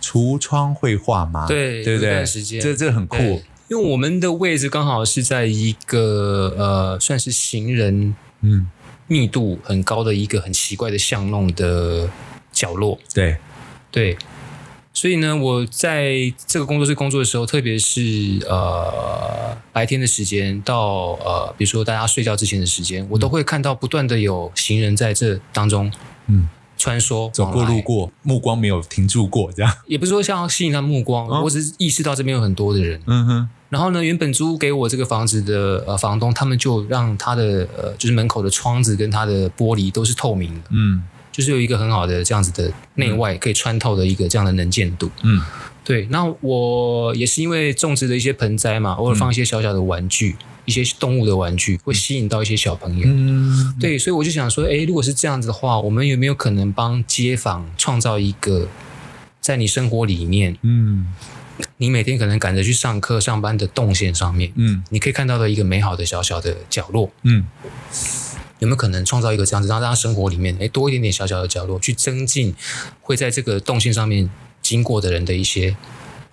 Speaker 1: 橱窗绘画嘛，
Speaker 2: 对
Speaker 1: 对不
Speaker 2: 有一
Speaker 1: 对？
Speaker 2: 段时间
Speaker 1: 这这很酷
Speaker 2: 对，因为我们的位置刚好是在一个呃，算是行人
Speaker 1: 嗯，
Speaker 2: 密度很高的一个很奇怪的巷弄的角落。
Speaker 1: 对，
Speaker 2: 对，所以呢，我在这个工作室工作的时候，特别是呃白天的时间到呃，比如说大家睡觉之前的时间，我都会看到不断的有行人在这当中
Speaker 1: 嗯，
Speaker 2: 穿梭
Speaker 1: 走过
Speaker 2: 往来
Speaker 1: 路，过，目光没有停住过，这样，
Speaker 2: 也不是说想要吸引他目光，
Speaker 1: 嗯
Speaker 2: 我只是意识到这边有很多的人。
Speaker 1: 嗯哼，
Speaker 2: 然后呢，原本租给我这个房子的呃房东，他们就让他的呃就是门口的窗子跟他的玻璃都是透明的，
Speaker 1: 嗯
Speaker 2: 就是有一个很好的这样子的内外可以穿透的一个这样的能见度。
Speaker 1: 嗯
Speaker 2: 对，那我也是因为种植的一些盆栽
Speaker 1: 嗯
Speaker 2: 嘛，偶尔放一些小小的玩具，一些动物的玩具，会吸引到一些小朋友。
Speaker 1: 嗯，
Speaker 2: 对，所以我就想说，哎诶，如果是这样子的话，我们有没有可能帮街坊创造一个在你生活里面，
Speaker 1: 嗯
Speaker 2: 你每天可能赶着去上课、上班的动线上面，
Speaker 1: 嗯
Speaker 2: 你可以看到的一个美好的小小的角落？
Speaker 1: 嗯，
Speaker 2: 有没有可能创造一个这样子，让大家生活里面诶多一点点小小的角落，去增进会在这个动线上面经过的人的一些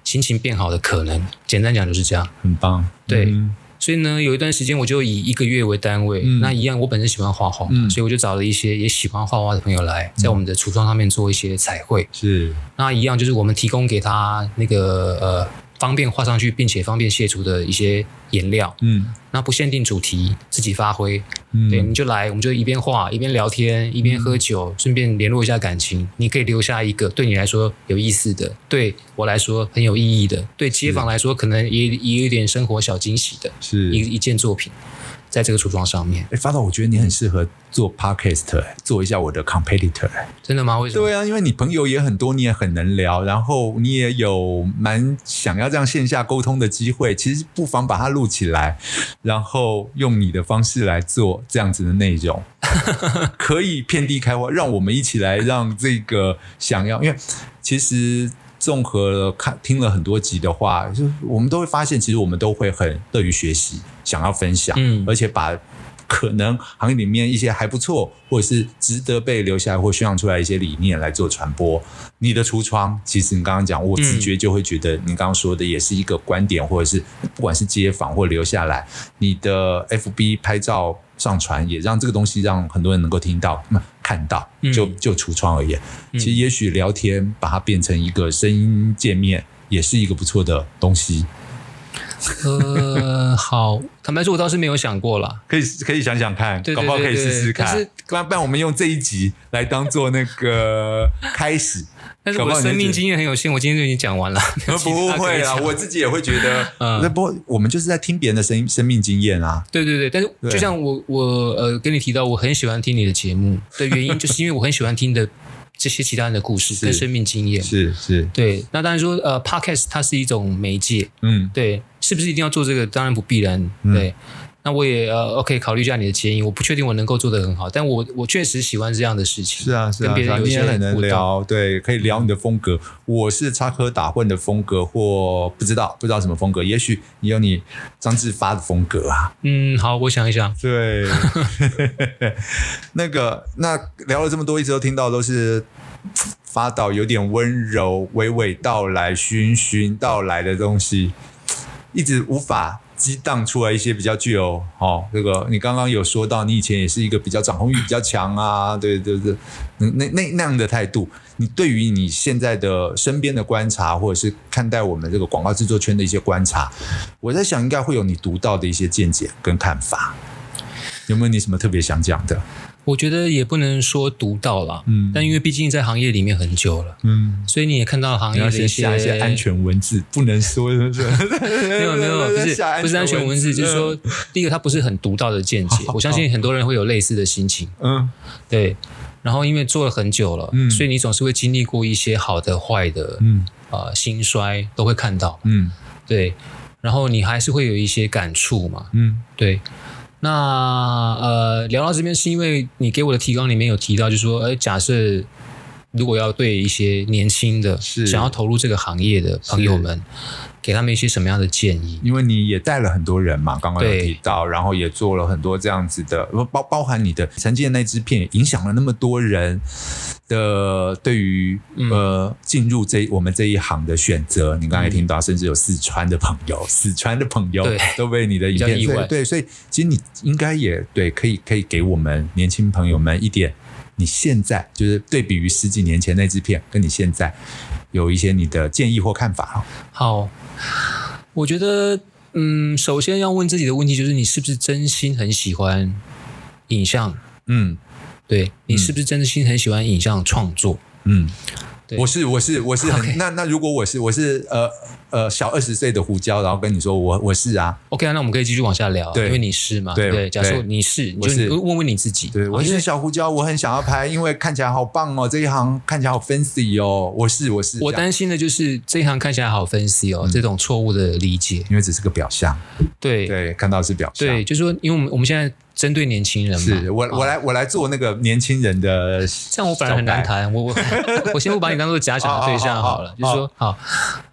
Speaker 2: 心情变好的可能？简单讲就是这样。
Speaker 1: 很棒，
Speaker 2: 对
Speaker 1: 嗯
Speaker 2: 所以呢，有一段时间我就以一个月为单位，
Speaker 1: 嗯
Speaker 2: 那一样我本身喜欢画画，
Speaker 1: 嗯
Speaker 2: 所以我就找了一些也喜欢画画的朋友来，在我们的橱窗上面做一些彩绘。
Speaker 1: 是，
Speaker 2: 那一样就是我们提供给他那个呃方便画上去并且方便卸除的一些颜料，
Speaker 1: 嗯
Speaker 2: 那不限定主题，自己发挥。
Speaker 1: 嗯，
Speaker 2: 对，你就来，我们就一边画一边聊天，一边喝酒，顺便联络一下感情。你可以留下一个对你来说有意思的，对我来说很有意义的，对街坊来说可能也也有一点生活小惊喜的
Speaker 1: 是
Speaker 2: 一一件作品，在这个橱窗上面。
Speaker 1: 哎、发导，我觉得你很适合做 podcast，、欸、做一下我的 competitor、欸。
Speaker 2: 真的吗？为什么？
Speaker 1: 对啊，因为你朋友也很多，你也很能聊，然后你也有蛮想要这样线下沟通的机会，其实不妨把它录起来，然后用你的方式来做这样子的 内容，可以遍地开花。让我们一起来让这个想要，因为其实。综合了看听了很多集的话，就我们都会发现，其实我们都会很乐于学习，想要分享，
Speaker 2: 嗯
Speaker 1: 而且把可能行业里面一些还不错，或者是值得被留下来或宣扬出来一些理念来做传播。你的橱窗，其实你刚刚讲，我直觉就会觉得你刚刚说的也是一个观点，或者是不管是街访或留下来，你的 FB 拍照上传，也让这个东西让很多人能够听到、嗯看到。
Speaker 2: 嗯
Speaker 1: 就就橱窗而言，其实也许聊天把它变成一个声音界面，也是一个不错的东西。
Speaker 2: 呃，好，坦白说，我倒是没有想过啦。
Speaker 1: 可以可以想想看，
Speaker 2: 对对
Speaker 1: 搞不好可以
Speaker 2: 对
Speaker 1: 试
Speaker 2: 对
Speaker 1: 试
Speaker 2: 但
Speaker 1: 看
Speaker 2: 是。
Speaker 1: 不然不然，我们用这一集来当做那个开始。
Speaker 2: 但是我的生命经验很有限，我今天就已经讲完了。没 有其
Speaker 1: 不
Speaker 2: 他可以
Speaker 1: 会啊，
Speaker 2: 讲
Speaker 1: 我自己也会觉得，
Speaker 2: 嗯
Speaker 1: 那不过我们就是在听别人的生生命经验啊。
Speaker 2: 对对对，但是
Speaker 1: 对
Speaker 2: 就像我我呃跟你提到，我很喜欢听你的节目的原因，就是因为我很喜欢听的这些其他人的故事
Speaker 1: 是
Speaker 2: 跟生命经验。
Speaker 1: 是是，
Speaker 2: 对，那当然说呃，podcast 它是一种媒介，
Speaker 1: 嗯
Speaker 2: 对，是不是一定要做这个？当然不必然，
Speaker 1: 嗯
Speaker 2: 对。那我也呃，OK，考虑一下你的建议。我不确定我能够做得很好，但我我确实喜欢这样的事情。
Speaker 1: 是啊，是啊，
Speaker 2: 跟别
Speaker 1: 是啊
Speaker 2: 人有
Speaker 1: 你
Speaker 2: 一
Speaker 1: 也
Speaker 2: 些
Speaker 1: 很能
Speaker 2: 互动。
Speaker 1: 聊，对，可以聊你的风格。我是插科打诨的风格，或不知道不知道什么风格，也许你有你张志发的风格啊。
Speaker 2: 嗯，好，我想一想。
Speaker 1: 对， 那个那聊了这么多，一直都听到都是发到有点温柔、娓娓道来、循循道来的东西，一直无法激荡出来一些比较具有哦，这个你刚刚有说到，你以前也是一个比较掌控欲比较强啊，对对对，那那那那样的态度，你对于你现在的身边的观察，或者是看待我们这个广告制作圈的一些观察，我在想应该会有你独到的一些见解跟看法。有没有你什么特别想讲的？
Speaker 2: 我觉得也不能说独到啦，
Speaker 1: 嗯
Speaker 2: 但因为毕竟在行业里面很久了，
Speaker 1: 嗯，
Speaker 2: 所以你也看到行
Speaker 1: 你
Speaker 2: 业
Speaker 1: 要
Speaker 2: 的
Speaker 1: 先下一些安全文字，不能说是不是？没
Speaker 2: 没有没有， 不是不是嗯安全文字，就是说，第一个它不是很独到的见 解，我相信很多人会有类似的心情，
Speaker 1: 嗯
Speaker 2: 对。然后因为做了很久了，
Speaker 1: 嗯
Speaker 2: 所以你总是会经历过一些好的、坏的，
Speaker 1: 嗯
Speaker 2: 呃，兴衰都会看到，
Speaker 1: 嗯
Speaker 2: 对。然后你还是会有一些感触嘛。
Speaker 1: 嗯
Speaker 2: 对，那呃，聊到这边是因为你给我的提纲里面有提到，就是说，呃，假设如果要对一些年轻的
Speaker 1: 是
Speaker 2: 想要投入这个行业的朋友们，给他们一些什么样的建议？
Speaker 1: 因为你也带了很多人嘛，刚刚有
Speaker 2: 对
Speaker 1: 提到，然后也做了很多这样子的，包包含你的曾经的那支片，也影响了那么多人的对于、
Speaker 2: 嗯
Speaker 1: 呃进入这我们这一行的选择。你刚才也听到，甚至有四川的朋友， 四川的朋友
Speaker 2: 嗯对
Speaker 1: 都被你的影
Speaker 2: 比较
Speaker 1: 片
Speaker 2: 意
Speaker 1: 对
Speaker 2: 外
Speaker 1: 对，所以其实你应该也对，可以可以给我们年轻朋友们一点。你现在就是对比于十几年前那支片，跟你现在有一些你的建议或看法哦。
Speaker 2: 好，我觉得，嗯，首先要问自己的问题就是，你是不是真心很喜欢影像？
Speaker 1: 嗯
Speaker 2: 对你是不是真心很喜欢影像创作？
Speaker 1: 嗯，
Speaker 2: 对
Speaker 1: 我是我是我是很那那如果我是我是呃呃小二十岁的胡椒，然后跟你说我我是啊，
Speaker 2: OK 啊，那我们可以继续往下聊啊，
Speaker 1: 对
Speaker 2: 因为你是嘛，
Speaker 1: 对
Speaker 2: 对不对？假设
Speaker 1: 对
Speaker 2: 你是，你
Speaker 1: 我
Speaker 2: 就是你问问你自己，
Speaker 1: 对
Speaker 2: 啊
Speaker 1: 我
Speaker 2: 因
Speaker 1: 是
Speaker 2: 为
Speaker 1: 小胡椒，我很想要拍，因为看起来好棒哦，这一行看起来好 fancy 哦，我是我是，
Speaker 2: 我
Speaker 1: 这样嗯
Speaker 2: 担心的就是这一行看起来好分析哦，这种错误的理解，
Speaker 1: 因为只是个表象，
Speaker 2: 对
Speaker 1: 对，看到是表象，
Speaker 2: 对，就是说，因为我们我们现在针对年轻人嘛，
Speaker 1: 是我我来我来做那个年轻人的
Speaker 2: 这样我反而很难谈。我我 我先不把你当做假想的对象好了，
Speaker 1: 哦哦哦哦
Speaker 2: 就是说，好，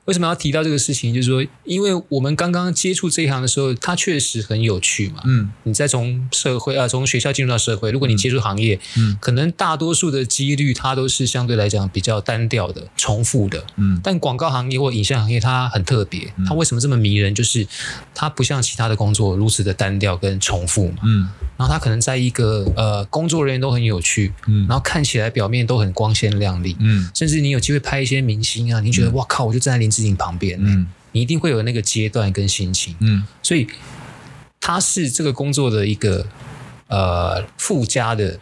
Speaker 2: 为什么要提到这个事情？就是说，因为我们刚刚接触这一行的时候，它确实很有趣嘛。
Speaker 1: 嗯，
Speaker 2: 你再从社会啊，从学校进入到社会，如果你接触行业，
Speaker 1: 嗯
Speaker 2: 可能大多数的几率它都是相对来讲比较单调的、重复的。
Speaker 1: 嗯
Speaker 2: 但广告行业或影像行业它很特别，它为什么这么迷人？就是它不像其他的工作如此的单调跟重复嘛。
Speaker 1: 嗯
Speaker 2: 然后他可能在一个呃工作人员都很有趣，
Speaker 1: 嗯
Speaker 2: 然后看起来表面都很光鲜亮丽，
Speaker 1: 嗯
Speaker 2: 甚至你有机会拍一些明星啊，你觉得、哇靠，我就站在林志颖旁边，
Speaker 1: 嗯
Speaker 2: 你一定会有那个阶段跟心情，
Speaker 1: 嗯
Speaker 2: 所以它是这个工作的一个呃附加的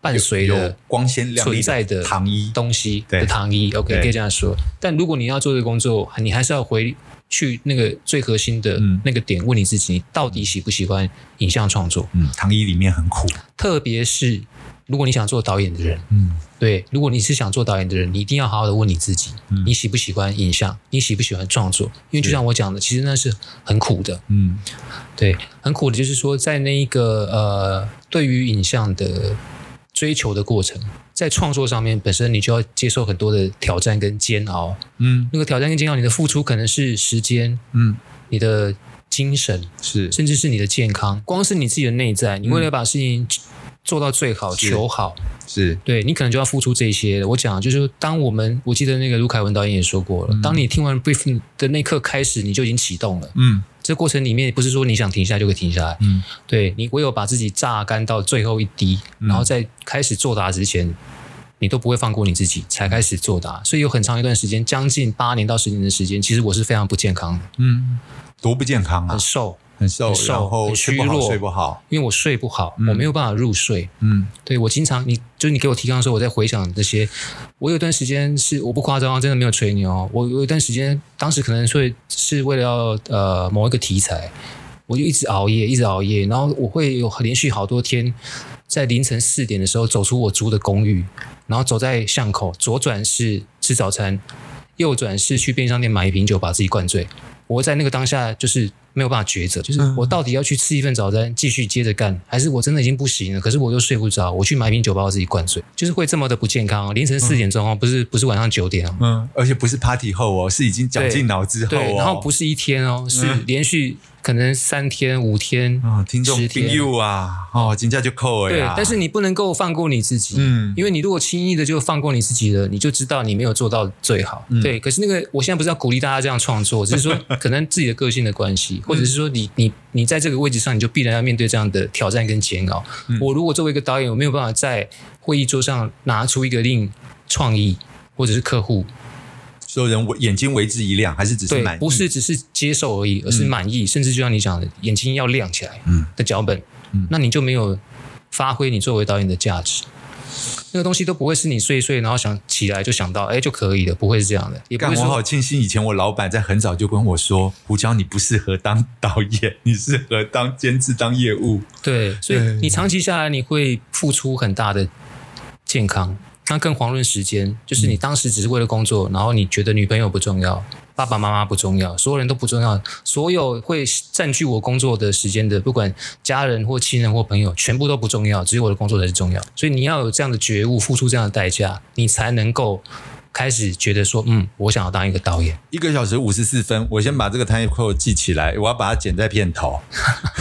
Speaker 2: 伴随
Speaker 1: 有
Speaker 2: 的
Speaker 1: 光鲜亮丽
Speaker 2: 存在的
Speaker 1: 糖衣，
Speaker 2: 东西
Speaker 1: 对
Speaker 2: 的糖衣，OK
Speaker 1: 对
Speaker 2: 可以这样说。但如果你要做这个工作，你还是要回去那个最核心的
Speaker 1: 嗯
Speaker 2: 那个点，问你自己，你到底喜不喜欢影像创作？
Speaker 1: 嗯，糖衣里面很苦，
Speaker 2: 特别是如果你想做导演的人，
Speaker 1: 嗯
Speaker 2: 对，如果你是想做导演的人，你一定要好好的问你自己，你喜不喜欢影像，你喜不喜欢创作？因为就像我讲的，其实那是很苦的，
Speaker 1: 嗯
Speaker 2: 对，很苦的，就是说在那一个呃，对于影像的追求的过程，在创作上面本身你就要接受很多的挑战跟煎熬，
Speaker 1: 嗯
Speaker 2: 那个挑战跟煎熬，你的付出可能是时间，
Speaker 1: 嗯，
Speaker 2: 你的精神，
Speaker 1: 是
Speaker 2: 甚至是你的健康，光是你自己的内在，你为了把事情做到最好、
Speaker 1: 是
Speaker 2: 求好，
Speaker 1: 是，
Speaker 2: 对你可能就要付出这些了。我讲就是，当我们我记得那个卢凯文导演也说过了，当你听完 brief 的那一刻开始，你就已经启动了。
Speaker 1: 嗯
Speaker 2: 这过程里面不是说你想停下来就可以停下来，
Speaker 1: 嗯
Speaker 2: 对你唯有把自己榨干到最后一滴，然后在开始作答之前。你都不会放过你自己，才开始作答，所以有很长一段时间，将近八年到十年的时间，其实我是非常不健康的，
Speaker 1: 嗯，多不健康啊
Speaker 2: 很，瘦，
Speaker 1: 很瘦，
Speaker 2: 很瘦
Speaker 1: 然后
Speaker 2: 很
Speaker 1: 睡
Speaker 2: 虚
Speaker 1: 不好，
Speaker 2: 弱
Speaker 1: 睡不好。
Speaker 2: 因为我睡不好，我没有办法入睡，
Speaker 1: 嗯
Speaker 2: 对我经常你就是你给我提纲的时候，我在回想这些。我有一段时间是我不夸张啊，真的没有吹牛哦。我有一段时间，当时可能会是为了要呃某一个题材，
Speaker 1: 嗯
Speaker 2: 我就一直熬夜，一直熬夜，然后我会有连续好多天，在凌晨四点的时候走出我租的公寓，然后走在巷口，左转是吃早餐，右转是去便利商店买一瓶酒把自己灌醉。我在那个当下就是没有办法抉择，就是我到底要去吃一份早餐继续接着干，还是我真的已经不行了？可是我又睡不着，我去买一瓶酒把我自己灌醉，就是会这么的不健康哦。凌晨四点钟哦，不是不是晚上九点哦，
Speaker 1: 嗯，而且不是 party 后哦，是已经绞尽脑汁后
Speaker 2: 对，
Speaker 1: 哦。嗯
Speaker 2: 然后不是一天哦，是连续可能三天五天
Speaker 1: 啊，听众
Speaker 2: 十
Speaker 1: 朋
Speaker 2: 天。
Speaker 1: 友啊，哦，金价就扣了
Speaker 2: 对
Speaker 1: 呀。，
Speaker 2: 但是你不能够放过你自己，
Speaker 1: 嗯
Speaker 2: 因为你如果轻易的就放过你自己了，你就知道你没有做到最好，对。可是那个，我现在不是要鼓励大家这样创作，只是说可能自己的个性的关系，或者是说你你你在这个位置上，你就必然要面对这样的挑战跟煎熬。我如果作为一个导演，我没有办法在会议桌上拿出一个令创意或者是客户
Speaker 1: 所有人为眼睛为之一亮，还是只是
Speaker 2: 对
Speaker 1: 满，意？嗯
Speaker 2: 不是只是接受而已，而是满意，甚至就像你讲的，眼睛要亮起来的脚本，
Speaker 1: 嗯
Speaker 2: 那你就没有发挥你作为导演的价值。那个东西都不会是你睡一睡，然后想起来就想到，哎，就可以的，不会是这样的，也不
Speaker 1: 干
Speaker 2: 会
Speaker 1: 我
Speaker 2: 说
Speaker 1: 好庆幸，以前我老板在很早就跟我说：“胡椒，你不适合当导演， 你适合当监制、当业务。
Speaker 2: 对，所以你长期下来你会付出很大的健康，那更遑论时间，就是你当时只是为了工作，然后你觉得女朋友不重要，爸爸妈妈不重要，所有人都不重要，所有会占据我工作的时间的，不管家人或亲人或朋友，全部都不重要，只有我的工作才是重要。所以你要有这样的觉悟，付出这样的代价，你才能够开始觉得说，嗯，我想要当一个导演。
Speaker 1: 一个小时五十四分，我先把这个 time code 记起来，我要把它剪在片头。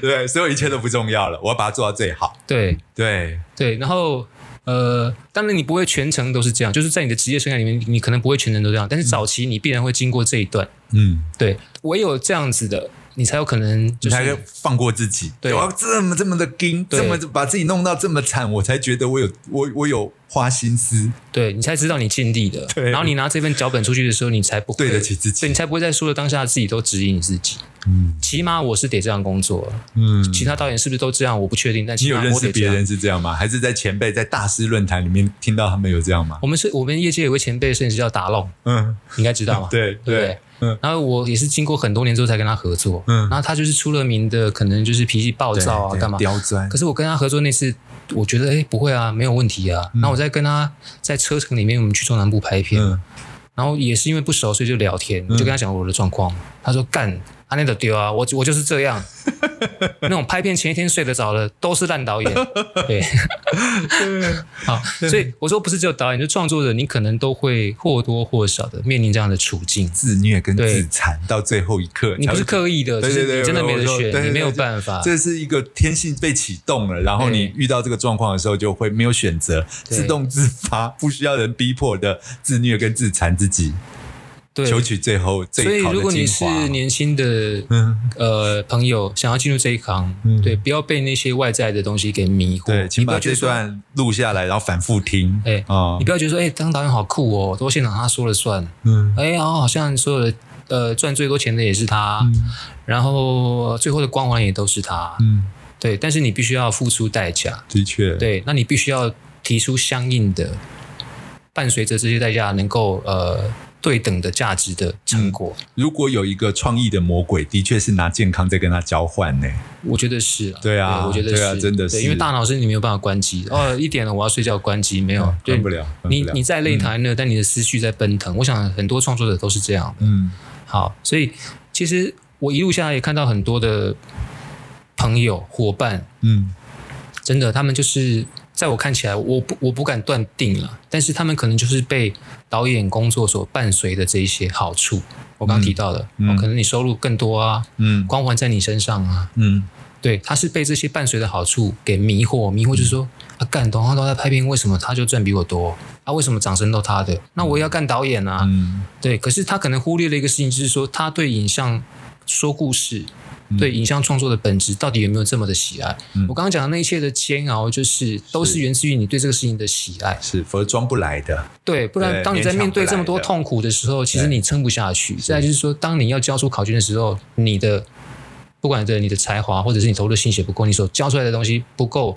Speaker 1: 对，所有一切都不重要了，我要把它做到最好。
Speaker 2: 对
Speaker 1: 对，
Speaker 2: 对，然后。呃，当然你不会全程都是这样，就是在你的职业生涯里面，你可能不会全程都这样，但是早期你必然会经过这一段，
Speaker 1: 嗯，
Speaker 2: 对，唯有这样子的，你才有可能就
Speaker 1: 你才
Speaker 2: 是
Speaker 1: 会放过自己。
Speaker 2: 对
Speaker 1: 我要这么这么的盯，
Speaker 2: 对
Speaker 1: 这么把自己弄到这么惨，我才觉得我有我我有花心思，
Speaker 2: 对你才知道你尽力了，
Speaker 1: 对
Speaker 2: 然后你拿这份脚本出去的时候，你才不会
Speaker 1: 对得起自己
Speaker 2: 对你才不会在说的当下自己都质疑你自己。
Speaker 1: 嗯
Speaker 2: 起码我是得这样工作，
Speaker 1: 嗯。
Speaker 2: 其他导演是不是都这样，我不确定。但
Speaker 1: 你
Speaker 2: 起
Speaker 1: 有
Speaker 2: 码
Speaker 1: 认
Speaker 2: 我
Speaker 1: 识
Speaker 2: 得这
Speaker 1: 别
Speaker 2: 样
Speaker 1: 人。是这样吗？还是在前辈在大师论坛里面听到他们有这样吗？
Speaker 2: 我们是我们业界有个前辈摄影师叫达龙，
Speaker 1: 嗯，
Speaker 2: 你应该知道嘛？
Speaker 1: 对
Speaker 2: 对不对，
Speaker 1: 嗯
Speaker 2: 然后我也是经过很多年之后才跟他合作，
Speaker 1: 嗯
Speaker 2: 然后他就是出了名的，可能就是脾气暴
Speaker 1: 对
Speaker 2: 躁啊，
Speaker 1: 对
Speaker 2: 干嘛？
Speaker 1: 刁钻
Speaker 2: 可？是我跟他合作那次，我觉得哎、诶不会啊，没有问题啊。然后我在跟他在车程里面，我们去中南部拍片，
Speaker 1: 嗯，
Speaker 2: 然后也是因为不熟，所以就聊天，我就跟他讲我的状况。他说干，阿内的丢啊，我我就是这 样。那种拍片前一天睡得着的都是烂 导演，对，好，所以我说不是只有导演，就创作者，你可能都会或多或少的面临这样的处境。
Speaker 1: 自虐跟
Speaker 2: 对
Speaker 1: 自残到最后一刻，
Speaker 2: 你不是
Speaker 1: 才会
Speaker 2: 刻意的，
Speaker 1: 对
Speaker 2: 就是
Speaker 1: 对对，
Speaker 2: 你真的没得
Speaker 1: 我说
Speaker 2: 选，
Speaker 1: 对
Speaker 2: 你没有
Speaker 1: 对
Speaker 2: 办法。
Speaker 1: 这是一个天性被启动了，然后你
Speaker 2: 对
Speaker 1: 遇到这个状况的时候，就会没有选择，
Speaker 2: 对
Speaker 1: 自动自发，不需要人逼迫的自虐跟自残自己，
Speaker 2: 对，
Speaker 1: 求取最后
Speaker 2: 所以
Speaker 1: 最好
Speaker 2: 如
Speaker 1: 的
Speaker 2: 果你
Speaker 1: 精
Speaker 2: 是
Speaker 1: 华。
Speaker 2: 年轻的
Speaker 1: 嗯，
Speaker 2: 呃朋友想要进入这一行，
Speaker 1: 嗯
Speaker 2: 对，不要被那些外在的东西给迷惑。
Speaker 1: 对，请
Speaker 2: 你不
Speaker 1: 把
Speaker 2: 要觉
Speaker 1: 这
Speaker 2: 得说，
Speaker 1: 段录下来，然后反复听。
Speaker 2: 哎、
Speaker 1: 啊
Speaker 2: 你，不要觉得说，哎、当导演好酷哦，都现场他说了算。
Speaker 1: 嗯
Speaker 2: 哎、哦，好像所有的呃赚最多钱的也是他，然后呃最后的光环也都是他。
Speaker 1: 嗯，
Speaker 2: 对，但是你必须要付出代价。
Speaker 1: 的确，
Speaker 2: 对，那你必须要提出相应的，伴随着这些代价能够呃对等的价值的成果，
Speaker 1: 如果有一个创意的魔鬼，的确是拿健康在跟他交换呢。
Speaker 2: 我觉得是啊。
Speaker 1: 对啊
Speaker 2: 我觉得
Speaker 1: 对
Speaker 2: 是，
Speaker 1: 啊真
Speaker 2: 对
Speaker 1: 的是哎
Speaker 2: 因为大脑是你没有办法关机的，哦，一点了我要睡觉，关机没有，对
Speaker 1: 啊关不了关
Speaker 2: 你
Speaker 1: 不了
Speaker 2: 你在擂台那，但你的思绪在奔腾。我想很多创作者都是这样的。
Speaker 1: 嗯
Speaker 2: 好，所以其实我一路下来也看到很多的朋友伙伴，
Speaker 1: 嗯
Speaker 2: 真的，他们就是在我看起来，我不我不敢断定了，但是他们可能就是被导演工作所伴随的这一些好处。我刚刚提到的，
Speaker 1: 嗯
Speaker 2: 哦，可能你收入更多啊，
Speaker 1: 嗯
Speaker 2: 光环在你身上啊，
Speaker 1: 嗯，
Speaker 2: 对，他是被这些伴随的好处给迷惑，迷惑就是
Speaker 1: 嗯
Speaker 2: 说，啊，干，同行都在拍片，为什么他就赚比我多？啊，为什么掌声都他的？那我也要干导演啊，
Speaker 1: 嗯
Speaker 2: 对，可是他可能忽略了一个事情，就是说他对影像说故事、
Speaker 1: 嗯
Speaker 2: 对影像创作的本质到底有没有这么的喜爱？我刚刚讲的那一切的煎熬，就是都是源自于你对这个事情的喜爱。
Speaker 1: 是，否则装不来的。
Speaker 2: 对，不然
Speaker 1: 对
Speaker 2: 当你
Speaker 1: 勉
Speaker 2: 在
Speaker 1: 强
Speaker 2: 面
Speaker 1: 不
Speaker 2: 对
Speaker 1: 来
Speaker 2: 这么多
Speaker 1: 的
Speaker 2: 痛苦的时候，其实你撑不下去。再来就是说，当你要交出考卷的时候，你的不管对你的才华，或者是你投入的心血不够，你所交出来的东西不够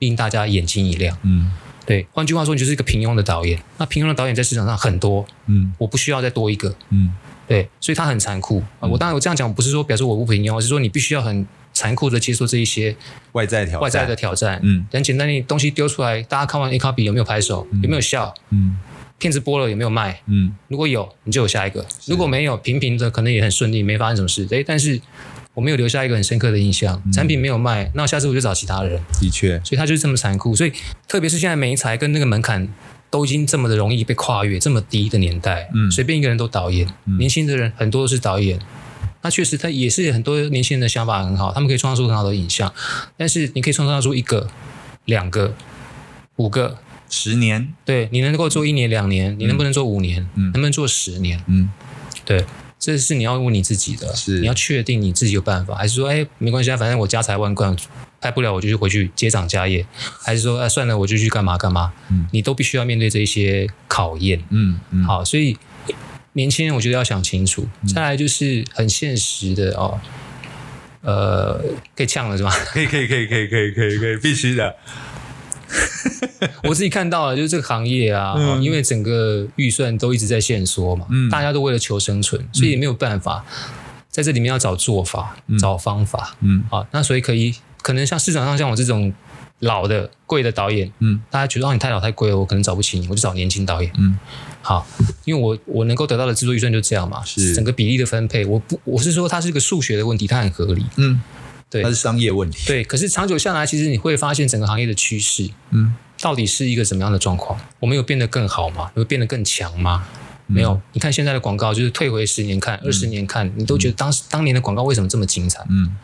Speaker 2: 令大家眼睛一亮。
Speaker 1: 嗯
Speaker 2: 对，换句话说，你就是一个平庸的导演。那平庸的导演在市场上很多，
Speaker 1: 嗯
Speaker 2: 我不需要再多一个。
Speaker 1: 嗯
Speaker 2: 对，所以它很残酷。啊我当然我这样讲不是说表示我不平庸，而是说你必须要很残酷的接受这一些
Speaker 1: 外在挑战，
Speaker 2: 外在的挑战。
Speaker 1: 嗯
Speaker 2: 很简单，你东西丢出来，大家看完 A copy 有没有拍手，有没有笑，
Speaker 1: 嗯
Speaker 2: 片子播了有没有卖？
Speaker 1: 嗯
Speaker 2: 如果有，你就有下一个；如果没有，平平的可能也很顺利，没发生什么事。诶，但是我没有留下一个很深刻的印象，
Speaker 1: 嗯
Speaker 2: 产品没有卖，那下次我就找其他人。
Speaker 1: 的确，
Speaker 2: 所以它就是这么残酷。所以特别是现在媒材跟那个门槛都已经这么的容易被跨越，这么低的年代，
Speaker 1: 嗯
Speaker 2: 随便一个人都导演，年轻的人很多都是导演。那确实，他也是很多年轻人的想法很好，他们可以创造出很好的影像，但是你可以创造出一个、两个、五个，
Speaker 1: 十年，
Speaker 2: 对你能够做一年、两年，你能不能做五年？
Speaker 1: 嗯
Speaker 2: 能不能做十年？
Speaker 1: 嗯，
Speaker 2: 对，这是你要问你自己的，
Speaker 1: 是
Speaker 2: 你要确定你自己有办法，还是说，哎，没关系啊，反正我家财万贯，拍不了我就去回去接掌家 业，还是说，哎，算了，我就去干嘛干嘛？
Speaker 1: 嗯
Speaker 2: 你都必须要面对这一些考验。
Speaker 1: 嗯嗯，
Speaker 2: 好，所以年轻人我觉得要想清楚，再来就是很现实的哦。呃，可以呛了是吧？
Speaker 1: 可以可以可以可以可以可以可以，必须的，
Speaker 2: 我自己看到了，就是这个行业啊，
Speaker 1: 嗯
Speaker 2: 因为整个预算都一直在限缩嘛，
Speaker 1: 嗯
Speaker 2: 大家都为了求生存，所以也没有办法，在这里面要找做法，找方法，
Speaker 1: 嗯
Speaker 2: 啊，那所以可以可能像市场上像我这种老的贵的导演，
Speaker 1: 嗯，
Speaker 2: 大家觉得哦你太老太贵了，我可能找不起你，我就找年轻导演，
Speaker 1: 嗯，
Speaker 2: 好，因为我我能够得到的制作预算就这样嘛，
Speaker 1: 是
Speaker 2: 整个比例的分配，我不我是说它是一个数学的问题，它很合理，
Speaker 1: 嗯，
Speaker 2: 对
Speaker 1: 它是商业问题，
Speaker 2: 对，可是长久下来，其实你会发现整个行业的趋势，
Speaker 1: 嗯，
Speaker 2: 到底是一个怎么样的状况？我们有变得更好吗？有变得更强吗？
Speaker 1: 嗯
Speaker 2: 没有。你看现在的广告，就是退回十年看、二十年看，你都觉得当时当年的广告为什么这么精彩？
Speaker 1: 嗯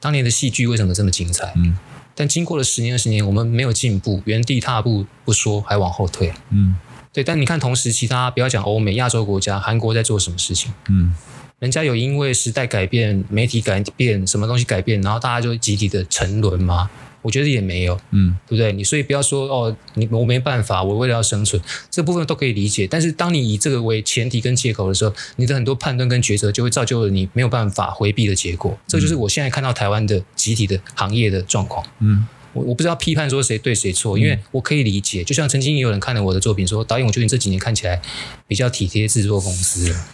Speaker 2: 当年的戏剧为什么这么精彩？
Speaker 1: 嗯
Speaker 2: 但经过了十年、二十年，我们没有进步，原地踏步不说，还往后退。
Speaker 1: 嗯
Speaker 2: 对，但你看同时其他，不要讲欧美、亚洲国家，韩国在做什么事情？
Speaker 1: 嗯
Speaker 2: 人家有因为时代改变、媒体改变、什么东西改变，然后大家就集体的沉沦吗？我觉得也没有，
Speaker 1: 嗯
Speaker 2: 对不对？你所以不要说哦，你我没办法，我为了要生存，这部分都可以理解。但是当你以这个为前提跟借口的时候，你的很多判断跟抉择就会造就了你没有办法回避的结果。这就是我现在看到台湾的集体的行业的状况。
Speaker 1: 嗯
Speaker 2: 我我不知道批判说谁对谁错，因为我可以理解。就像曾经也有人看了我的作品说，导演，我觉得你这几年看起来比较体贴制作公司了。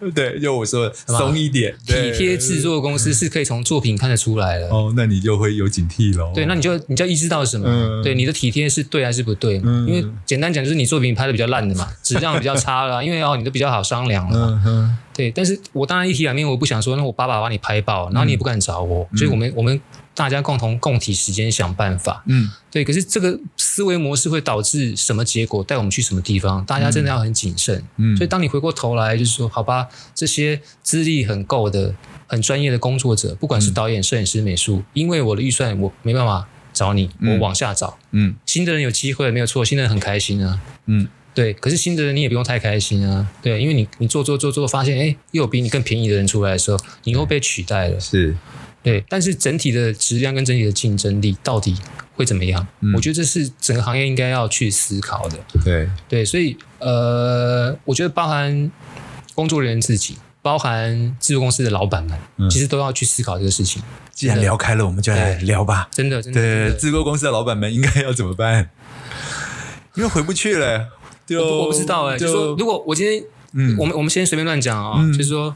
Speaker 1: 嗯， 对，就我说的
Speaker 2: 吧
Speaker 1: 松一点，
Speaker 2: 体
Speaker 1: 对
Speaker 2: 贴制。作公司是可以从作品看得出来的。
Speaker 1: 哦，那你就会有警惕喽。
Speaker 2: 对，那你就你就要意识到什么？
Speaker 1: 嗯
Speaker 2: 对，你的体贴是对还是不对嘛？
Speaker 1: 嗯
Speaker 2: 因为简单讲就是你作品拍的比较烂的嘛，质量比较差了啊、因为哦你都比较好商量了嘛。
Speaker 1: 嗯哼，
Speaker 2: 对，但是我当然一体两面，我不想说，那我爸爸把你拍爆，然后你也不敢找我，
Speaker 1: 嗯
Speaker 2: 所以我们我们大家共同共体时间想办法。
Speaker 1: 嗯
Speaker 2: 对，可是这个思维模式会导致什么结果？带我们去什么地方？大家真的要很谨慎。
Speaker 1: 嗯
Speaker 2: 所以当你回过头来，就是说，好吧，这些资历很够的、很专业的工作者，不管
Speaker 1: 嗯
Speaker 2: 是导演、摄影师、美术，因为我的预算，我没办法找你，我
Speaker 1: 嗯
Speaker 2: 往下找。
Speaker 1: 嗯
Speaker 2: 新的人有机会没有错，新的人很开心啊。
Speaker 1: 嗯，
Speaker 2: 对，可是新的人你也不用太开心啊，对，因为你你做做做做，发现哎，又有比你更便宜的人出来的时候，你又被取代了。
Speaker 1: 是，
Speaker 2: 对，但是整体的质量跟整体的竞争力到底会怎么样？
Speaker 1: 嗯
Speaker 2: 我觉得这是整个行业应该要去思考的。
Speaker 1: 对，
Speaker 2: 对，所以呃，我觉得包含工作人员自己，包含制作公司的老板们，
Speaker 1: 嗯
Speaker 2: 其实都要去思考这个事情。
Speaker 1: 既然聊开了，我们就来聊吧。
Speaker 2: 真的，真的，
Speaker 1: 对，
Speaker 2: 真的
Speaker 1: 制作公司的老板们应该要怎么办？ 因为回不去了，就
Speaker 2: 我不我不知道哎、就说
Speaker 1: 就
Speaker 2: 如果我今天，
Speaker 1: 嗯
Speaker 2: 我们我们先随便乱讲啊、
Speaker 1: 嗯
Speaker 2: 就是说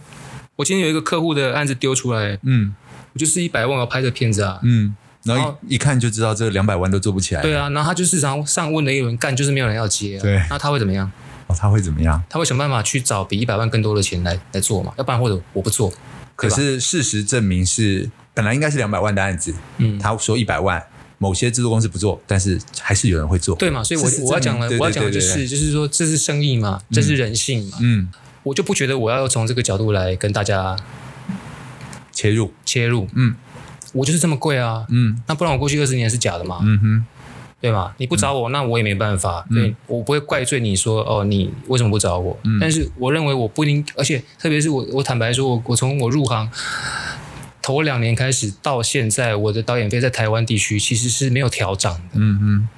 Speaker 2: 我今天有一个客户的案子丢出来，
Speaker 1: 嗯
Speaker 2: 我就是一百万我要拍这片子啊，
Speaker 1: 嗯，然
Speaker 2: 然
Speaker 1: 后
Speaker 2: 后
Speaker 1: 一一看就知道这两百万都做不起来。
Speaker 2: 对，啊，然后他就市场上问了一轮，干就是没有人要接啊，
Speaker 1: 对
Speaker 2: 那他会怎么样？
Speaker 1: 哦，他会怎么样？
Speaker 2: 他会想办法去找比一百万更多的钱来来做嘛，要不然或者我不做，
Speaker 1: 可是事实证明是，本来应该是两百万的案子，
Speaker 2: 嗯
Speaker 1: 他说一百万，某些制作公司不做，但是还是有人会做，
Speaker 2: 对嘛？所以我
Speaker 1: 事实
Speaker 2: 我要讲
Speaker 1: 证
Speaker 2: 了
Speaker 1: 明，对
Speaker 2: 我要讲的
Speaker 1: 对
Speaker 2: 就
Speaker 1: 对
Speaker 2: 是
Speaker 1: 对
Speaker 2: 就是说这是生意嘛，这是人性嘛，
Speaker 1: 嗯，
Speaker 2: 我就不觉得我要从这个角度来跟大家
Speaker 1: 切入，
Speaker 2: 切入，
Speaker 1: 嗯
Speaker 2: 我就是这么贵啊，
Speaker 1: 嗯
Speaker 2: 那不然我过去二十年是假的嘛，
Speaker 1: 嗯哼，
Speaker 2: 对
Speaker 1: 嗯
Speaker 2: 吗？你不找我，那我也没办法，对我不会怪罪你说哦，你为什么不找我？
Speaker 1: 嗯
Speaker 2: 但是我认为我不应，而且特别是我，我坦白说，我我从我入行头两年开始到现在，我的导演费在台湾地区其实是没有调涨的。
Speaker 1: 嗯哼，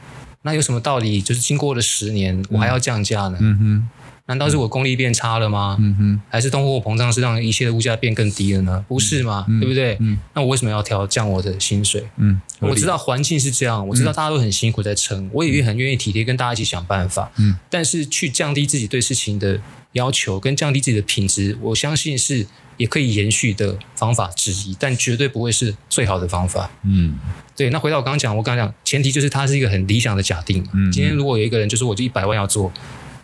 Speaker 2: 那有什么道理？就是经过了十年，我还要降价呢？
Speaker 1: 嗯哼，
Speaker 2: 难道是我功力变差了吗？
Speaker 1: 嗯哼，
Speaker 2: 还是通货膨胀是让一切的物价变更低了呢？不是嘛？对不对？
Speaker 1: 嗯
Speaker 2: 那我为什么要调降我的薪水？
Speaker 1: 嗯，合理嗯
Speaker 2: 我知，道环境是这样，我知道大家都很辛苦在撑，我也很愿意体贴跟大家一起想办法。
Speaker 1: 嗯，
Speaker 2: 但是去降低自己对事情的要求，跟降低自己的品质，我相信是也可以延续的方法之一，但绝对不会是最好的方法。
Speaker 1: 嗯
Speaker 2: 对，那回到我刚刚讲，我刚刚讲，前提就是它是一个很理想的假定嘛。
Speaker 1: 嗯
Speaker 2: 今天如果有一个人就说我就一百万要做，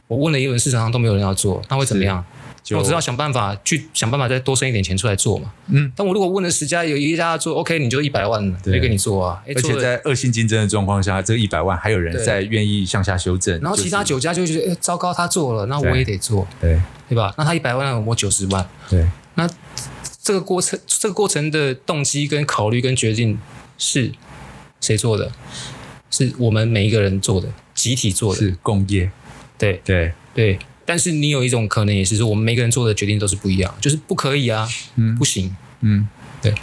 Speaker 2: 我问了一轮市场上都没有人要做，那会怎么样？
Speaker 1: 就
Speaker 2: 我只要想办法去想办法再多生一点钱出来做嘛。
Speaker 1: 嗯，
Speaker 2: 但我如果问了十家有一家要做，OK，你就一百万了，
Speaker 1: 对
Speaker 2: 就给你做啊。诶
Speaker 1: 而
Speaker 2: 做
Speaker 1: 且
Speaker 2: 了
Speaker 1: 在恶性竞争的状况下，这一百万还有人
Speaker 2: 对
Speaker 1: 在愿意向下修正，
Speaker 2: 然后其他
Speaker 1: 就
Speaker 2: 九
Speaker 1: 是
Speaker 2: 家就会觉得，哎，糟糕，他做了，那我也得做，
Speaker 1: 对
Speaker 2: 对吧？那他一百万，我九十万，
Speaker 1: 对，
Speaker 2: 那这个过程，这个过程的动机跟考虑跟决定是谁做的？是我们每一个人做的，集体做的，
Speaker 1: 是共业，
Speaker 2: 对
Speaker 1: 对，
Speaker 2: 对。但是你有一种可能也是说，我们每个人做的决定都是不一样，就是不可以啊，
Speaker 1: 嗯
Speaker 2: 不行，
Speaker 1: 嗯，
Speaker 2: 对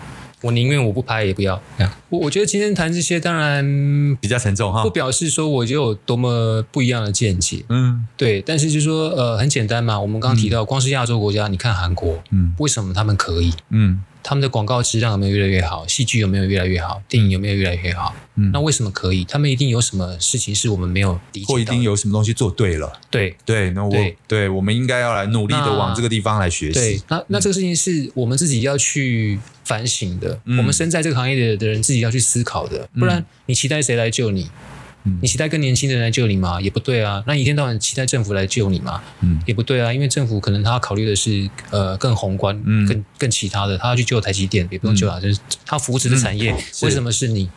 Speaker 2: 我宁愿我不拍也不要。这样，我我觉得今天谈这些，当然
Speaker 1: 比较沉重哈
Speaker 2: 不，表示说我就有多么不一样的见解，
Speaker 1: 嗯
Speaker 2: 对，但是就说呃，很简单嘛，我们刚刚提到，光是亚洲国家，你看韩国，
Speaker 1: 嗯
Speaker 2: 为什么他们可以？
Speaker 1: 嗯
Speaker 2: 他们的广告质量有没有越来越好，戏剧有没有越来越好，电影有没有越来越好？嗯，那为什么可以？他们一定有什么事情是我们没有理解到的，
Speaker 1: 或一定有什么东西做对了。
Speaker 2: 对
Speaker 1: 对，那我
Speaker 2: 对
Speaker 1: 对，我们应该要来努力的
Speaker 2: 那
Speaker 1: 往这个地方来学
Speaker 2: 对
Speaker 1: 习。，
Speaker 2: 那那这个事情是我们自己要去反省的，
Speaker 1: 嗯
Speaker 2: 我们身在这个行业的的人自己要去思考的，不然你期待谁来救你？
Speaker 1: 嗯
Speaker 2: 你期待更年轻的人来救你吗？也不对啊。那你一天到晚期待政府来救你吗？
Speaker 1: 嗯
Speaker 2: 也不对啊，因为政府可能他考虑的是呃更宏观、
Speaker 1: 嗯
Speaker 2: 更更其他的，他要去救台积电，也不用救啊，就是他扶持的产业、
Speaker 1: 嗯是
Speaker 2: 为什么是你？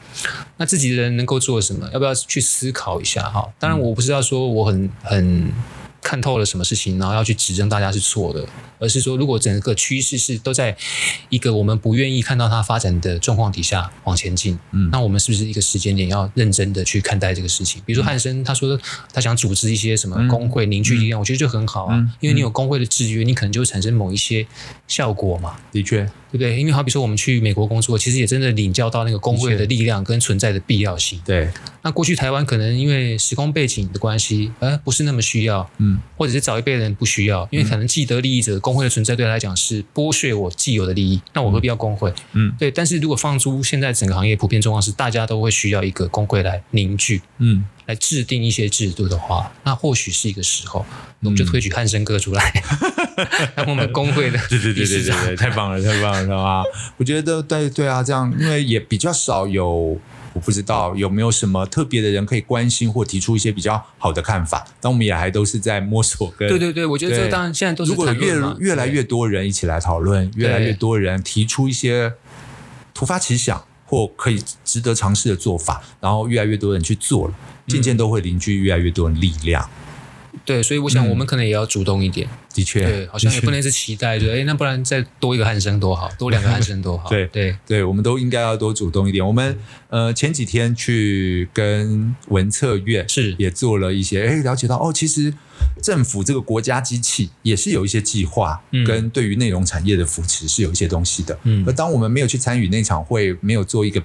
Speaker 2: 那自己的人能够做什么？要不要去思考一下哈？当
Speaker 1: 嗯
Speaker 2: 然，我不是要说我很很看透了什么事情，然后要去指正大家是错的，而是说如果整个趋势是都在一个我们不愿意看到它发展的状况底下往前进，
Speaker 1: 嗯
Speaker 2: 那我们是不是一个时间点要认真的去看待这个事情？比
Speaker 1: 嗯
Speaker 2: 如说汉生他说他想组织一些什么工会凝聚力量，我觉得就很好啊，
Speaker 1: 嗯
Speaker 2: 因为你有工会的制约，你可能就会产生某一些效果嘛。
Speaker 1: 的确，
Speaker 2: 对不对？因为好比说我们去美国工作，其实也真的领教到那个工会
Speaker 1: 的
Speaker 2: 的力量跟存在的必要性。
Speaker 1: 对，
Speaker 2: 那过去台湾可能因为时空背景的关系，呃，不是那么需要，
Speaker 1: 嗯，
Speaker 2: 或者是早一辈的人不需要，因为可能既得利益者工会的存在对他来讲是剥削我既有的利益，那我何必要工会？
Speaker 1: 嗯
Speaker 2: 对。但是如果放诸现在整个行业普遍状况是，大家都会需要一个工会来凝聚。
Speaker 1: 嗯，
Speaker 2: 来制定一些制度的话，那或许是一个时候，我们
Speaker 1: 嗯
Speaker 2: 就推举汉生哥出 来，让我们工会的
Speaker 1: 对对
Speaker 2: 理
Speaker 1: 对
Speaker 2: 事
Speaker 1: 对对
Speaker 2: 长
Speaker 1: 对，太棒了，太棒了，知道吗？我觉得对对啊，这样因为也比较少有。我不知道有没有什么特别的人可以关心或提出一些比较好的看法，但我们也还都是在摸索跟
Speaker 2: 对对对，我觉得这个当然现在都是
Speaker 1: 如果
Speaker 2: 谈论
Speaker 1: 越
Speaker 2: 嘛
Speaker 1: 越来越多人一起来讨论，越来越多人提出一些突发奇想或可以值得尝试的做法，然后越来越多人去做了，渐
Speaker 2: 嗯
Speaker 1: 渐都会凝聚越来越多的力量。
Speaker 2: 对，所以我想
Speaker 1: 嗯
Speaker 2: 我们可能也要主动一点，
Speaker 1: 的确，
Speaker 2: 对，好像也不
Speaker 1: 的确
Speaker 2: 能是期待着，哎，那不然再多一个汉生多好，多 两个汉生多好，
Speaker 1: 对
Speaker 2: 对
Speaker 1: 对，我们都应该要多主动一点。我们
Speaker 2: 嗯
Speaker 1: 呃前几天去跟文策院
Speaker 2: 是
Speaker 1: 也做了一些，哎，了解到哦，其实政府这个国家机器也是有一些计划，
Speaker 2: 嗯
Speaker 1: 跟对于内容产业的扶持是有一些东西的。
Speaker 2: 嗯
Speaker 1: 而当我们没有去参与那场会，没有做一个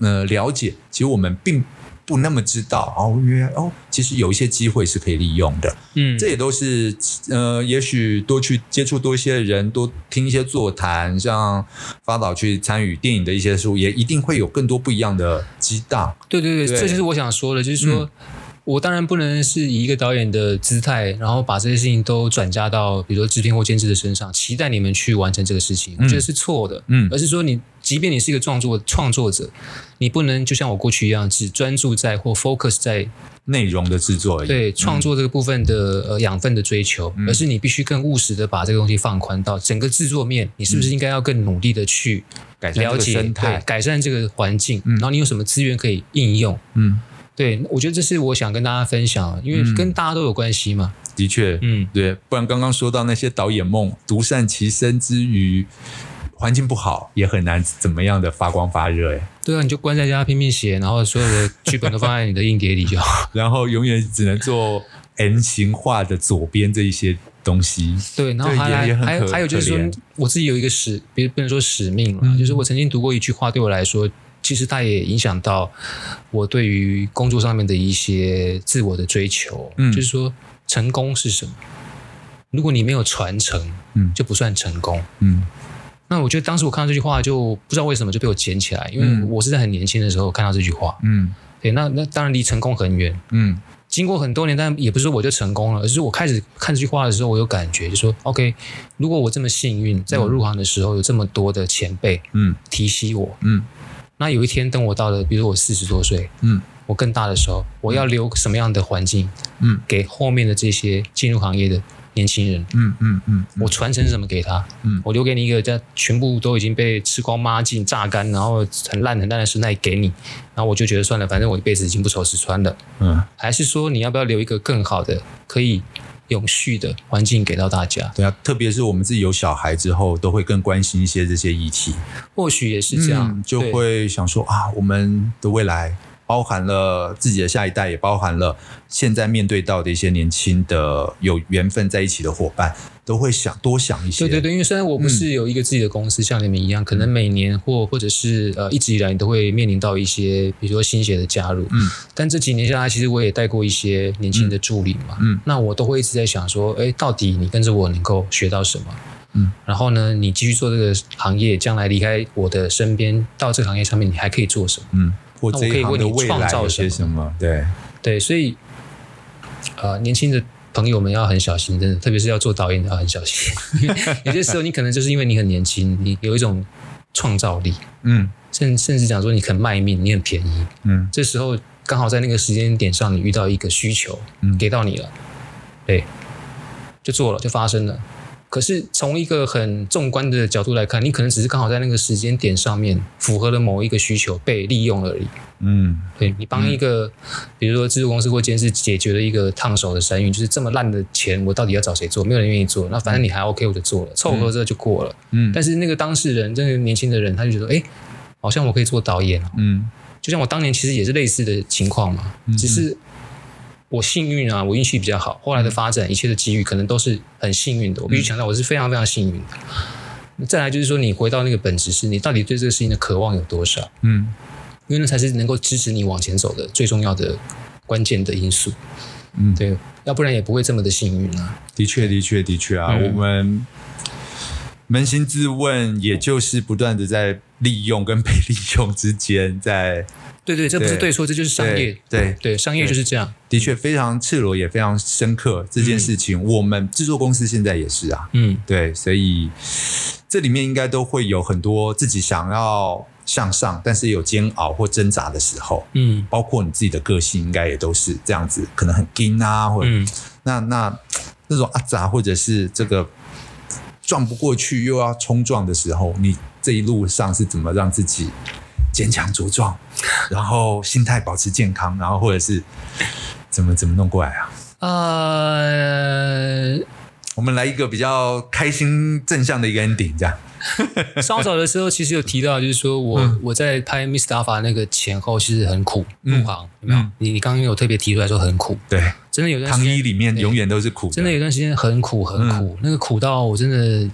Speaker 1: 呃了解，其实我们并。不那么知道哦，原来哦，其实有一些机会是可以利用的。
Speaker 2: 嗯，
Speaker 1: 这也都是呃，也许多去接触多一些人，多听一些座谈，像发导去参与电影的一些书，也一定会有更多不一样的激荡。
Speaker 2: 对对对，
Speaker 1: 对
Speaker 2: 这就是我想说的，就是说。
Speaker 1: 嗯
Speaker 2: 我当然不能是以一个导演的姿态，然后把这些事情都转嫁到比如说制片或监制的身上，期待你们去完成这个事情，我觉得是错的。
Speaker 1: 嗯
Speaker 2: 而是说你，即便你是一个创作创作者，你不能就像我过去一样，只专注在或 focus 在
Speaker 1: 内容的制作而已，嗯
Speaker 2: 对创作这个部分的呃养分的追求，而是你必须更务实的把这个东西放宽到整个制作面，你是不是应该要更努力的去
Speaker 1: 改善这
Speaker 2: 了
Speaker 1: 个
Speaker 2: 解、
Speaker 1: 生态
Speaker 2: 对，改善这个环境，然后你有什么资源可以应用？
Speaker 1: 嗯，
Speaker 2: 对，我觉得这是我想跟大家分享，因为跟大家都有关系嘛。
Speaker 1: 的确，
Speaker 2: 嗯
Speaker 1: 对，不然刚刚说到那些导演梦，独善其身之余，环境不好也很难怎么样的发光发热，哎，
Speaker 2: 对啊，你就关在家拼命写，然后所有的剧本都放在你的硬碟里就好。
Speaker 1: 然后永远只能做 N 型化的左边这一些东西，
Speaker 2: 对，然后
Speaker 1: 对
Speaker 2: 还
Speaker 1: 也也
Speaker 2: 来
Speaker 1: 很
Speaker 2: 还
Speaker 1: 可
Speaker 2: 还有就是
Speaker 1: 可
Speaker 2: 说
Speaker 1: 怜，嗯
Speaker 2: 我自己有一个使，别不能说使命了，就是我曾经读过一句话，对我来说，其实它也影响到我对于工作上面的一些自我的追求。
Speaker 1: 嗯
Speaker 2: 就是说，成功是什么？如果你没有传承，
Speaker 1: 嗯
Speaker 2: 就不算成功。
Speaker 1: 嗯
Speaker 2: 那我觉得当时我看到这句话，就不知道为什么就被我捡起来，因为
Speaker 1: 嗯
Speaker 2: 我是在很年轻的时候看到这句话。
Speaker 1: 嗯
Speaker 2: 对，那那当然离成功很远，
Speaker 1: 嗯
Speaker 2: 经过很多年，但也不是说我就成功了，而是我开始看这句话的时候，我有感觉，就说 OK，如果我这么幸运，在我入行的时候有这么多的前辈
Speaker 1: 嗯
Speaker 2: 提携我，
Speaker 1: 嗯
Speaker 2: 那有一天等我到了，比如说我四十多岁，
Speaker 1: 嗯
Speaker 2: 我更大的时候，我要留什么样的环境
Speaker 1: 嗯
Speaker 2: 给后面的这些进入行业的年轻人？
Speaker 1: 嗯嗯嗯，
Speaker 2: 我传承什么给他？
Speaker 1: 嗯
Speaker 2: 我留给你一个，在全部都已经被吃光抹净、榨干，然后很烂很烂的生态给你，然后我就觉得算了，反正我一辈子已经不愁吃穿了。
Speaker 1: 嗯。
Speaker 2: 还是说你要不要留一个更好的、可以永续的环境给到大家？
Speaker 1: 对啊，特别是我们自己有小孩之后，都会更关心一些这些议题，
Speaker 2: 或许也是这样，
Speaker 1: 嗯就
Speaker 2: 嗯对
Speaker 1: 会想说啊，我们的未来包含了自己的下一代，也包含了现在面对到的一些年轻的有缘分在一起的伙伴，都会想多想一些。
Speaker 2: 对对对，因为虽然
Speaker 1: 嗯
Speaker 2: 我不是有一个自己的公司，像你们一样，可能每年或或者是呃一直以来，你都会面临到一些，比如说新血的加入，
Speaker 1: 嗯，
Speaker 2: 但这几年下来，其实我也带过一些年轻的助理嘛，
Speaker 1: 嗯嗯，
Speaker 2: 那我都会一直在想说，哎，到底你跟着我能够学到什么？嗯，然后呢，你继续做这个行业，将来离开我的身边，到这个行业上面，你还可以做什么？
Speaker 1: 嗯，或
Speaker 2: 那我
Speaker 1: 这
Speaker 2: 可以
Speaker 1: 一行
Speaker 2: 为
Speaker 1: 的
Speaker 2: 你
Speaker 1: 未
Speaker 2: 创
Speaker 1: 来
Speaker 2: 造
Speaker 1: 有
Speaker 2: 什
Speaker 1: 些
Speaker 2: 么
Speaker 1: 什么？对，
Speaker 2: 对，所以呃，年轻的朋友们要很小心，真的，特别是要做导演的要很小心， 因为有些时候你可能就是因为你很年轻，你有一种创造力，
Speaker 1: 嗯
Speaker 2: 甚甚至讲说你肯卖命，你很便宜，
Speaker 1: 嗯
Speaker 2: 这时候刚好在那个时间点上，你遇到一个需求，
Speaker 1: 嗯
Speaker 2: 给到你了，对，就做了，就发生了。可是从一个很纵观的角度来看，你可能只是刚好在那个时间点上面符合了某一个需求被利用了而已。
Speaker 1: 嗯
Speaker 2: 对你帮一个，比如说制作公司或监视解决了一个烫手的山芋，就是这么烂的钱，我到底要找谁做？没有人愿意做，那反正你还 OK，我就做了，凑合着就过了。
Speaker 1: 嗯
Speaker 2: 但是那个当事人，这个年轻的人，他就觉得，哎，好像我可以做导演哦，
Speaker 1: 嗯
Speaker 2: 就像我当年其实也是类似的情况嘛，只
Speaker 1: 嗯
Speaker 2: 是我幸运啊，我运气比较好，后来的发展，一切的机遇可能都是很幸运的。
Speaker 1: 嗯
Speaker 2: 我必须强调，我是非常非常幸运的。那再来就是说，你回到那个本质是，你到底对这个事情的渴望有多少？
Speaker 1: 嗯
Speaker 2: 因为那才是能够支持你往前走的最重要的关键的因素。
Speaker 1: 嗯，
Speaker 2: 对，要不然也不会这么的幸运啊。
Speaker 1: 的确，的确，的确啊，
Speaker 2: 嗯
Speaker 1: 我们扪心自问，也就是不断的在利用跟被利用之间在，
Speaker 2: 对对，这不是
Speaker 1: 对
Speaker 2: 对错，这就是商业。
Speaker 1: 对对
Speaker 2: 对，商业就是这样。
Speaker 1: 的确非常赤裸，也非常深刻。这件事情，我们制作公司现在也是啊，
Speaker 2: 嗯，
Speaker 1: 对，所以这里面应该都会有很多自己想要向上，但是有煎熬或挣扎的时候。
Speaker 2: 嗯
Speaker 1: 包括你自己的个性，应该也都是这样子，可能很硬啊，或者、
Speaker 2: 嗯
Speaker 1: 那那那种阿杂，或者是这个撞不过去又要冲撞的时候，你这一路上是怎么让自己坚强茁壮，然后心态保持健康，然后或者是怎么怎么弄过来啊？
Speaker 2: 呃，
Speaker 1: 我们来一个比较开心正向的一个 ending，这样。
Speaker 2: 稍早的时候其实有提到，就是说我、
Speaker 1: 嗯
Speaker 2: 我在拍《Mr. Alpha》那个前后其实很苦，入行有没有？
Speaker 1: 嗯
Speaker 2: 你你刚刚有特别提出来说很苦，
Speaker 1: 对，
Speaker 2: 真的有段时
Speaker 1: 糖
Speaker 2: 间
Speaker 1: 衣里面永远都是苦的，
Speaker 2: 真的有段时间很苦很苦，那个苦到我真的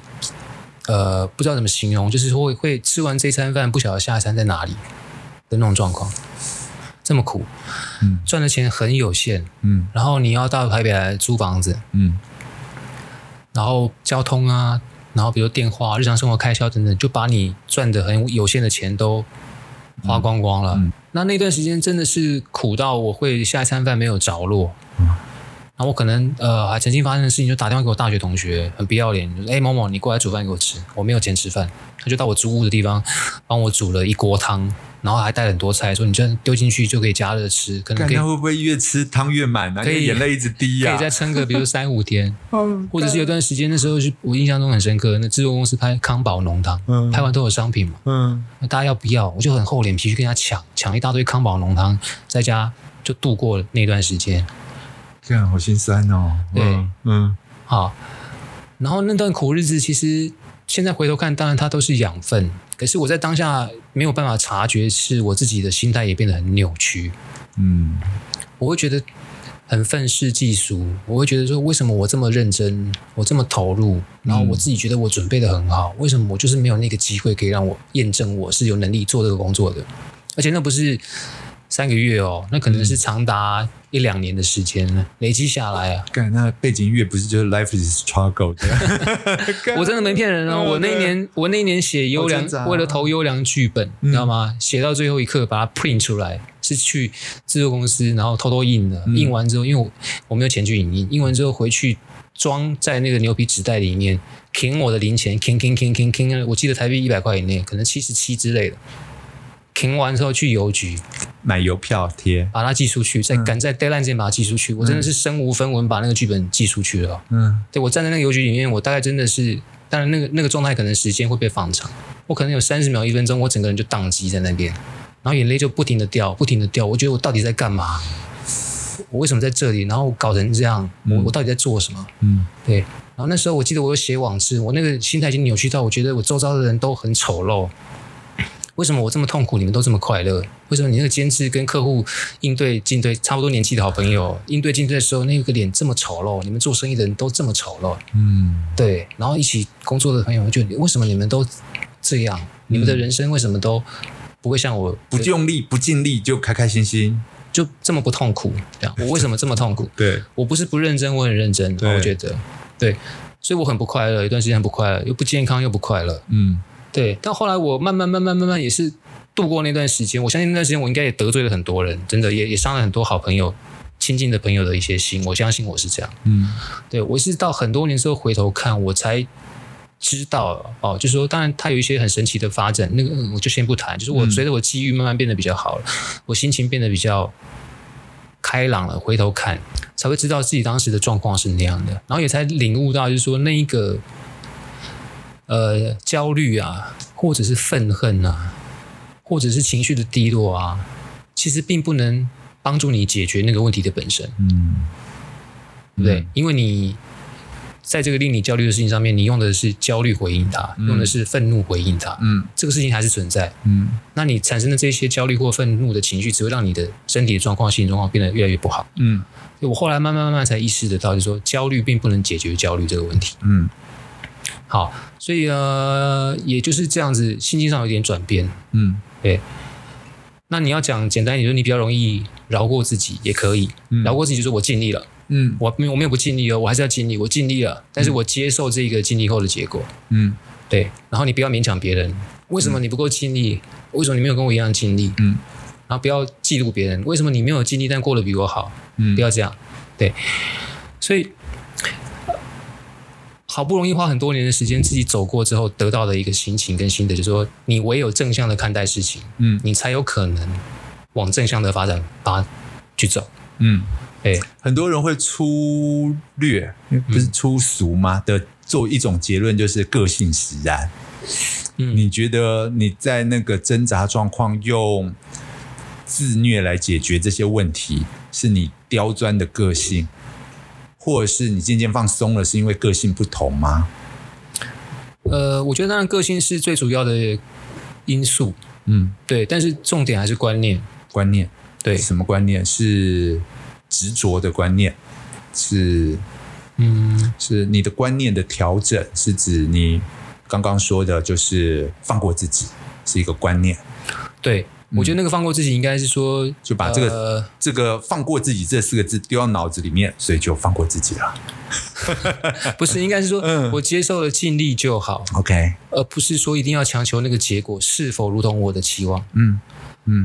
Speaker 2: 呃不知道怎么形容，就是会会吃完这餐饭不晓得下一餐在哪里的那种状况，这么苦，
Speaker 1: 嗯
Speaker 2: 赚的钱很有限，
Speaker 1: 嗯
Speaker 2: 然后你要到台北来租房子，
Speaker 1: 嗯
Speaker 2: 然后交通啊，然后比如电话、日常生活开销等等，就把你赚的很有限的钱都花光光了。
Speaker 1: 嗯嗯
Speaker 2: 那那段时间真的是苦到我会下一餐饭没有着落。然后我可能呃，还曾经发生的事情，就打电话给我大学同学，很不要脸，就说：“哎、某某，你过来煮饭给我吃，我没有钱吃饭。”他就到我租屋的地方，帮我煮了一锅汤，然后还带了很多菜，说：“你这样丢进去就可以加热吃，可能
Speaker 1: 看
Speaker 2: 嗯可以
Speaker 1: 他会不会越吃汤越满啊？
Speaker 2: 可以
Speaker 1: 因为眼泪一直滴
Speaker 2: 可
Speaker 1: 呀、
Speaker 2: 以再
Speaker 1: 啊。
Speaker 2: 撑个，比如三五天， 或者是有段时间，那时候是我印象中很深刻，那制作公司拍康宝浓汤，
Speaker 1: 嗯
Speaker 2: 拍完都有商品嘛，
Speaker 1: 嗯
Speaker 2: 那大家要不要？我就很厚脸皮去跟他抢，抢一大堆康宝浓汤，在家就度过了那段时间
Speaker 1: 这样好心酸哦。
Speaker 2: 对
Speaker 1: 嗯嗯
Speaker 2: 啊。然后那段苦日子，其实现在回头看，当然它都是养分，可是我在当下没有办法察觉，是我自己的心态也变得很扭曲。
Speaker 1: 嗯
Speaker 2: 我会觉得很愤世嫉俗，我会觉得说，为什么我这么认真，我这么投入，然后我自己觉得我准备的很好，为什么我就是没有那个机会可以让我验证我是有能力做这个工作的？而且那不是三个月哦，那可能是长达一两年的时间了，累积下来啊。
Speaker 1: 干，那背景音乐不是就是 Life is Struggle 的？ 干
Speaker 2: 我真的没骗人哦，
Speaker 1: 嗯对
Speaker 2: 我那一年我那一年写优良
Speaker 1: 好挣扎，啊嗯
Speaker 2: 为了投优良剧本，你知道吗？写到最后一刻把它 print 出来，是去制作公司，然后偷偷印
Speaker 1: 嗯
Speaker 2: 的。印完之后，因为我我没有钱去影印，印完之后回去装在那个牛皮纸袋里面，填我的零钱，填填填填填，我记得台币一百块以内，可能七十七之类的。填完之后去邮局
Speaker 1: 买邮票贴，
Speaker 2: 把它寄出去，
Speaker 1: 嗯
Speaker 2: 再赶在 deadline 之前把它寄出去。我真的是身无分文把那个剧本寄出去了哦。
Speaker 1: 嗯
Speaker 2: 对我站在那个邮局里面，我大概真的是，当然那个那个状态可能时间会被放长，我可能有三十秒、一分钟，我整个人就宕机在那边，然后眼泪就不停的掉，不停的掉。我觉得我到底在干嘛？我为什么在这里？然后我搞成这样，我我到底在做什么？
Speaker 1: 嗯
Speaker 2: 对。然后那时候我记得我有写网志，我那个心态已经扭曲到，我觉得我周遭的人都很丑陋。为什么我这么痛苦，你们都这么快乐？为什么你那个监制跟客户应对进退差不多年纪的好朋友，应对进退的时候那个脸这么丑陋？你们做生意的人都这么丑陋？
Speaker 1: 嗯
Speaker 2: 对，然后一起工作的朋友就觉得为什么你们都这样？你们的人生为什么都不会像我
Speaker 1: 不用力不尽力就开开心心，
Speaker 2: 就这么不痛苦？这样，我为什么这么痛苦？
Speaker 1: 对，
Speaker 2: 我不是不认真，我很认真，
Speaker 1: 对
Speaker 2: 我觉得对。所以我很不快乐，有一段时间很不快乐，又不健康又不快乐。
Speaker 1: 嗯，
Speaker 2: 对，但后来我慢慢慢慢慢慢也是度过那段时间，我相信那段时间我应该也得罪了很多人，真的也也伤了很多好朋友、亲近的朋友的一些心，我相信我是这样。
Speaker 1: 嗯，
Speaker 2: 对我是到很多年之后回头看，我才知道哦，就是说，当然它有一些很神奇的发展，那个嗯我就先不谈。就是我
Speaker 1: 嗯
Speaker 2: 随着我机遇慢慢变得比较好了，我心情变得比较开朗了，回头看才会知道自己当时的状况是那样的，然后也才领悟到，就是说那一个呃焦虑啊，或者是愤恨啊，或者是情绪的低落啊，其实并不能帮助你解决那个问题的本身。
Speaker 1: 嗯
Speaker 2: 对不对？因为你在这个令你焦虑的事情上面，你用的是焦虑回应它，用的是愤怒回应它，
Speaker 1: 嗯
Speaker 2: 这个事情还是存在。
Speaker 1: 嗯
Speaker 2: 那你产生的这些焦虑或愤怒的情绪，只会让你的身体的状况、心理状况变得越来越不好。
Speaker 1: 嗯
Speaker 2: 所以我后来慢慢慢慢才意识得到，就是说焦虑并不能解决焦虑这个问题。
Speaker 1: 嗯
Speaker 2: 好，所以呃，也就是这样子，心境上有点转变。
Speaker 1: 嗯
Speaker 2: 对，那你要讲简单一点，就是你比较容易饶过自己也可以，饶过自己就是我尽力了。
Speaker 1: 嗯
Speaker 2: 我没有我没有不尽力哦，我还是要尽力，我尽力了，但是我接受这个尽力后的结果，
Speaker 1: 嗯
Speaker 2: 对。然后你不要勉强别人，为什么你不够尽力？为什么你没有跟我一样尽力？
Speaker 1: 嗯，
Speaker 2: 然后不要嫉妒别人，为什么你没有尽力但过得比我好？
Speaker 1: 嗯
Speaker 2: 不要这样，对。所以好不容易花很多年的时间自己走过之后得到的一个心情跟心得，就是说你唯有正向的看待事情，
Speaker 1: 嗯
Speaker 2: 你才有可能往正向的发展发去走，
Speaker 1: 嗯，
Speaker 2: 对。
Speaker 1: 很多人会粗略，
Speaker 2: 嗯
Speaker 1: 不是粗俗吗？的做一种结论就是个性使然。
Speaker 2: 嗯
Speaker 1: 你觉得你在那个挣扎状况用自虐来解决这些问题，是你刁钻的个性，或者是你渐渐放松了，是因为个性不同吗？
Speaker 2: 呃，我觉得当然个性是最主要的因素，
Speaker 1: 嗯，
Speaker 2: 对，但是重点还是观念，
Speaker 1: 观念
Speaker 2: 对，
Speaker 1: 什么观念？是执着的观念，是
Speaker 2: 嗯，
Speaker 1: 是你的观念的调整，是指你刚刚说的，就是放过自己，是一个观念，
Speaker 2: 对，我觉得那个放过自己应该是说，
Speaker 1: 嗯就把这个、
Speaker 2: 呃
Speaker 1: 这个放过自己这四个字丢到脑子里面，所以就放过自己了。
Speaker 2: 呃不是，应该是说
Speaker 1: 嗯
Speaker 2: 我接受了尽力就好，
Speaker 1: OK，
Speaker 2: 而不是说一定要强求那个结果是否如同我的期望。
Speaker 1: 嗯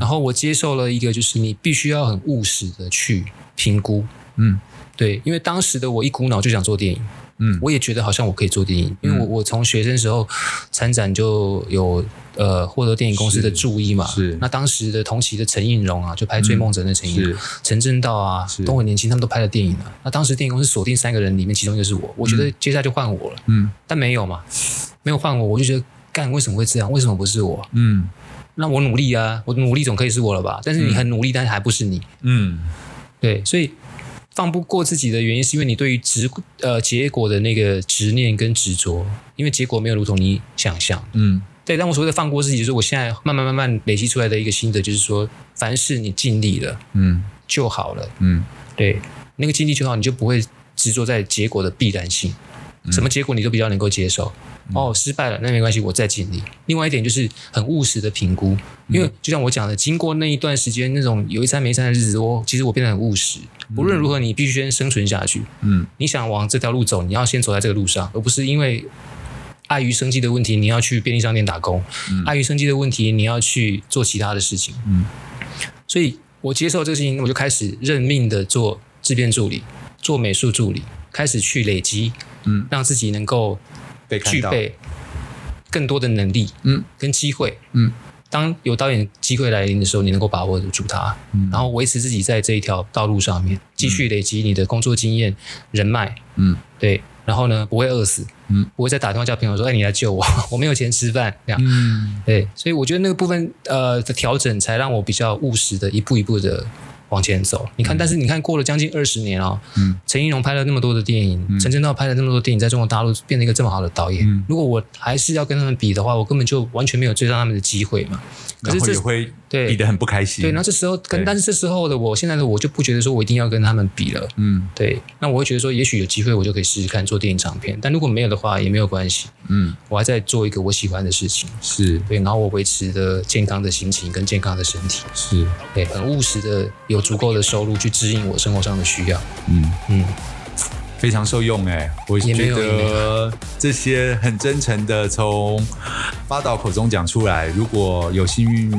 Speaker 2: 然后我接受了一个，就是你必须要很务实的去评估，
Speaker 1: 嗯
Speaker 2: 对，因为当时的我一股脑就想做电影，
Speaker 1: 嗯
Speaker 2: 我也觉得好像我可以做电影，因为我我从学生时候参展就有呃获得电影公司的
Speaker 1: 是
Speaker 2: 注意嘛，
Speaker 1: 是
Speaker 2: 那当时的同期的陈映蓉啊，就拍《追梦者》的陈映蓉
Speaker 1: 是，
Speaker 2: 陈正道啊
Speaker 1: 是，
Speaker 2: 都很年轻，他们都拍了电影啊。那当时电影公司锁定三个人里面，其中一个是我，我觉得接下来就换我了，
Speaker 1: 嗯
Speaker 2: 但没有嘛，没有换我，我就觉得干为什么会这样？为什么不是我？
Speaker 1: 嗯
Speaker 2: 那我努力啊，我努力总可以是我了吧？但是你很努力，但是还不是你，
Speaker 1: 嗯
Speaker 2: 对，所以放不过自己的原因，是因为你对于执呃结果的那个执念跟执着，因为结果没有如同你想象。
Speaker 1: 嗯
Speaker 2: 对，但我所谓的放过自己，就是我现在慢慢慢慢累积出来的一个心得，就是说，凡事你尽力了
Speaker 1: 嗯
Speaker 2: 就好了。
Speaker 1: 嗯
Speaker 2: 对，那个尽力就好，你就不会执着在结果的必然性，什么结果你都比较能够接受。哦，失败了，那没关系，我再尽力。另外一点就是很务实的评估，因为就像我讲的，经过那一段时间那种有一餐没一餐的日子，我其实我变得很务实。不论如何，你必须先生存下去。
Speaker 1: 嗯，
Speaker 2: 你想往这条路走，你要先走在这个路上，而不是因为碍于生计的问题，你要去便利商店打工；碍于生计的问题，你要去做其他的事情。
Speaker 1: 嗯，
Speaker 2: 所以我接受这个事情，我就开始认命的做制片助理，做美术助理，开始去累积，
Speaker 1: 嗯，
Speaker 2: 让自己能够
Speaker 1: 被
Speaker 2: 具
Speaker 1: 看到，
Speaker 2: 备更多的能力，
Speaker 1: 嗯，
Speaker 2: 跟机会，
Speaker 1: 嗯。
Speaker 2: 当有导演机会来临的时候，你能够把握得住它，
Speaker 1: 嗯
Speaker 2: 然后维持自己在这一条道路上面，继续累积你的工作经验、人脉，
Speaker 1: 嗯，
Speaker 2: 对，然后呢，不会饿死，
Speaker 1: 嗯，
Speaker 2: 不会再打电话叫朋友说，哎，你来救我， 我没有钱吃饭，这样，
Speaker 1: 嗯
Speaker 2: 对，所以我觉得那个部分呃的调整，才让我比较务实的一步一步的往前走。你看，但是你看，过了将近二十年哦，
Speaker 1: 嗯
Speaker 2: 陈映蓉拍了那么多的电影，陈正道拍了那么多电影，在中国大陆变成一个这么好的导演，
Speaker 1: 嗯
Speaker 2: 如果我还是要跟他们比的话，我根本就完全没有追上他们的机会嘛。可是
Speaker 1: 然后
Speaker 2: 这
Speaker 1: 也会
Speaker 2: 对
Speaker 1: 比得很不开心。
Speaker 2: 对，那这时候跟
Speaker 1: 对
Speaker 2: 但是这时候的我，现在的我就不觉得说我一定要跟他们比了。
Speaker 1: 嗯
Speaker 2: 对，那我会觉得说，也许有机会我就可以试试看做电影长片，但如果没有的话也没有关系，
Speaker 1: 嗯
Speaker 2: 我还在做一个我喜欢的事情。
Speaker 1: 是
Speaker 2: 对，然后我维持的健康的心情跟健康的身体，
Speaker 1: 是
Speaker 2: 对，很务实的，有足够的收入去指引我生活上的需要。
Speaker 1: 嗯
Speaker 2: 嗯，
Speaker 1: 非常受用哎、我
Speaker 2: 也没
Speaker 1: 觉
Speaker 2: 有也没
Speaker 1: 得这些很真诚的从八岛口中讲出来，如果有幸运，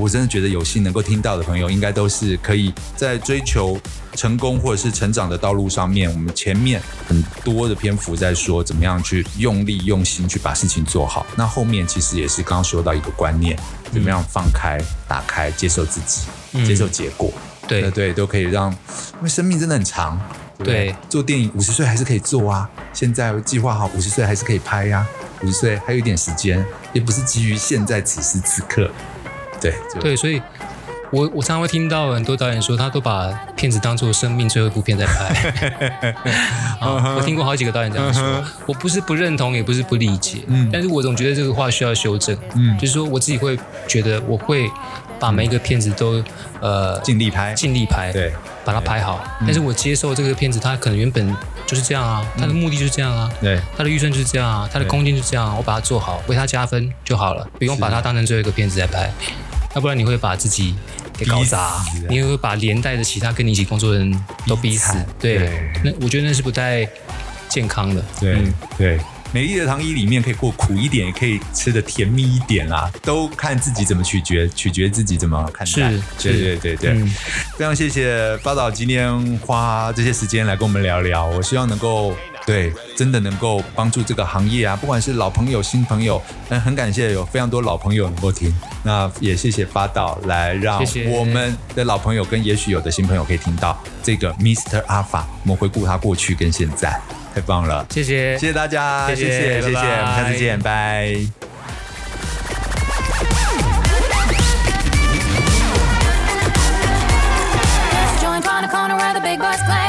Speaker 1: 我真的觉得有幸能够听到的朋友，应该都是可以在追求成功或者是成长的道路上面，我们前面很多的篇幅在说怎么样去用力用心去把事情做好，那后面其实也是刚刚说到一个观念，怎么样放开、打开、接受自己、接受结果。
Speaker 2: 对
Speaker 1: 对对，都可以让，因为生命真的很长。对不
Speaker 2: 对
Speaker 1: 做电影五十岁还是可以做啊，现在计划好五十岁还是可以拍呀、五十岁还有一点时间，也不是基于现在此时此刻。对就
Speaker 2: 对，所以我我常常会听到很多导演说，他都把片子当做生命最后一部片在拍。啊我听过好几个导演这样说，我不是不认同，也不是不理解，但是我总觉得这个话需要修正。就是说我自己会觉得，我会把每一个片子都呃
Speaker 1: 尽力拍，
Speaker 2: 尽力拍，
Speaker 1: 对，嗯
Speaker 2: 把它拍好。但是我接受这个片子，它可能原本就是这样啊，它的目的就是这样啊，
Speaker 1: 对
Speaker 2: 它的预算就是这样啊，它的空间就是这样啊、我把它做好，为它加分就好了，不用把它当成最后一个片子来拍，要不然你会把自己给搞砸
Speaker 1: 逼死，
Speaker 2: 你也会把连带着其他跟你一起工作的人都逼死
Speaker 1: 啊惨。
Speaker 2: 对，
Speaker 1: 对
Speaker 2: 那我觉得那是不太健康的。
Speaker 1: 对、
Speaker 2: 嗯
Speaker 1: 对。美丽的糖衣里面可以过苦一点，也可以吃的甜蜜一点啦，都看自己怎么取决，取决自己怎么看待
Speaker 2: 是。
Speaker 1: 对
Speaker 2: 是
Speaker 1: 对对对。
Speaker 2: 嗯
Speaker 1: 非常谢谢八岛今天花这些时间来跟我们聊聊，我希望能够对真的能够帮助这个行业啊，不管是老朋友、新朋友，但很感谢有非常多老朋友能够听，那也谢谢八岛来让
Speaker 2: 谢谢
Speaker 1: 我们的老朋友跟也许有的新朋友可以听到这个 Mr. Alpha，我们回顾他过去跟现在，太棒了，
Speaker 2: 谢谢，
Speaker 1: 谢谢大家，
Speaker 2: 谢谢
Speaker 1: 谢谢，谢
Speaker 2: 拜
Speaker 1: 谢，
Speaker 2: 拜
Speaker 1: 我们下次见，拜。
Speaker 6: Joint on the corner where the big boys play.